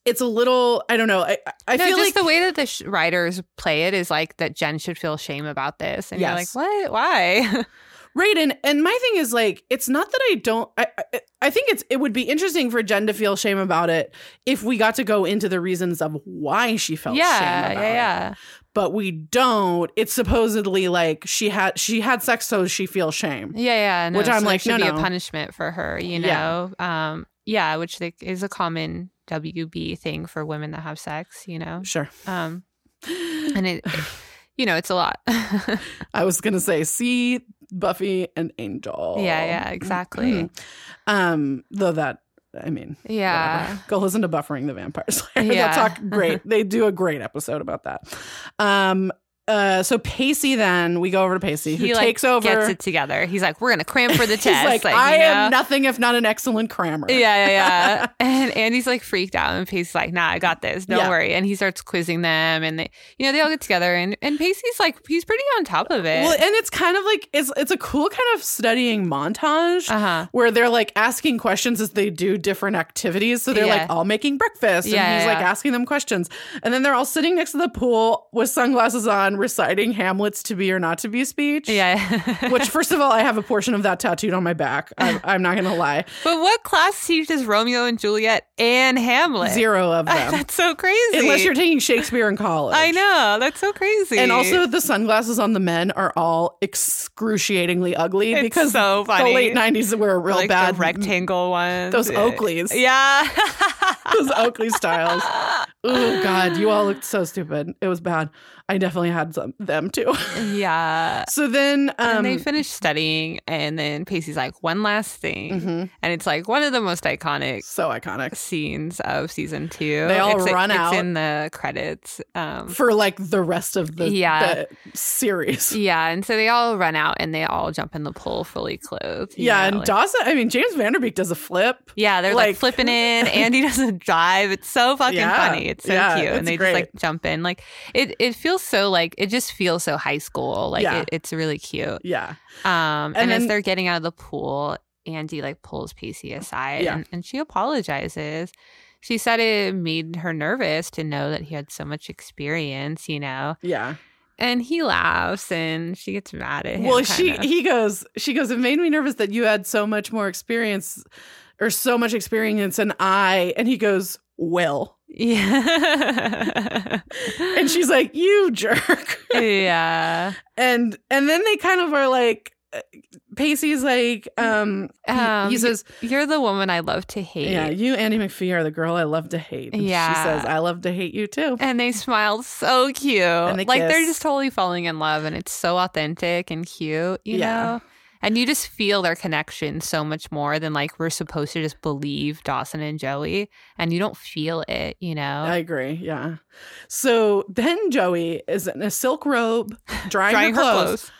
Speaker 2: it's a little I don't know. I I
Speaker 1: yeah. no,
Speaker 2: feel
Speaker 1: just
Speaker 2: like
Speaker 1: the way that the sh- writers play it is like that Jen should feel shame about this. And
Speaker 2: Yes.
Speaker 1: you're like, what? Why?
Speaker 2: right and and my thing is like it's not that I don't I, I I think it's it would be interesting for Jen to feel shame about it if we got to go into the reasons of why she felt shame
Speaker 1: yeah,
Speaker 2: about
Speaker 1: yeah,
Speaker 2: it.
Speaker 1: yeah.
Speaker 2: But we don't. It's supposedly like she had she had sex so she feels shame.
Speaker 1: Yeah, yeah. No,
Speaker 2: Which I'm
Speaker 1: so
Speaker 2: like,
Speaker 1: it should
Speaker 2: no,
Speaker 1: be
Speaker 2: no.
Speaker 1: a punishment for her, you
Speaker 2: Yeah.
Speaker 1: know. Um, yeah, which like, is a common WB thing for women that have sex, you know.
Speaker 2: Sure.
Speaker 1: Um, and it, it- you know, it's a lot. yeah,
Speaker 2: I was gonna say, see Buffy and Angel.
Speaker 1: yeah, exactly.
Speaker 2: Um, though that I mean,
Speaker 1: yeah,
Speaker 2: whatever. go listen to Buffering the Vampire
Speaker 1: Yeah.
Speaker 2: Slayer. They'll talk great. they do a great episode about that. Um, uh, so Pacey, then we go over to Pacey, who
Speaker 1: He, like,
Speaker 2: takes over.
Speaker 1: gets it together. He's like, we're gonna cram for the
Speaker 2: He's
Speaker 1: test.
Speaker 2: like,
Speaker 1: like,
Speaker 2: I
Speaker 1: you
Speaker 2: am
Speaker 1: know?
Speaker 2: nothing if not an excellent crammer.
Speaker 1: Yeah, yeah, yeah. and Andy's like freaked out, and Pacey's like, "Nah, I got this. Don't
Speaker 2: Yeah.
Speaker 1: worry." And he starts quizzing them, and they, you know, they all get together, and and Pacey's like, he's pretty on top of it.
Speaker 2: Well, and it's kind of like it's it's a cool kind of studying montage.
Speaker 1: uh huh.
Speaker 2: where they're like asking questions as they do different activities. So they're
Speaker 1: Yeah.
Speaker 2: like all making breakfast and
Speaker 1: Yeah,
Speaker 2: he's
Speaker 1: yeah,
Speaker 2: like
Speaker 1: yeah.
Speaker 2: asking them questions. And then they're all sitting next to the pool with sunglasses on, reciting Hamlet's to be or not to be speech.
Speaker 1: Yeah.
Speaker 2: Which, first of all, I have a portion of that tattooed on my back. I'm, I'm not going to lie.
Speaker 1: But what class teaches Romeo and Juliet and Hamlet?
Speaker 2: Zero of them.
Speaker 1: That's so crazy.
Speaker 2: Unless you're taking Shakespeare in college.
Speaker 1: I know. That's so crazy.
Speaker 2: And also, the sunglasses on the men are all excruciatingly ugly
Speaker 1: It's
Speaker 2: because
Speaker 1: so
Speaker 2: the
Speaker 1: funny.
Speaker 2: late 90s were real
Speaker 1: like
Speaker 2: bad.
Speaker 1: the rectangle ones.
Speaker 2: those
Speaker 1: Yeah.
Speaker 2: Oakleys.
Speaker 1: Yeah.
Speaker 2: those Oakley styles. Oh God, you all looked so stupid. It was bad. I definitely had some them too.
Speaker 1: yeah.
Speaker 2: So then, um,
Speaker 1: and they finish studying, and then Pacey's like, one last thing.
Speaker 2: mhm,
Speaker 1: And it's like one of the most iconic
Speaker 2: so iconic
Speaker 1: scenes of season two.
Speaker 2: They all
Speaker 1: It's-
Speaker 2: run
Speaker 1: it's
Speaker 2: out.
Speaker 1: in the credits. Um,
Speaker 2: for like the rest of the,
Speaker 1: Yeah.
Speaker 2: the series.
Speaker 1: yeah. And so they all run out and they all jump in the pool fully clothed. you
Speaker 2: Yeah,
Speaker 1: know,
Speaker 2: and
Speaker 1: like-
Speaker 2: Dawson. I mean, James Vanderbeek does a flip.
Speaker 1: Yeah, they're like,
Speaker 2: Like-
Speaker 1: flipping in. Andy does a dive. It's so fucking
Speaker 2: Yeah,
Speaker 1: funny. It's so
Speaker 2: yeah,
Speaker 1: cute,
Speaker 2: it's
Speaker 1: and they
Speaker 2: great.
Speaker 1: just like jump in. Like it, it feels so like it just feels so high school. Like
Speaker 2: Yeah.
Speaker 1: it, it's really cute.
Speaker 2: Yeah,
Speaker 1: Um, and,
Speaker 2: then-
Speaker 1: as they're getting out of the pool, Andy like pulls Pacey aside,
Speaker 2: Yeah.
Speaker 1: and, and she apologizes. She said it made her nervous to know that he had so much experience, you know.
Speaker 2: yeah.
Speaker 1: And he laughs, and she gets mad at him.
Speaker 2: well,
Speaker 1: kind
Speaker 2: she
Speaker 1: of.
Speaker 2: he goes. She goes. It made me nervous that you had so much more experience, or so much experience, and I. And he goes, "Well,"
Speaker 1: yeah,
Speaker 2: and she's like, "You jerk."
Speaker 1: yeah.
Speaker 2: and and then they kind of are like uh, Pacey's like um, he-
Speaker 1: Mm, Um,
Speaker 2: he says
Speaker 1: You're the woman I love to hate.
Speaker 2: yeah you Andy McPhee are the girl I love to hate and she
Speaker 1: Yeah. Uh-huh.
Speaker 2: says I love to hate you too
Speaker 1: And they smile so cute.
Speaker 2: they
Speaker 1: like they're
Speaker 2: kiss.
Speaker 1: just totally falling in love and it's so authentic and cute, you
Speaker 2: Yeah.
Speaker 1: know? And you just feel their connection so much more than like we're supposed to just believe Dawson and Joey and you don't feel it, you know?
Speaker 2: I agree yeah so then Joey is in a silk robe drying, her, clothes.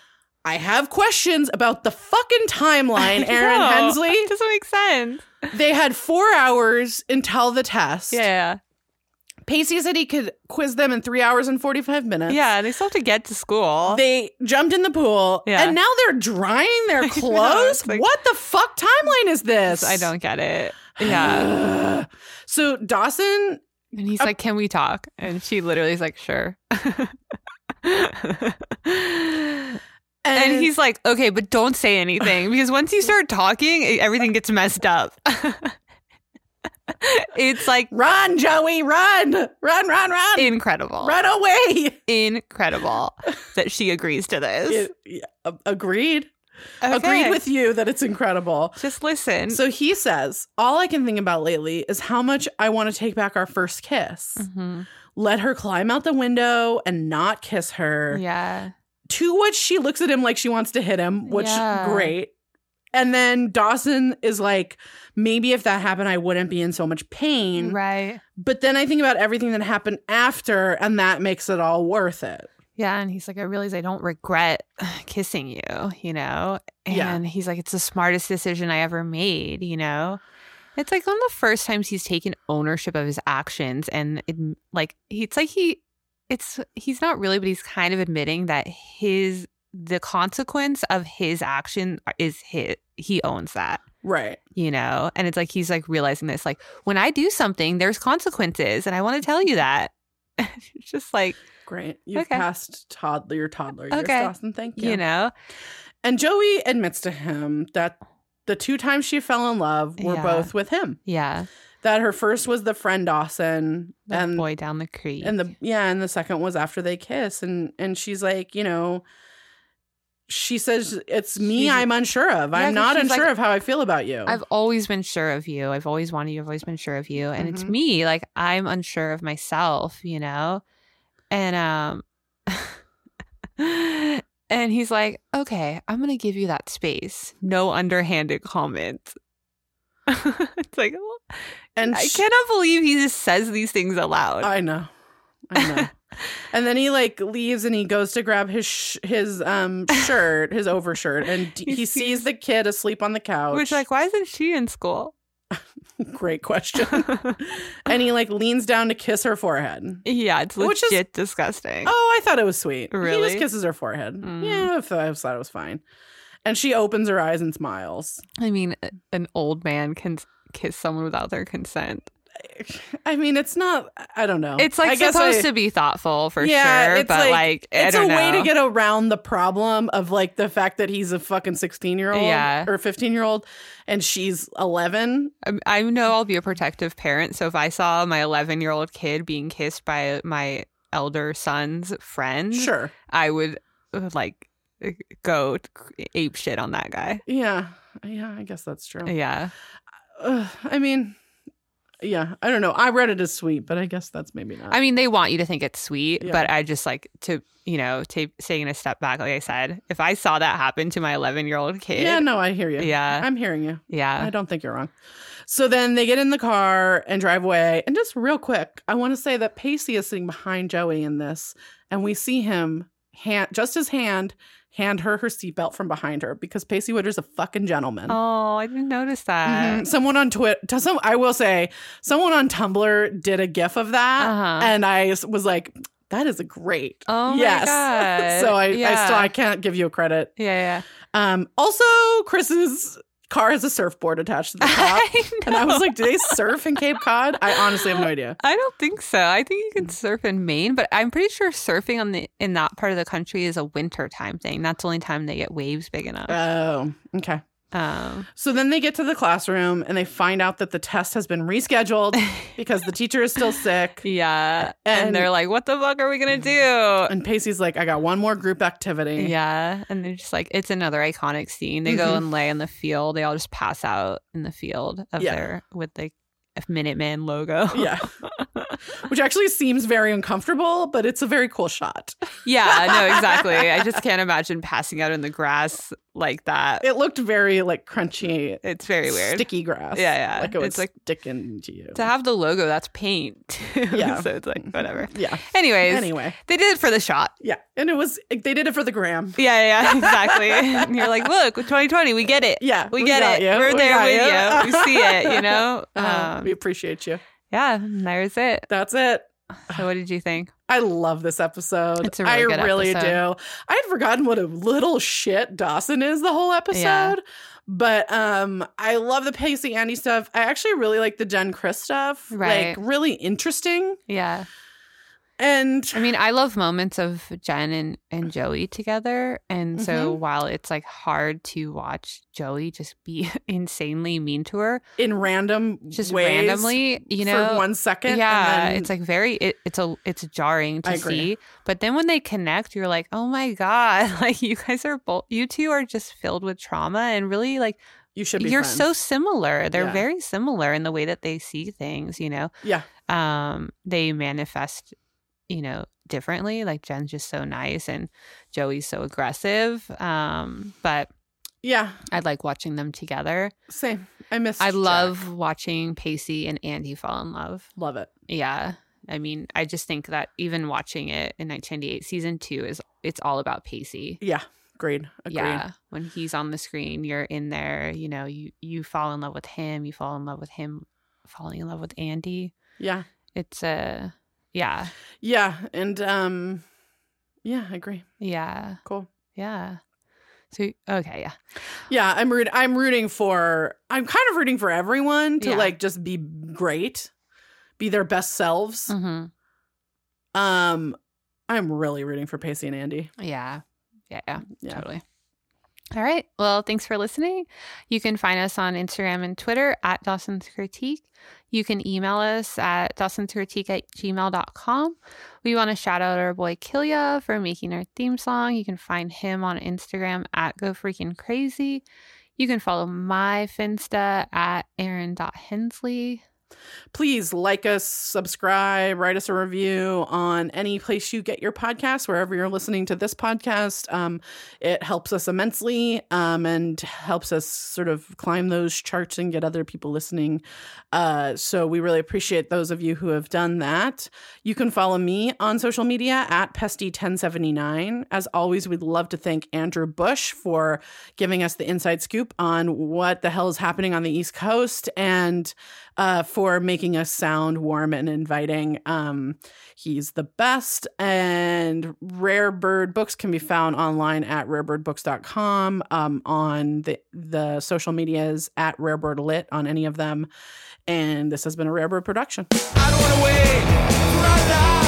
Speaker 2: I have questions about the fucking timeline
Speaker 1: I
Speaker 2: Aaron
Speaker 1: know.
Speaker 2: Hensley
Speaker 1: It doesn't make sense.
Speaker 2: they had four hours until the test
Speaker 1: Yeah.
Speaker 2: Pacey said he could quiz them in three hours and 45 minutes
Speaker 1: Yeah. They still have to get to school.
Speaker 2: They jumped in the pool
Speaker 1: Yeah.
Speaker 2: and now they're drying their
Speaker 1: know,
Speaker 2: clothes.
Speaker 1: it's like-
Speaker 2: what the fuck timeline is this?
Speaker 1: I don't get it. Yeah.
Speaker 2: so Dawson,
Speaker 1: And he's like, "Can we talk?" And she literally is like, "Sure." And he's like, okay, but don't say anything because once you start talking, e- everything gets messed up. it's like
Speaker 2: run, Joey, run, run, run, run,
Speaker 1: incredible.
Speaker 2: run away.
Speaker 1: Incredible that she agrees to this.
Speaker 2: Yeah, a- agreed.
Speaker 1: Okay.
Speaker 2: Agreed with you that it's incredible.
Speaker 1: Just listen.
Speaker 2: So he says, All I can think about lately is how much I want to take back our first kiss.
Speaker 1: Mhm.
Speaker 2: Let her climb out the window and not kiss her.
Speaker 1: Yeah.
Speaker 2: To which she looks at him like she wants to hit him, which
Speaker 1: Yeah.
Speaker 2: great. And then Dawson is like, Maybe if that happened, I wouldn't be in so much pain.
Speaker 1: Right.
Speaker 2: But then I think about everything that happened after, and that makes it all worth it.
Speaker 1: Yeah, and he's like, I realize I don't regret kissing you, you know? And
Speaker 2: Yeah.
Speaker 1: he's like, it's the smartest decision I ever made, you know? It's like one of the first times he's taken ownership of his actions. And it, like, he, it's like he, it's, he's not really, but he's kind of admitting that his, the consequence of his action is his, he owns that
Speaker 2: Right.
Speaker 1: you know and it's like he's like realizing this like when i do something there's consequences and i want to tell you that it's just like
Speaker 2: Great. You've
Speaker 1: Okay.
Speaker 2: passed toddler your toddler years,
Speaker 1: Okay.
Speaker 2: Dawson. Thank you.
Speaker 1: you know
Speaker 2: And Joey admits to him that the two times she fell in love were
Speaker 1: Yeah.
Speaker 2: both with him.
Speaker 1: yeah
Speaker 2: That her first was the friend Dawson,
Speaker 1: the
Speaker 2: and
Speaker 1: boy down the creek
Speaker 2: and the yeah, and the second was after they kiss. And and she's like, you know, she says it's me.
Speaker 1: She's-
Speaker 2: I'm unsure of.
Speaker 1: Yeah, 'cause
Speaker 2: I'm not
Speaker 1: she's
Speaker 2: unsure
Speaker 1: like,
Speaker 2: of how I feel about you.
Speaker 1: i've always been sure of you i've always wanted you i've always been sure of you and it's
Speaker 2: Mhm.
Speaker 1: me like i'm unsure of myself you know and um and he's like okay i'm gonna give you that space no underhanded comment it's like
Speaker 2: and
Speaker 1: I
Speaker 2: she-
Speaker 1: cannot believe he just says these things aloud.
Speaker 2: I know. I know. and then he like leaves and he goes to grab his sh- his um shirt, his overshirt, and d-
Speaker 1: He
Speaker 2: he sees the kid asleep on the couch.
Speaker 1: Which, like, why isn't she in school?
Speaker 2: great question. and he like leans down to kiss her forehead.
Speaker 1: yeah, it's legit
Speaker 2: Which is-
Speaker 1: disgusting.
Speaker 2: Oh, I thought it was sweet. He
Speaker 1: Really?
Speaker 2: just kisses her forehead.
Speaker 1: Mm.
Speaker 2: Yeah, I thought, I thought it was fine. And she opens her eyes and smiles.
Speaker 1: I mean, an old man can kiss someone without their consent.
Speaker 2: I mean, it's not. I don't know.
Speaker 1: It's like
Speaker 2: I guess
Speaker 1: supposed
Speaker 2: I-
Speaker 1: to be thoughtful for
Speaker 2: Yeah,
Speaker 1: sure,
Speaker 2: it's
Speaker 1: but
Speaker 2: like-
Speaker 1: like, I
Speaker 2: It's a
Speaker 1: don't
Speaker 2: way to
Speaker 1: know.
Speaker 2: get around the problem of like the fact that he's a fucking sixteen year old
Speaker 1: Yeah.
Speaker 2: or fifteen year old, and she's eleven.
Speaker 1: I'm- I know I'll be a protective parent, so if I saw my 11 year old kid being kissed by my elder son's friend,
Speaker 2: Sure.
Speaker 1: I would uh, like go ape shit on that guy.
Speaker 2: Yeah. Yeah. I guess that's true.
Speaker 1: Yeah.
Speaker 2: Ugh, I mean, yeah. I don't know. I read it as sweet, but I guess that's maybe not.
Speaker 1: I mean, they want you to think it's sweet,
Speaker 2: Yeah.
Speaker 1: but I just like to, you know, ta- taking a step back. Like I said, if I saw that happen to my 11 year old kid,
Speaker 2: yeah. No, I hear you.
Speaker 1: yeah,
Speaker 2: I'm hearing you. I
Speaker 1: yeah,
Speaker 2: don't think you're wrong. So then they get in the car and drive away. And just real quick, I want to say that Pacey is sitting behind Joey in this, and we see him hand just his hand hand her her seatbelt from behind her because Pacey Witter's a fucking gentleman.
Speaker 1: oh, I didn't notice that.
Speaker 2: Mhm. Someone on Twitter, some I will say, someone on Tumblr did a GIF of that,
Speaker 1: Uh-huh.
Speaker 2: and I s- was like, "That is great."
Speaker 1: Oh, my
Speaker 2: yes.
Speaker 1: God.
Speaker 2: so I, I
Speaker 1: Yeah.
Speaker 2: still I can't give you a credit.
Speaker 1: yeah,
Speaker 2: Um, also, Chris's car has a surfboard attached to the
Speaker 1: yeah.
Speaker 2: top.
Speaker 1: I
Speaker 2: And I was
Speaker 1: know.
Speaker 2: like, do they surf in Cape Cod? I honestly have no idea.
Speaker 1: I don't think so. I think you can surf in Maine, but I'm pretty sure surfing on the in that part of the country is a wintertime thing. That's the only time they get waves big enough.
Speaker 2: Oh, okay.
Speaker 1: Um,
Speaker 2: So then they get to the classroom and they find out that the test has been rescheduled because the teacher is still sick.
Speaker 1: yeah,
Speaker 2: And-
Speaker 1: and they're like, "What the fuck are we gonna do?"
Speaker 2: And Pacey's like, I got one more group activity.
Speaker 1: Yeah. And they're just like, it's another iconic scene. They go
Speaker 2: Mhm.
Speaker 1: and lay in the field. They all just pass out in the field of
Speaker 2: Yeah.
Speaker 1: their with the Minuteman logo.
Speaker 2: Yeah. Which actually seems very uncomfortable, but it's a very cool shot.
Speaker 1: yeah, no, exactly. I just can't imagine passing out in the grass like that.
Speaker 2: It looked very like crunchy,
Speaker 1: It's very weird.
Speaker 2: sticky grass.
Speaker 1: Yeah, yeah.
Speaker 2: Like it was
Speaker 1: It's like-
Speaker 2: sticking to you.
Speaker 1: to have the logo, that's paint. too.
Speaker 2: Yeah.
Speaker 1: so it's like whatever.
Speaker 2: yeah.
Speaker 1: Anyways,
Speaker 2: Anyway.
Speaker 1: they did it for the shot.
Speaker 2: Yeah. And it was, they did it for the gram.
Speaker 1: Yeah, yeah, yeah, exactly. and you're like, look, 2020, we get it.
Speaker 2: Yeah.
Speaker 1: We get
Speaker 2: got
Speaker 1: it.
Speaker 2: you.
Speaker 1: We're
Speaker 2: We
Speaker 1: there
Speaker 2: got
Speaker 1: with you. We see it, you know?
Speaker 2: Uh,
Speaker 1: Um,
Speaker 2: we appreciate you.
Speaker 1: yeah, and there's it.
Speaker 2: That's it.
Speaker 1: So what did you think?
Speaker 2: I love this episode.
Speaker 1: It's a really
Speaker 2: I
Speaker 1: good
Speaker 2: really
Speaker 1: episode.
Speaker 2: do. I had forgotten what a little shit Dawson is the whole episode.
Speaker 1: Yeah.
Speaker 2: But um I love the Pacey Andy stuff. I actually really like the Jen Chris stuff.
Speaker 1: Right.
Speaker 2: Like really interesting.
Speaker 1: Yeah.
Speaker 2: And
Speaker 1: I mean, I love moments of Jen and, and Joey together. And so while it's like hard to watch Joey just be insanely mean to her,
Speaker 2: in random
Speaker 1: just
Speaker 2: ways
Speaker 1: randomly, you
Speaker 2: for
Speaker 1: know,
Speaker 2: one second.
Speaker 1: yeah,
Speaker 2: and then
Speaker 1: it's like very it, it's a it's jarring
Speaker 2: I
Speaker 1: to
Speaker 2: agree.
Speaker 1: see. But then when they connect, you're like, oh my god, like you guys are both you two are just filled with trauma and really like
Speaker 2: you should be.
Speaker 1: you're
Speaker 2: friends.
Speaker 1: so similar. They're
Speaker 2: Yeah.
Speaker 1: very similar in the way that they see things. You know,
Speaker 2: yeah.
Speaker 1: um, they manifest, you know, differently. Like Jen's just so nice and Joey's so aggressive. Um, but
Speaker 2: Yeah,
Speaker 1: I like watching them together.
Speaker 2: same. I miss.
Speaker 1: I
Speaker 2: Jack.
Speaker 1: love watching Pacey and Andy fall in love.
Speaker 2: love it.
Speaker 1: Yeah. I mean, I just think that even watching it in 1998 season 2 is it's all about Pacey.
Speaker 2: Yeah, agreed. Agreed.
Speaker 1: Yeah. When he's on the screen, you're in there, you know, you you fall in love with him, you fall in love with him falling in love with Andy.
Speaker 2: yeah,
Speaker 1: It's a yeah.
Speaker 2: yeah, and um, yeah, I agree.
Speaker 1: Yeah.
Speaker 2: Cool.
Speaker 1: Yeah. So okay, yeah.
Speaker 2: Yeah, I'm root. I'm rooting for. I'm kind of rooting for everyone to
Speaker 1: Yeah.
Speaker 2: like just be great, be their best selves.
Speaker 1: hmm
Speaker 2: Um, I'm really rooting for Pacey and Andy.
Speaker 1: Yeah. Yeah, yeah.
Speaker 2: Yeah.
Speaker 1: Totally. All right. Well, thanks for listening. You can find us on Instagram and Twitter at Dawson's Critique. You can email us at Dawson's Critique at gmail.com. We want to shout out our boy Kilya for making our theme song. You can find him on Instagram at Go Freaking Crazy. You can follow my Finsta at Aaron.Hensley.
Speaker 2: Please like us, subscribe, write us a review on any place you get your podcast, wherever you're listening to this podcast. Um, it helps us immensely um, and helps us sort of climb those charts and get other people listening. Uh, so we really appreciate those of you who have done that. You can follow me on social media at Pesty1079. As always, we'd love to thank Andrew Bush for giving us the inside scoop on what the hell is happening on the East Coast and uh, for making us sound warm and inviting. Um, he's the best. And Rare Bird Books can be found online at rarebirdbooks.com, um, on the, the social medias at Rare Bird Lit on any of them. And this has been a Rare Bird production.
Speaker 3: I don't wanna wait for another